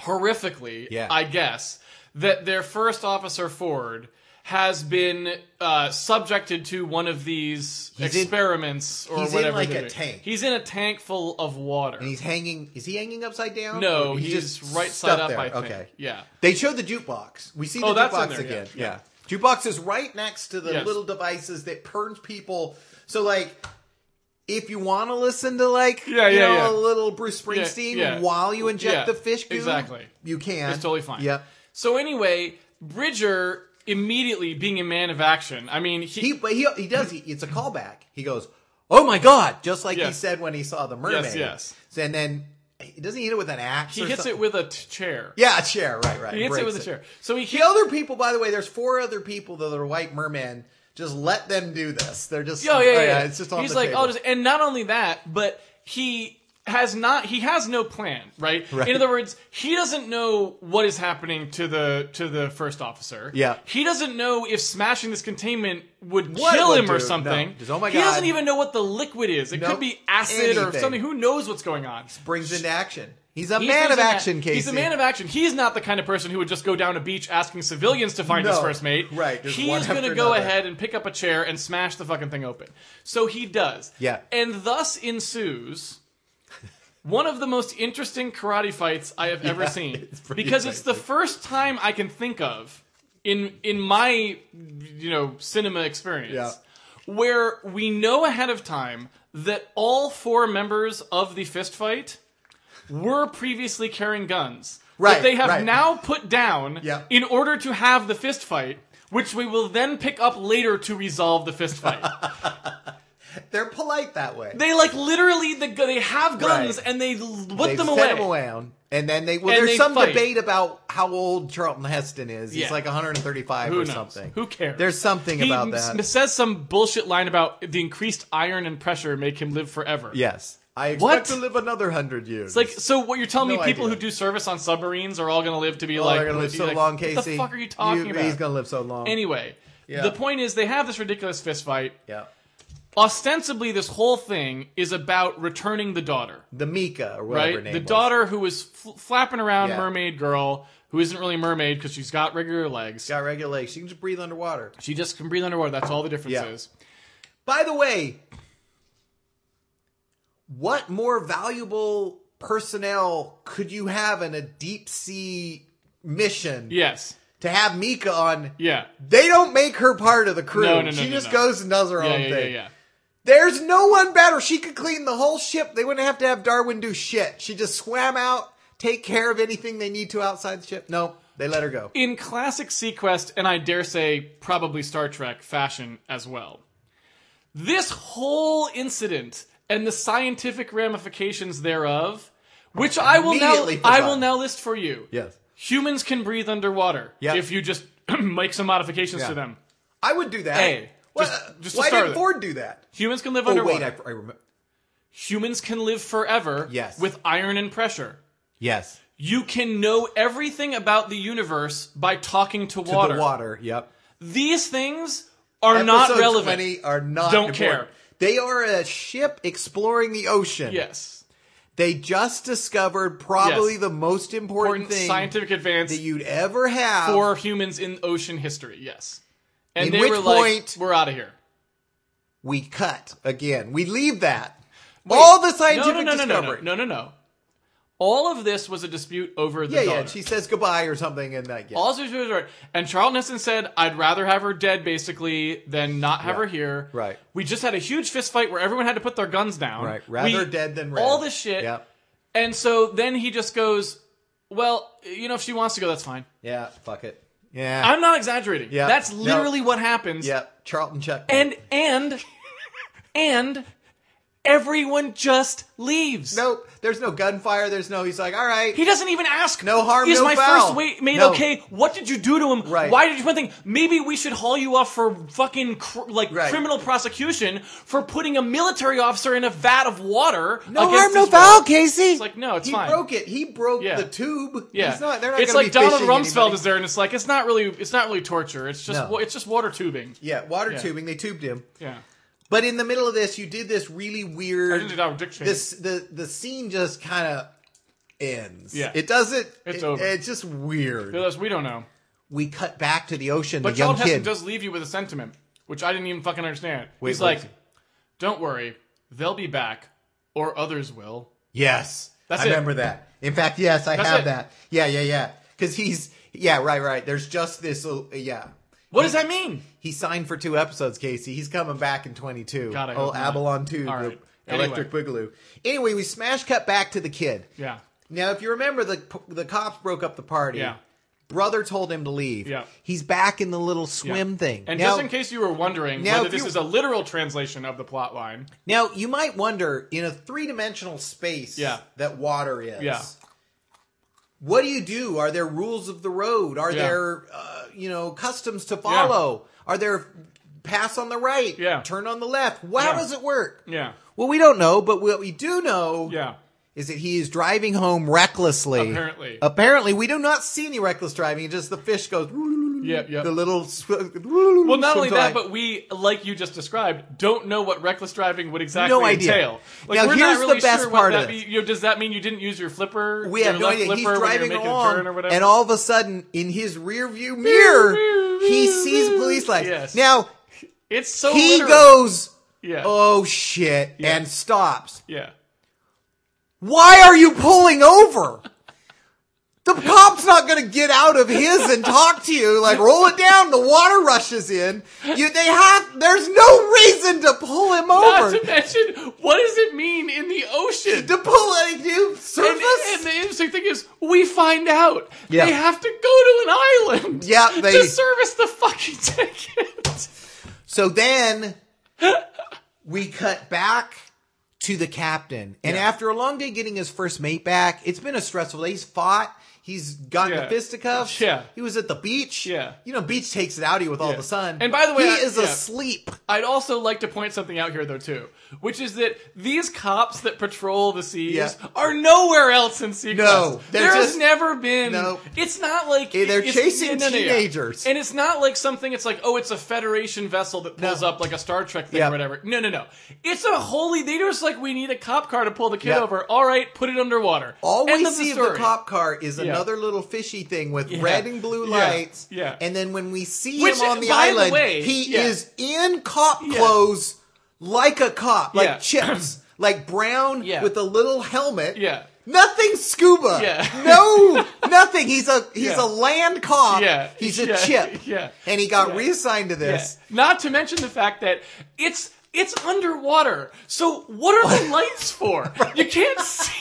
S2: horrifically
S1: Yeah.
S2: i guess that their first officer ford has been uh, subjected to one of these
S1: in-
S2: experiments or
S1: he's in
S2: whatever
S1: like
S2: they're
S1: a
S2: doing.
S1: tank.
S2: he's in a tank full of water
S1: and he's hanging is he hanging upside down
S2: no
S1: Or
S2: he's,
S1: just
S2: right side
S1: stuck
S2: up
S1: there?
S2: i think
S1: okay
S2: yeah
S1: they show the jukebox we see the
S2: Oh, that's in
S1: jukebox
S2: there,
S1: again yeah.
S2: yeah,
S1: jukebox is right next to the
S2: Yes.
S1: little devices that turns people so like if you want to listen to like
S2: Yeah,
S1: you
S2: yeah,
S1: know, a
S2: yeah.
S1: little Bruce Springsteen
S2: yeah.
S1: while you inject
S2: Yeah,
S1: the fish goo,
S2: exactly.
S1: you can.
S2: It's totally fine.
S1: Yep.
S2: so anyway bridger immediately being a man of action i mean
S1: He but he he does he, it's a callback. He goes, "Oh my god," just like he
S2: Yes.
S1: said when he saw the mermaid.
S2: yes.
S1: And then doesn't he hit it with an axe?
S2: he hits it with a t- chair
S1: yeah, a chair, right, right.
S2: he hits it
S1: breaks
S2: with a chair so he
S1: The other people, by the way, there's four other people that are white mermen. Just let them do this. They're just
S2: Oh yeah, yeah, yeah.
S1: It's just on
S2: He's
S1: the
S2: like,
S1: table.
S2: oh, just, and not only that, but he has not. He has no plan, right?
S1: Right.
S2: In other words, he doesn't know what is happening to the to the first officer.
S1: Yeah.
S2: he doesn't know if smashing this containment would
S1: What it
S2: kill
S1: would
S2: him or
S1: do.
S2: something.
S1: No. Just, oh my
S2: He doesn't
S1: God.
S2: even know what the liquid is. It could
S1: Nope.
S2: be acid or
S1: Anything.
S2: something. Who knows what's going on?
S1: brings into action. He's a
S2: He's
S1: man of
S2: a
S1: action, Casey.
S2: He's a man of action. He's not the kind of person who would just go down a beach asking civilians to find his
S1: No.
S2: first mate.
S1: Right, just
S2: He
S1: one
S2: is going to
S1: after
S2: go
S1: another.
S2: ahead and pick up a chair and smash the fucking thing open. So he does.
S1: Yeah.
S2: And thus ensues one of the most interesting karate fights I have ever seen
S1: it's pretty
S2: because it's the first time I can think of in in my you know cinema experience
S1: Yeah.
S2: where we know ahead of time that all four members of the fist fight were previously carrying guns that
S1: Right,
S2: they have
S1: right.
S2: now put down
S1: Yeah.
S2: in order to have the fist fight which we will then pick up later to resolve the fist fight
S1: They're polite that way.
S2: they like literally the, gu- they have guns
S1: Right.
S2: and they l- put
S1: They've
S2: them
S1: set
S2: away.
S1: him around, and then they. Well,
S2: And
S1: there's
S2: they
S1: some
S2: fight.
S1: debate about how old Charlton Heston is.
S2: Yeah.
S1: He's like 135
S2: Who
S1: or
S2: knows?
S1: something.
S2: Who cares?
S1: There's something
S2: He
S1: about
S2: s-
S1: that.
S2: says some bullshit line about the increased iron and pressure make him live forever.
S1: yes, I expect
S2: What?
S1: to live another hundred years.
S2: It's like so. What you're telling
S1: No
S2: me? People
S1: idea.
S2: who do service on submarines are all going to live to be
S1: oh,
S2: like,
S1: they're gonna live so
S2: like,
S1: long, Casey.
S2: What the fuck are you talking about?
S1: He's gonna live so long.
S2: Anyway,
S1: Yeah.
S2: the point is they have this ridiculous fist fight.
S1: yeah.
S2: ostensibly this whole thing is about returning the daughter
S1: the Mika or whatever her
S2: right
S1: name
S2: the
S1: was.
S2: daughter who is fl- flapping around
S1: Yeah.
S2: mermaid girl who isn't really mermaid because she's got regular legs
S1: got regular legs. She can just breathe underwater.
S2: she just can breathe underwater that's all the difference
S1: Yeah.
S2: is
S1: By the way, what more valuable personnel could you have in a deep sea mission
S2: yes
S1: to have Mika on?
S2: yeah
S1: They don't make her part of the crew.
S2: No, no, no,
S1: she
S2: no,
S1: just
S2: no.
S1: goes and does her
S2: yeah
S1: own
S2: yeah, yeah
S1: thing.
S2: yeah
S1: There's no one better. She could clean the whole ship. They wouldn't have to have Darwin do shit. She just swam out, take care of anything they need to outside the ship. No, they let her go.
S2: in classic sequest and i dare say probably star trek fashion as well this whole incident and the scientific ramifications thereof which i will now
S1: Immediately
S2: i
S1: forgotten.
S2: will now list for you
S1: Yes.
S2: humans can breathe underwater
S1: Yeah.
S2: if you just make some modifications
S3: Yeah.
S2: to them
S1: I would do that.
S2: Hey,
S1: Why-
S2: just- just to
S1: why
S2: start
S1: did
S2: with it.
S1: Ford do that?
S2: humans can live
S1: Oh,
S2: underwater
S1: wait, I, I remember.
S2: humans can live forever
S1: Yes.
S2: with iron and pressure
S1: Yes.
S2: you can know everything about the universe by talking to
S1: To
S2: water.
S1: The water. Yep.
S2: These things are not
S1: Episode
S2: relevant.
S1: 20 are not
S2: Don't
S1: important.
S2: care.
S1: They are a ship exploring the ocean.
S2: Yes.
S1: They just discovered probably
S2: Yes.
S1: the most important,
S2: Important
S1: thing
S2: scientific advance
S1: that you'd ever have.
S2: for humans in ocean history. Yes. And
S1: In
S2: they
S1: which
S2: were
S1: point-
S2: like, we're out of here.
S1: we cut again. We leave that. All the scientific
S2: no, no, no, no,
S1: discovery.
S2: No, no, no, no. All of this was a dispute over the
S1: Yeah,
S2: daughter.
S1: yeah. and She says goodbye or something, and that. Yeah.
S2: All this was right. And Charlton Heston said, I'd rather have her dead, basically, than not have her here.
S1: Right.
S2: We just had a huge fist fight where everyone had to put their guns down.
S1: Right. Rather
S2: We-
S1: dead than red.
S2: All this shit.
S1: Yep.
S2: And so then he just goes, Well, you know, if she wants to go, that's fine.
S1: Yeah. Fuck it. Yeah.
S2: I'm not exaggerating.
S1: Yeah.
S2: That's
S1: No.
S2: literally what happens.
S1: yeah. Charlton Chuck.
S2: And, and, and everyone just leaves.
S1: nope. There's no gunfire. There's no. He's like, all right.
S2: He doesn't even ask.
S1: No harm,
S2: Is
S1: no
S2: my
S1: foul.
S2: first wait mate
S1: No.
S2: okay? What did you do to him?
S1: Right.
S2: Why did you put thing? Maybe we should haul you off for fucking cr- like
S1: Right.
S2: criminal prosecution for putting a military officer in a vat of water.
S1: no
S2: against
S1: harm, no
S2: his
S1: foul,
S2: will.
S1: Casey.
S2: It's like no, it's
S1: he
S2: fine.
S1: broke it. He broke
S2: Yeah.
S1: the tube.
S2: yeah,
S1: He's not, they're not
S2: it's
S1: gonna
S2: like
S1: be
S2: Donald
S1: fishing
S2: Rumsfeld
S1: anybody.
S2: is there, and it's like it's not really it's not really torture. It's just
S1: No.
S2: wa- it's just water tubing.
S1: Yeah, water
S2: Yeah.
S1: tubing. They tubed him.
S2: Yeah,
S1: But in the middle of this, you did this really
S2: I
S1: weird.
S2: didn't do that with Dick Cheney.
S1: This the the scene just kind of ends.
S2: Yeah.
S1: it doesn't.
S2: It's
S1: it-
S2: over.
S1: It's just weird.
S2: Because we don't know.
S1: We cut back to the ocean.
S2: But
S1: the young
S2: Charles Heston
S1: kid.
S2: does leave you with a sentiment, which I didn't even fucking understand.
S1: Wait,
S2: He's
S1: what
S2: like,
S1: is it?
S2: "Don't worry, they'll be back, or others will."
S1: Yes.
S2: That's
S1: I
S2: it.
S1: remember that. In fact, yes, I
S2: That's
S1: have
S2: it.
S1: that. Yeah, yeah, yeah. Because he's yeah, right, right. There's just this. little- Yeah,
S2: What does that mean?
S1: he signed for two episodes, Casey. He's coming back in 22.
S2: God, I
S1: oh,
S2: hope not.
S1: Abalon 2,
S2: All
S1: the
S2: right.
S1: Electric
S2: Anyway.
S1: Boogaloo. Anyway, we smash cut back to the kid.
S2: Yeah.
S1: Now, if you remember, the the cops broke up the party.
S2: Yeah.
S1: Brother told him to leave.
S2: Yeah.
S1: He's back in the little swim
S2: Yeah.
S1: thing.
S2: And
S1: now,
S2: just in case you were wondering
S1: Now,
S2: whether
S1: if
S2: this
S1: you-
S2: is a literal translation of the plot line,
S1: now, you might wonder in a three dimensional space
S2: Yeah.
S1: that water is.
S2: Yeah.
S1: What do you do? Are there rules of the road? Are
S2: Yeah.
S1: there, uh, you know, customs to follow? Are there pass on the right?
S2: Yeah.
S1: Turn on the left? Well, How
S2: Yeah.
S1: does it work?
S2: yeah,
S1: Well, we don't know, but what we do know
S2: yeah,
S1: is that he is driving home recklessly.
S2: Apparently.
S1: Apparently, we do not see any reckless driving. Just the fish goes.
S2: yeah, yeah.
S1: The little. Sw-
S2: well, not only that, but we, like you just described, don't know what reckless driving would exactly
S1: No idea.
S2: entail. Like,
S1: Now,
S2: we're
S1: here's
S2: not really
S1: the best
S2: sure what
S1: part of
S2: that
S1: this.
S2: be- you know, does that mean you didn't use your flipper?
S1: we have
S2: your
S1: no
S2: left
S1: idea. He's
S2: flipper when you're
S1: driving
S2: making a turn or
S1: along,
S2: whatever?
S1: and all of a sudden, in his rear view mirror, he sees police lights.
S2: Yes.
S1: Now
S2: it's so
S1: he
S2: literal.
S1: goes,
S2: Yeah,
S1: "Oh shit!" and stops.
S2: yeah.
S1: Why are you pulling over? The cop's not going to get out of his and talk to you. Like, roll it down. The water rushes in. You, they have, there's no reason to pull him
S2: Not
S1: over.
S2: to mention, what does it mean in the ocean?
S1: to pull a new
S2: and,
S1: surface.
S2: and the interesting thing is, we find out
S1: Yeah.
S2: they have to go to an island
S1: Yeah, they-
S2: to service the fucking ticket.
S1: so then we cut back to the captain. And after a long day getting his first mate back, it's been a stressful day. He's fought. He's gotten
S2: Yeah.
S1: the fisticuffs.
S2: Yeah.
S1: He was at the beach.
S2: Yeah.
S1: You know, beach takes it out of you with all
S2: Yeah.
S1: the sun.
S2: And by the way,
S1: he
S2: I-
S1: is
S2: yeah.
S1: asleep.
S2: I'd also like to point something out here, though, too, which is that these cops that patrol the seas
S1: Yeah.
S2: are nowhere else in Sequest.
S1: No, they're
S2: there has
S1: just-
S2: never been.
S1: No.
S2: It's not like
S1: Hey, they're
S2: it's-
S1: chasing
S2: no, no, no, yeah.
S1: teenagers.
S2: and it's not like something. It's like oh, it's a Federation vessel that pulls
S1: No.
S2: up like a Star Trek thing
S1: Yeah.
S2: or whatever. No, no, no. It's a holy. They just like we need a cop car to pull the kid
S1: Yeah.
S2: over. All right, put it underwater.
S1: All we
S2: End of
S1: see
S2: the
S1: of
S2: story.
S1: the cop car is
S2: Yeah.
S1: another little fishy thing with red and blue
S2: Yeah.
S1: lights.
S2: Yeah.
S1: And then when we see
S2: Which,
S1: him on the
S2: by the
S1: island,
S2: way,
S1: he
S2: yeah.
S1: is in cop clothes like a cop, like
S2: Yeah.
S1: chips, like brown
S2: Yeah.
S1: with a little helmet.
S2: Yeah.
S1: Nothing scuba.
S2: Yeah.
S1: No, nothing. He's a he's
S2: Yeah.
S1: a land cop.
S2: Yeah.
S1: He's a
S2: Yeah.
S1: chip.
S2: Yeah.
S1: And he got
S2: Yeah.
S1: reassigned to
S2: Yeah.
S1: this.
S2: Not to mention the fact that it's it's underwater. So what are the lights for? You can't see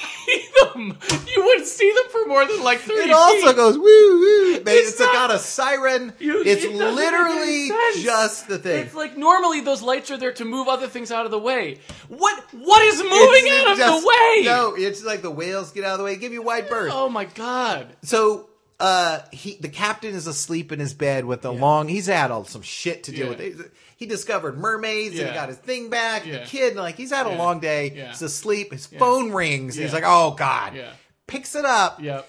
S2: them. You wouldn't see them for more than like thirty.
S1: It also
S2: feet.
S1: goes woo woo. Man,
S2: It's
S1: It's,
S2: not-
S1: got a siren.
S2: You-
S1: it's
S2: it doesn't make any
S1: literally
S2: sense.
S1: just the thing.
S2: It's like normally those lights are there to move other things out of the way. What what is moving
S1: It's
S2: out of
S1: just-
S2: the way?
S1: No, it's like the whales get out of the way, give you wide berth.
S2: Oh my god.
S1: So uh he the captain is asleep in his bed with a long he's had all some shit to deal
S2: Yeah.
S1: with. He discovered mermaids and
S2: Yeah.
S1: he got his thing back,
S2: Yeah.
S1: the kid, and like he's had a long day,
S2: Yeah.
S1: he's asleep, his phone rings, and he's
S2: Yeah.
S1: like, Oh God.
S2: Yeah.
S1: Picks it up
S2: Yep.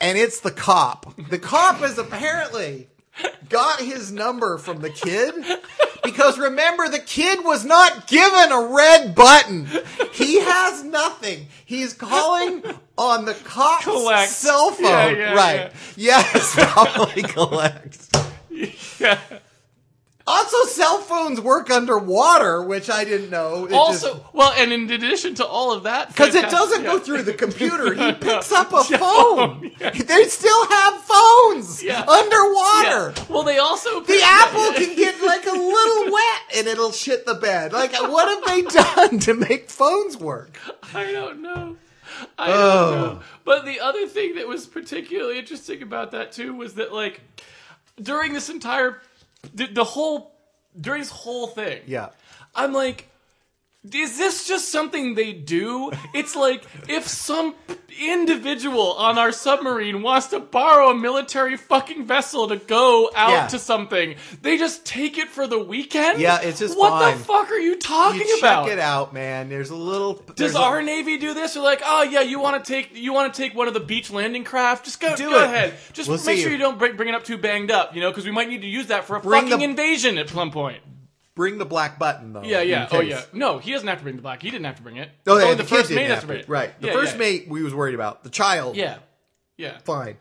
S1: and it's the cop. The cop has apparently got his number from the kid because remember the kid was not given a red button. He has nothing. He's calling on the cop's
S2: Collect.
S1: cell phone.
S2: Yeah, yeah,
S1: right. Yes, probably collect.
S2: Yeah.
S1: Also, cell phones work underwater, which I didn't know. It
S2: Also, well, and in addition to all of that,
S1: because it
S2: fantastic-
S1: doesn't
S2: yeah.
S1: go through the computer. He picks up a
S2: Yeah.
S1: phone.
S2: Yeah.
S1: They still have phones
S2: Yeah.
S1: underwater.
S2: Yeah. Well, they also
S1: The apple can get like a little wet and it'll shit the bed. Like, what have they done to make phones work?
S2: I don't know. I don't
S1: Oh.
S2: know. But the other thing that was particularly interesting about that too was that like during this entire the, the whole during this whole thing,
S1: Yeah.
S2: I'm like is this just something they do? It's like if some individual on our submarine wants to borrow a military fucking vessel to go out
S1: Yeah.
S2: to something, they just take it for the weekend?
S1: Yeah, it's just
S2: What the
S1: fine.
S2: fuck are you talking
S1: You check
S2: about?
S1: it out, man. There's a little.
S2: Does
S1: there's a-
S2: our navy do this? Or like, oh yeah, you want to take you want to take one of the beach landing craft? Just go,
S1: Do
S2: go
S1: it.
S2: ahead. Just
S1: We'll
S2: make
S1: see
S2: sure
S1: you.
S2: you don't bring, bring it up too banged up, you know, because we might need to use that for a
S1: Bring
S2: fucking
S1: the-
S2: invasion at some point.
S1: bring the black button though?
S2: Yeah, yeah,
S1: in
S2: oh
S1: case.
S2: yeah. No, he doesn't have to bring the black. He didn't have to bring it.
S1: Oh, yeah,
S2: Only
S1: the,
S2: the
S1: kid
S2: first
S1: didn't
S2: mate
S1: have
S2: has to
S1: to.
S2: bring it.
S1: Right. The
S2: Yeah,
S1: first
S2: yeah.
S1: mate we was worried about. The child.
S2: Yeah, yeah.
S1: Fine.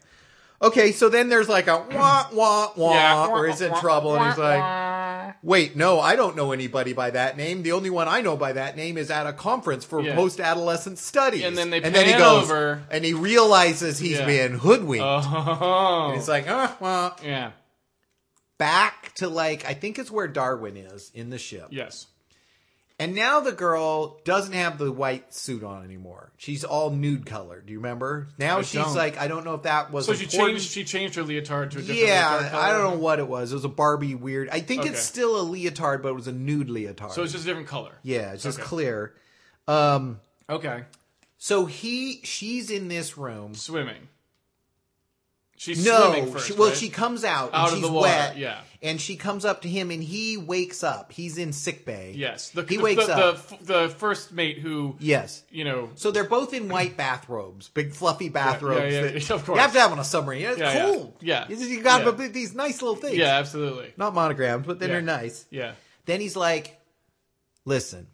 S1: Okay, so then there's like a wah wah wah
S2: Yeah.
S1: where he's in trouble and he's like, "Wait, no, I don't know anybody by that name. The only one I know by that name is at a conference for
S2: Yeah.
S1: post-adolescent studies."
S2: And then they
S1: he
S2: pan
S1: goes
S2: over.
S1: and he realizes he's
S2: Yeah.
S1: being hoodwinked.
S2: Oh,
S1: He's like, "Ah, wah."
S2: yeah,
S1: back to like I think it's where Darwin is in the ship.
S2: yes,
S1: And now the girl doesn't have the white suit on anymore. She's all nude color. Do you remember? Now
S2: I
S1: she's
S2: don't.
S1: like, I don't know if that was
S2: So she
S1: important.
S2: changed. She changed her leotard to a different.
S1: Yeah,
S2: leotard color.
S1: I don't know what it was. It was a Barbie weird. I think
S2: Okay.
S1: it's still a leotard, but it was a nude leotard.
S2: So it's just a different color.
S1: yeah, it's just
S2: Okay.
S1: clear. Um,
S2: Okay,
S1: so he, she's in this room.
S2: swimming. She's swimming
S1: No,
S2: first.
S1: she, well,
S2: right?
S1: she comes out. And
S2: Out of
S1: she's
S2: the water,
S1: wet,
S2: yeah.
S1: and she comes up to him, and he wakes up. He's in sick bay.
S2: Yes, the,
S1: he
S2: the,
S1: wakes
S2: the,
S1: up.
S2: The, f- the first mate who,
S1: yes.
S2: you know,
S1: So they're both in white bathrobes, big fluffy bathrobes.
S2: yeah,
S1: that-
S2: yeah, of course.
S1: You have to have on a submarine. It's
S2: Yeah, yeah.
S1: cold.
S2: Yeah.
S1: You, just- you got
S2: Yeah.
S1: to these nice little things.
S2: yeah, absolutely,
S1: Not monogrammed, but then
S2: Yeah.
S1: they're nice.
S2: yeah,
S1: Then he's like, "Listen,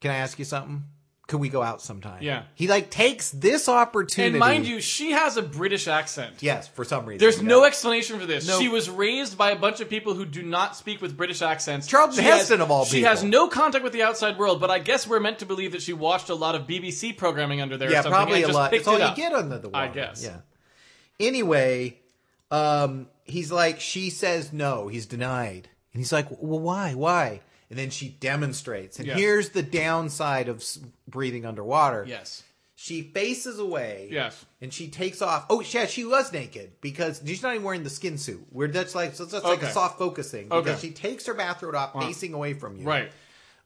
S1: can I ask you something? Can we go out sometime?"
S2: Yeah.
S1: He like takes this opportunity.
S2: and mind you, she has a British accent.
S1: yes, for some reason,
S2: There's
S1: yeah.
S2: no explanation for this.
S1: No.
S2: She was raised by a bunch of people who do not speak with British accents.
S1: Charlton
S2: She has-
S1: Heston, of all
S2: She
S1: people.
S2: has no contact with the outside world, but I guess we're meant to believe that she watched a lot of BBC programming under there. or
S1: Yeah,
S2: something
S1: probably
S2: and
S1: a
S2: just
S1: lot.
S2: picked
S1: It's all
S2: it
S1: you
S2: up.
S1: get under the water.
S2: I guess.
S1: Yeah. Anyway, um, he's like, she says no. He's denied, and he's like, well, why, why? And then she demonstrates, and
S2: Yes.
S1: here's the downside of s- breathing underwater.
S2: Yes.
S1: She faces away.
S2: Yes.
S1: And she takes off. Oh, yeah, she was naked because she's not even wearing the skin suit. Where that's like so that's like
S2: Okay.
S1: a soft focus thing because
S2: Okay.
S1: she takes her bathrobe off, facing away from you.
S2: Right.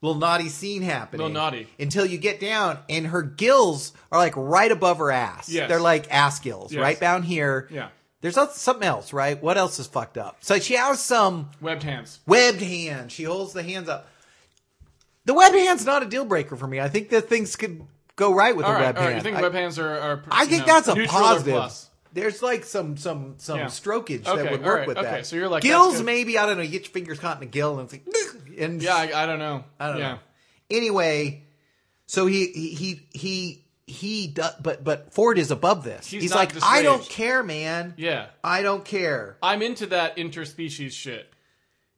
S1: little naughty scene happening.
S2: Little naughty.
S1: Until you get down, and her gills are like right above her ass.
S2: Yes.
S1: They're like ass gills,
S2: Yes.
S1: right down here.
S2: Yeah.
S1: There's also something else, right? What else is fucked up? So she has some
S2: Webbed hands.
S1: webbed hand. She holds the hands up. The webbed hand's not a deal breaker for me. I think that things could go right with
S2: All
S1: a
S2: right,
S1: webbed
S2: all right.
S1: hand.
S2: You think
S1: I-
S2: web hands are? are
S1: I
S2: you
S1: think
S2: know,
S1: that's a
S2: neutral or
S1: positive.
S2: plus?
S1: There's like some some some
S2: Yeah.
S1: strokage
S2: Okay,
S1: that would
S2: all
S1: work
S2: right,
S1: with
S2: okay,
S1: that.
S2: so you're like, that's
S1: gills,
S2: good.
S1: maybe I don't know. You get your fingers caught in a gill, and it's like, and
S2: Yeah, I, I don't know.
S1: I don't
S2: yeah.
S1: know. Anyway, so he he he he, he do, but but Ford is above this.
S2: He's
S1: He's,
S2: not
S1: like, I don't
S2: dissuaged.
S1: care, man.
S2: Yeah,
S1: I don't care,
S2: I'm into that interspecies shit.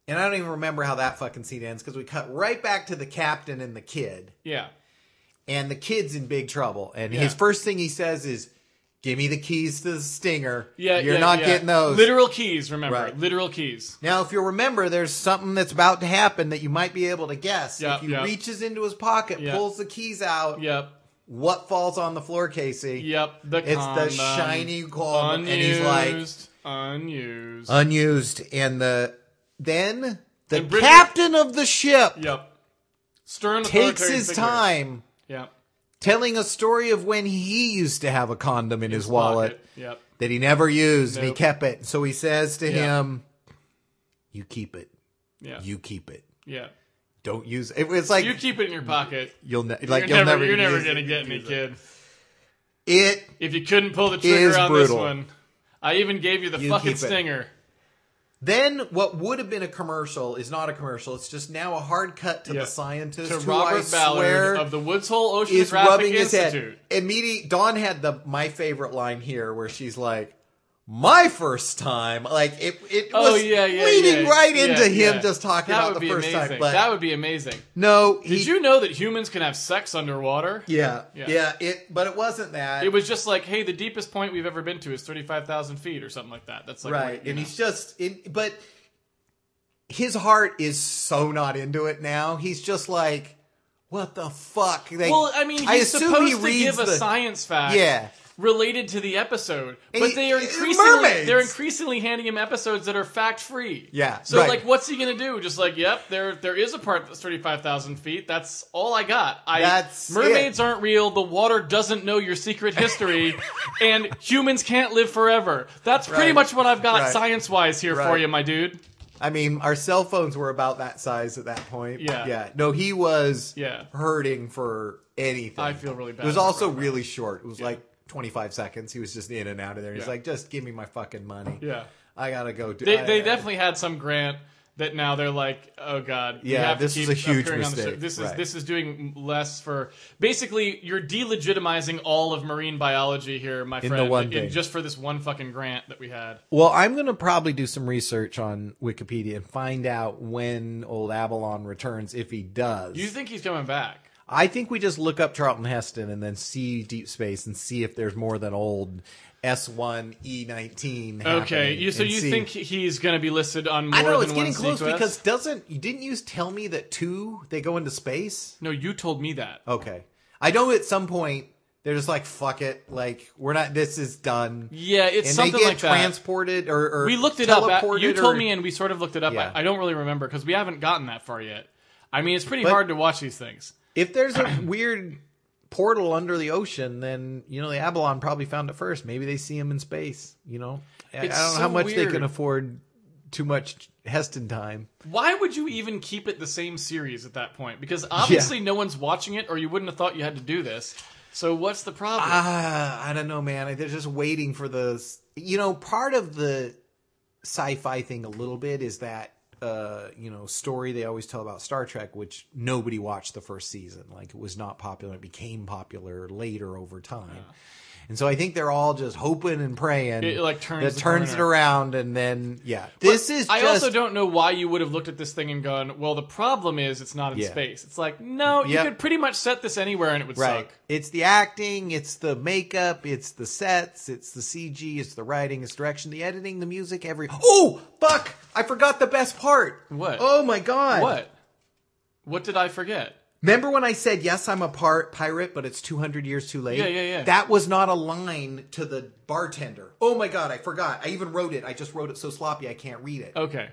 S1: and I don't even remember how that fucking scene ends because we cut right back to the captain and the kid,
S2: Yeah,
S1: and the kid's in big trouble. And
S2: Yeah.
S1: his first thing he says is, "Give me the keys to the Stinger.
S2: yeah.
S1: you're
S2: yeah,
S1: not
S2: yeah.
S1: getting those."
S2: literal keys. Remember,
S1: Right.
S2: literal keys.
S1: Now, if you remember, there's something that's about to happen that you might be able to guess.
S2: Yeah,
S1: if he
S2: yeah.
S1: reaches into his pocket,
S2: Yeah.
S1: pulls the keys out,
S2: Yep,
S1: what falls on the floor, Casey?
S2: yep. The
S1: It's
S2: condom.
S1: the shiny gold,
S2: unused,
S1: and he's like Uh,
S2: unused.
S1: unused. And the then the
S2: And Bridget-
S1: captain of the ship
S2: yep. Stern
S1: takes
S2: authoritarian
S1: his
S2: figure.
S1: time
S2: Yep.
S1: telling a story of when he used to have a condom in his, wallet
S2: Pocket. Yep.
S1: that he never used and he
S2: Nope.
S1: kept it. So he says to
S2: Yeah.
S1: him, "You keep it.
S2: Yeah.
S1: You keep it."
S2: yeah.
S1: Don't use it. was like
S2: You keep it in your pocket.
S1: You'll ne- like
S2: you're
S1: you'll
S2: never,
S1: never
S2: you're never
S1: use
S2: gonna
S1: it.
S2: get any kid.
S1: It
S2: If you couldn't pull the
S1: is
S2: trigger on
S1: brutal.
S2: this one, I even gave you the
S1: You keep
S2: fucking
S1: it.
S2: stinger.
S1: then what would have been a commercial is not a commercial. It's just now a hard cut to
S2: Yeah.
S1: the scientist
S2: to
S1: who I
S2: Robert Ballard
S1: swear
S2: of the Woods Hole
S1: is
S2: Oceanographic
S1: rubbing his
S2: Institute.
S1: head. Immediately, Dawn had the my favorite line here where she's like, "My first time." Like it, it
S2: Oh
S1: was
S2: yeah, yeah,
S1: leading
S2: yeah,
S1: right
S2: yeah,
S1: into him
S2: yeah.
S1: just talking
S2: That
S1: about
S2: would
S1: the
S2: be
S1: first
S2: amazing.
S1: time. But
S2: that would be amazing.
S1: no, he,
S2: Did you know that humans can have sex underwater?
S1: Yeah,
S2: Yeah.
S1: yeah, It, but it wasn't that.
S2: It was just like, hey, the deepest point we've ever been to is thirty-five thousand feet or something like that. That's like
S1: right
S2: what, you
S1: and
S2: know.
S1: he's just in but his heart is so not into it now he's just like what the fuck they,
S2: well, I mean, he's supposed to give a
S1: the-
S2: science fact.
S1: yeah
S2: Related to the episode,
S1: And
S2: but
S1: he-
S2: they are
S1: it's
S2: increasingly
S1: mermaids!
S2: they're increasingly handing him episodes that are fact free.
S1: Yeah,
S2: So
S1: right.
S2: like, what's he gonna do? Just like, yep, there there is a part that's thirty five thousand feet. That's all I got. I
S1: That's
S2: mermaids
S1: it.
S2: aren't real. The water doesn't know your secret history, and humans can't live forever. That's pretty
S1: Right.
S2: much what I've got
S1: Right.
S2: science wise here for
S1: Right.
S2: you, my dude.
S1: i mean our cell phones were about that size at that point
S2: Yeah.
S1: yeah no he was
S2: Yeah.
S1: hurting for anything
S2: I feel really bad
S1: it was
S2: for
S1: also
S2: Robert.
S1: really short it was like 25 seconds he was just in and out of there he's
S2: Yeah.
S1: like just give me my fucking money
S2: Yeah.
S1: i gotta go do
S2: They,
S1: I-
S2: they
S1: I-
S2: definitely had some grant that now they're like, oh god, we
S1: Yeah,
S2: have to
S1: this was
S2: keep
S1: a huge
S2: appearing on the show.
S1: mistake,
S2: This is
S1: right.
S2: this is doing less for basically you're delegitimizing all of marine biology here, my friend,
S1: the one
S2: in-
S1: thing.
S2: just for this one fucking grant that we had.
S1: Well, I'm going to probably do some research on Wikipedia and find out when old Avalon returns, if he does.
S2: Do you think he's coming back?
S1: I think we just look up Charlton Heston and then see Deep Space and see if there's more than old E S1 E19.
S2: Okay, you, so you think he's going to be listed on more
S1: I know it's
S2: than one
S1: getting close
S2: sequence?
S1: because doesn't you didn't you tell me that two they go into space?
S2: no, you told me that.
S1: Okay, I know at some point they're just like fuck it, like we're not. This is done.
S2: Yeah, it's
S1: and they
S2: something
S1: get
S2: like that.
S1: transported or, or
S2: we looked it up. uh,
S1: teleported
S2: You told
S1: or-
S2: me, and we sort of looked it up.
S1: Yeah.
S2: I, I don't really remember because we haven't gotten that far yet. I mean, it's pretty
S1: But-
S2: hard to watch these things.
S1: if there's a weird portal under the ocean, then you know the Avalon probably found it first. Maybe they see him in space. You know, I,
S2: It's
S1: I don't know
S2: so
S1: how much they
S2: weird.
S1: can afford too much Heston time.
S2: Why would you even keep it the same series at that point? Because obviously no one's watching it, or you wouldn't have thought you had to do this. So what's the problem?
S1: Ah, I don't know, man. They're just waiting for the. You know, part of the sci-fi thing a little bit is that. Uh, you know, story they always tell about Star Trek, which nobody watched the first season. Like it was not popular; it became popular later over time. And so I think they're all just hoping and praying.
S2: It, like, turns
S1: that
S2: the
S1: turns it
S2: corner.
S1: around, and then yeah, this is. Just,
S2: I also don't know why you would have looked at this thing and gone, "Well, the problem is it's not in
S1: Yeah.
S2: space." It's like, no,
S1: Yep.
S2: you could pretty much set this anywhere and it would
S1: right.
S2: suck.
S1: It's the acting, it's the makeup, it's the sets, it's the CG, it's the writing, it's direction, the editing, the music, every. Oh fuck! I forgot the best part.
S2: What?
S1: Oh my god!
S2: What? What did I forget?
S1: Remember when I said yes, I'm a part pirate, but it's 200 years too late?
S2: Yeah, yeah, yeah.
S1: That was not a line to the bartender. Oh my god! I
S2: Oh.
S1: forgot. I even wrote it. I just wrote it so sloppy I can't read it.
S2: Okay.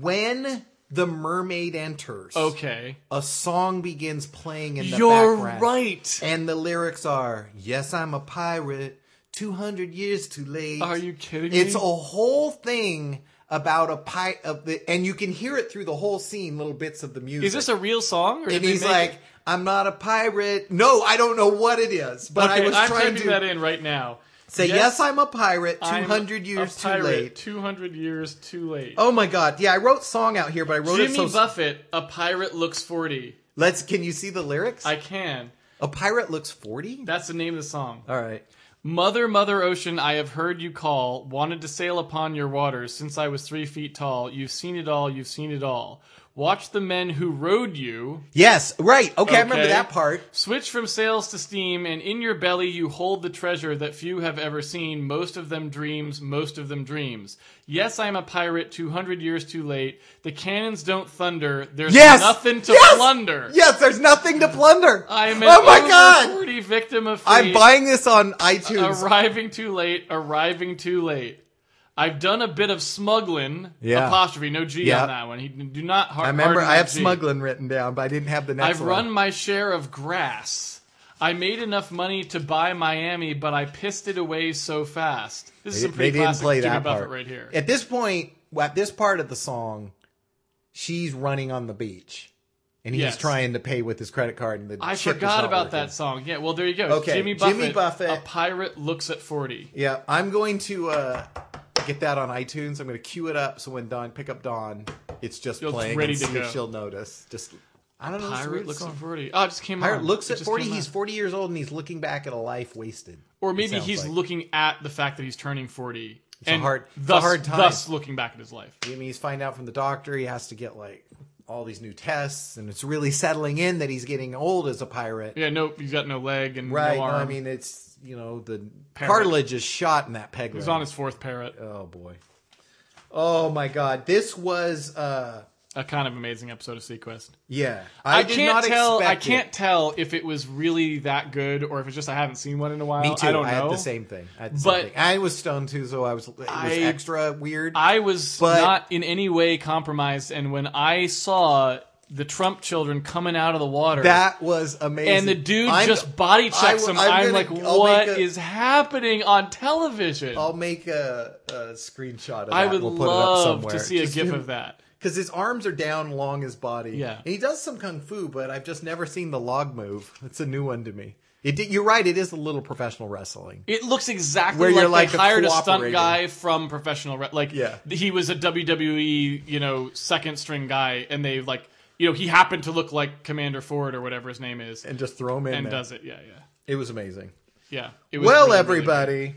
S1: when the mermaid enters.
S2: Okay.
S1: A song begins playing in the
S2: You're
S1: background.
S2: right.
S1: And the lyrics are, "Yes, I'm a pirate, 200 years too late."
S2: Are you kidding me?
S1: It's a whole thing about a pi of the and you can hear it through the whole scene, little bits of the music.
S2: Is this a real song? Or did
S1: and
S2: they
S1: he's
S2: make
S1: like,
S2: it?
S1: "I'm not a pirate." No, I don't know what it is, but
S2: okay,
S1: I was
S2: am
S1: trying
S2: typing
S1: to
S2: that in right now.
S1: say, yes, I'm a pirate,
S2: I'm
S1: 200 years
S2: a pirate,
S1: too late."
S2: Two hundred years too late.
S1: Oh my god. Yeah, I wrote song out here, but I wrote
S2: Jimmy
S1: it so
S2: Buffett, a pirate looks forty.
S1: Let's can you see the lyrics?
S2: I can.
S1: a pirate looks 40?
S2: That's the name of the song.
S1: All right.
S2: Mother, mother ocean, I have heard you call. Wanted to sail upon your waters since I was three feet tall. You've seen it all, you've seen it all. Watch the men who rode you.
S1: Yes, right. Okay, I remember
S2: Okay.
S1: that part.
S2: Switch from sails to steam, and in your belly you hold the treasure that few have ever seen. Most of them dreams, most of them dreams. Yes, I'm a pirate, 200 years too late. The cannons don't thunder. There's
S1: Yes.
S2: nothing to
S1: Yes!
S2: plunder.
S1: Yes, there's nothing to plunder.
S2: I'm an
S1: Oh my
S2: over
S1: god.
S2: 40 victim of fate.
S1: I'm buying this on iTunes.
S2: Arriving too late, arriving too late. I've done a bit of smuggling.
S3: Yeah.
S2: Apostrophe, no G
S1: Yeah.
S2: on that one. He do not har-
S1: I remember
S2: harden
S1: I
S2: that
S1: have
S2: G.
S1: smuggling written down, but I didn't have the next
S2: I've
S1: one.
S2: run my share of grass. I made enough money to buy Miami, but I pissed it away so fast. This is
S3: They-
S2: some pretty
S3: they didn't
S2: classic
S3: play
S2: Jimmy
S3: that
S2: Buffett
S3: part.
S2: right here.
S1: At this point, at this part of the song, she's running on the beach. And he's
S2: Yes.
S1: trying to pay with his credit card and the
S2: I
S1: chip is
S2: forgot
S1: not
S2: about
S1: working.
S2: that song. Yeah, well there you go.
S1: Okay,
S2: Jimmy Buffett,
S1: Jimmy Buffett.
S2: a pirate looks at forty.
S1: Yeah, I'm going to uh, get that on iTunes. I'm going to queue it up so when Dawn pick up Dawn, it's just
S2: It's
S1: playing.
S2: ready
S1: and
S2: to
S1: see
S2: go.
S1: if she'll notice. Just I don't know. it's a
S2: Pirate
S1: weird
S2: looks
S1: song.
S2: at forty. Oh, it just came
S1: Pirate
S2: on.
S1: looks
S2: It
S1: at
S2: just
S1: 40.
S2: came
S1: He's
S2: on.
S1: 40 years old and he's looking back at a life wasted.
S2: or maybe
S1: sounds
S2: he's
S1: like.
S2: looking at the fact that he's turning forty.
S1: a
S2: and
S1: hard- it's a
S2: thus,
S1: hard time.
S2: thus looking back at his life.
S1: I mean, he's find out from the doctor. He has to get like all these new tests, and it's really settling in that he's getting old as a pirate.
S2: Yeah, no, he's got no leg and
S1: right?
S2: no
S1: no,
S2: arm.
S1: I mean, it's you know the
S2: Parrot.
S1: cartilage is shot in that peg.
S2: he's
S1: leg.
S2: on his fourth parrot.
S1: oh boy. Oh my God! This was uh
S2: A kind of amazing episode of Sequest.
S1: yeah.
S2: I,
S1: did
S2: can't
S1: not
S2: tell.
S1: expect
S2: I
S1: it.
S2: can't tell if it was really that good or if it's just I haven't seen one in a while.
S1: Me too.
S2: I don't know.
S1: had the same thing. I, had the
S2: But-
S1: same thing. I was stoned too, so I was it was
S2: I-
S1: extra weird.
S2: I was
S1: But-
S2: not in any way compromised, and when I saw the Trump children coming out of the water.
S1: that was amazing.
S2: and the dude
S1: I'm-
S2: just body checks
S1: I-
S2: him.
S1: I'm
S2: I'm,
S1: gonna-
S2: like,
S1: I'll
S2: what
S1: make
S2: is
S1: a-
S2: happening on television?
S1: I'll make a, a screenshot of that.
S2: I would
S1: we'll put it up
S2: love
S1: somewhere.
S2: to see a gif of that.
S1: because his arms are down along his body.
S2: Yeah.
S1: and he does some kung fu, but I've just never seen the log move. It's a new one to me. It did, you're right. It is a little professional wrestling.
S2: It looks exactly
S1: Where
S2: like
S1: you're, like,
S2: they hired a stunt
S1: cooperating.
S2: guy from professional re- like
S1: Yeah.
S2: th- he was a WWE, you know, second string guy and they like you know, he happened to look like Commander Ford or whatever his name is and,
S1: And just throw him in. there.
S2: does it. Yeah, yeah.
S1: It was amazing.
S2: Yeah. It was
S1: Well,
S2: really, really
S1: everybody,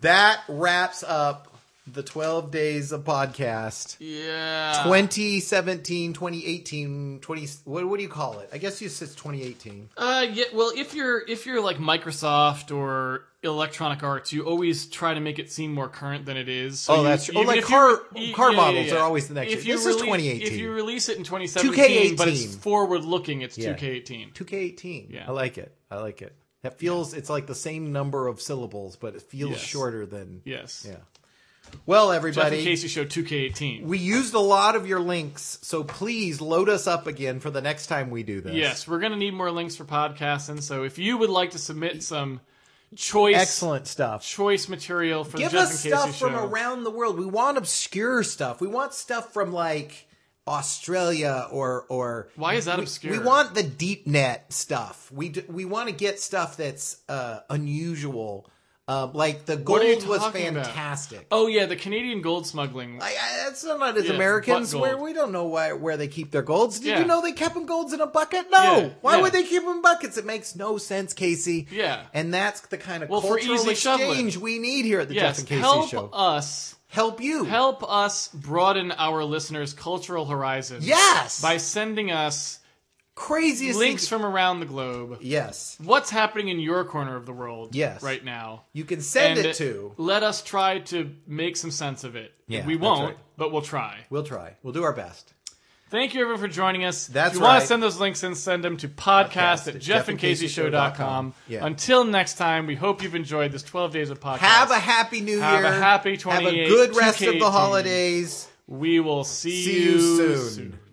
S1: that wraps up the 12 days of podcast.
S2: good. yeah.
S1: 2017, 2018, 20 what, what do you call it? I guess you said 2018.
S2: Uh, yeah. Well, if you're if you're like Microsoft or Electronic Arts, you always try to make it seem more current than it is. So
S1: Oh,
S2: you-
S1: that's- oh,
S2: even
S1: like
S2: if
S1: car-
S2: you-
S1: car models are always the next
S2: If
S1: year.
S2: you
S1: This is
S2: release-
S1: 2018.
S2: If you release it in 2017, but it's
S1: 2K18.
S2: forward looking, it's
S1: Yeah.
S2: 2K18.
S1: 2K18.
S2: Yeah.
S1: I like it. I like it. That feels it's like the same number of syllables, but it feels
S2: Yes.
S1: shorter than
S2: Yes.
S1: Yeah. Well,
S2: Jeff and
S1: everybody,
S2: Casey show 2K18.
S1: we used a lot of your links, so please load us up again for the next time we do this.
S2: yes, we're gonna need more links for podcasting. So if you would like to submit some choice
S1: Excellent stuff.
S2: choice material for
S1: Give
S2: the Jeff
S1: us
S2: and Casey
S1: stuff from
S2: show,
S1: around the world. We want obscure stuff. We want stuff from like Australia or or
S2: why is that
S1: we,
S2: obscure?
S1: we want the deep net stuff. We d- we want to get stuff that's uh, unusual. Uh, like the
S2: are you
S1: gold was
S2: talking about?
S1: fantastic.
S2: Oh yeah, the Canadian gold smuggling.
S1: I, I, that's not as
S2: Yeah,
S1: Americans
S2: butt
S1: where
S2: gold.
S1: we don't know why, where they keep their golds. Did
S2: Yeah.
S1: you know they kept them golds in a bucket? No.
S2: Yeah,
S1: Why
S2: yeah.
S1: would they keep them in buckets? It makes no sense, Casey.
S2: Yeah.
S1: And that's the kind of
S2: Well, for
S1: cultural
S2: easy shoveling.
S1: exchange we need here at the
S2: yes,
S1: Jeff and Casey
S2: help
S1: show.
S2: us.
S1: help you.
S2: help us broaden our listeners' cultural horizons.
S1: Yes.
S2: By sending us
S1: craziest
S2: links
S1: things-
S2: from around the globe.
S1: Yes.
S2: What's happening in your corner of the world
S1: Yes.
S2: right now?
S1: You can send
S2: And
S1: it to.
S2: Let us try to make some sense of it.
S1: Yeah,
S2: we
S1: that's
S2: won't,
S1: right.
S2: but we'll try.
S1: We'll try. We'll do our best.
S2: Thank you, everyone, for joining us.
S1: That's
S2: if you want
S1: right.
S2: to send those links in, send them to podcast,
S1: Podcast at
S2: at jeffandcaseyshow.com.
S1: jeffandcaseyshow.com. Yeah.
S2: Until next time, we hope you've enjoyed this 12 days of podcast.
S1: Have a happy new
S2: Have
S1: year.
S2: a happy
S1: Have a
S2: 28
S1: good rest of
S2: 2K18.
S1: the holidays.
S4: We will see,
S2: See you soon.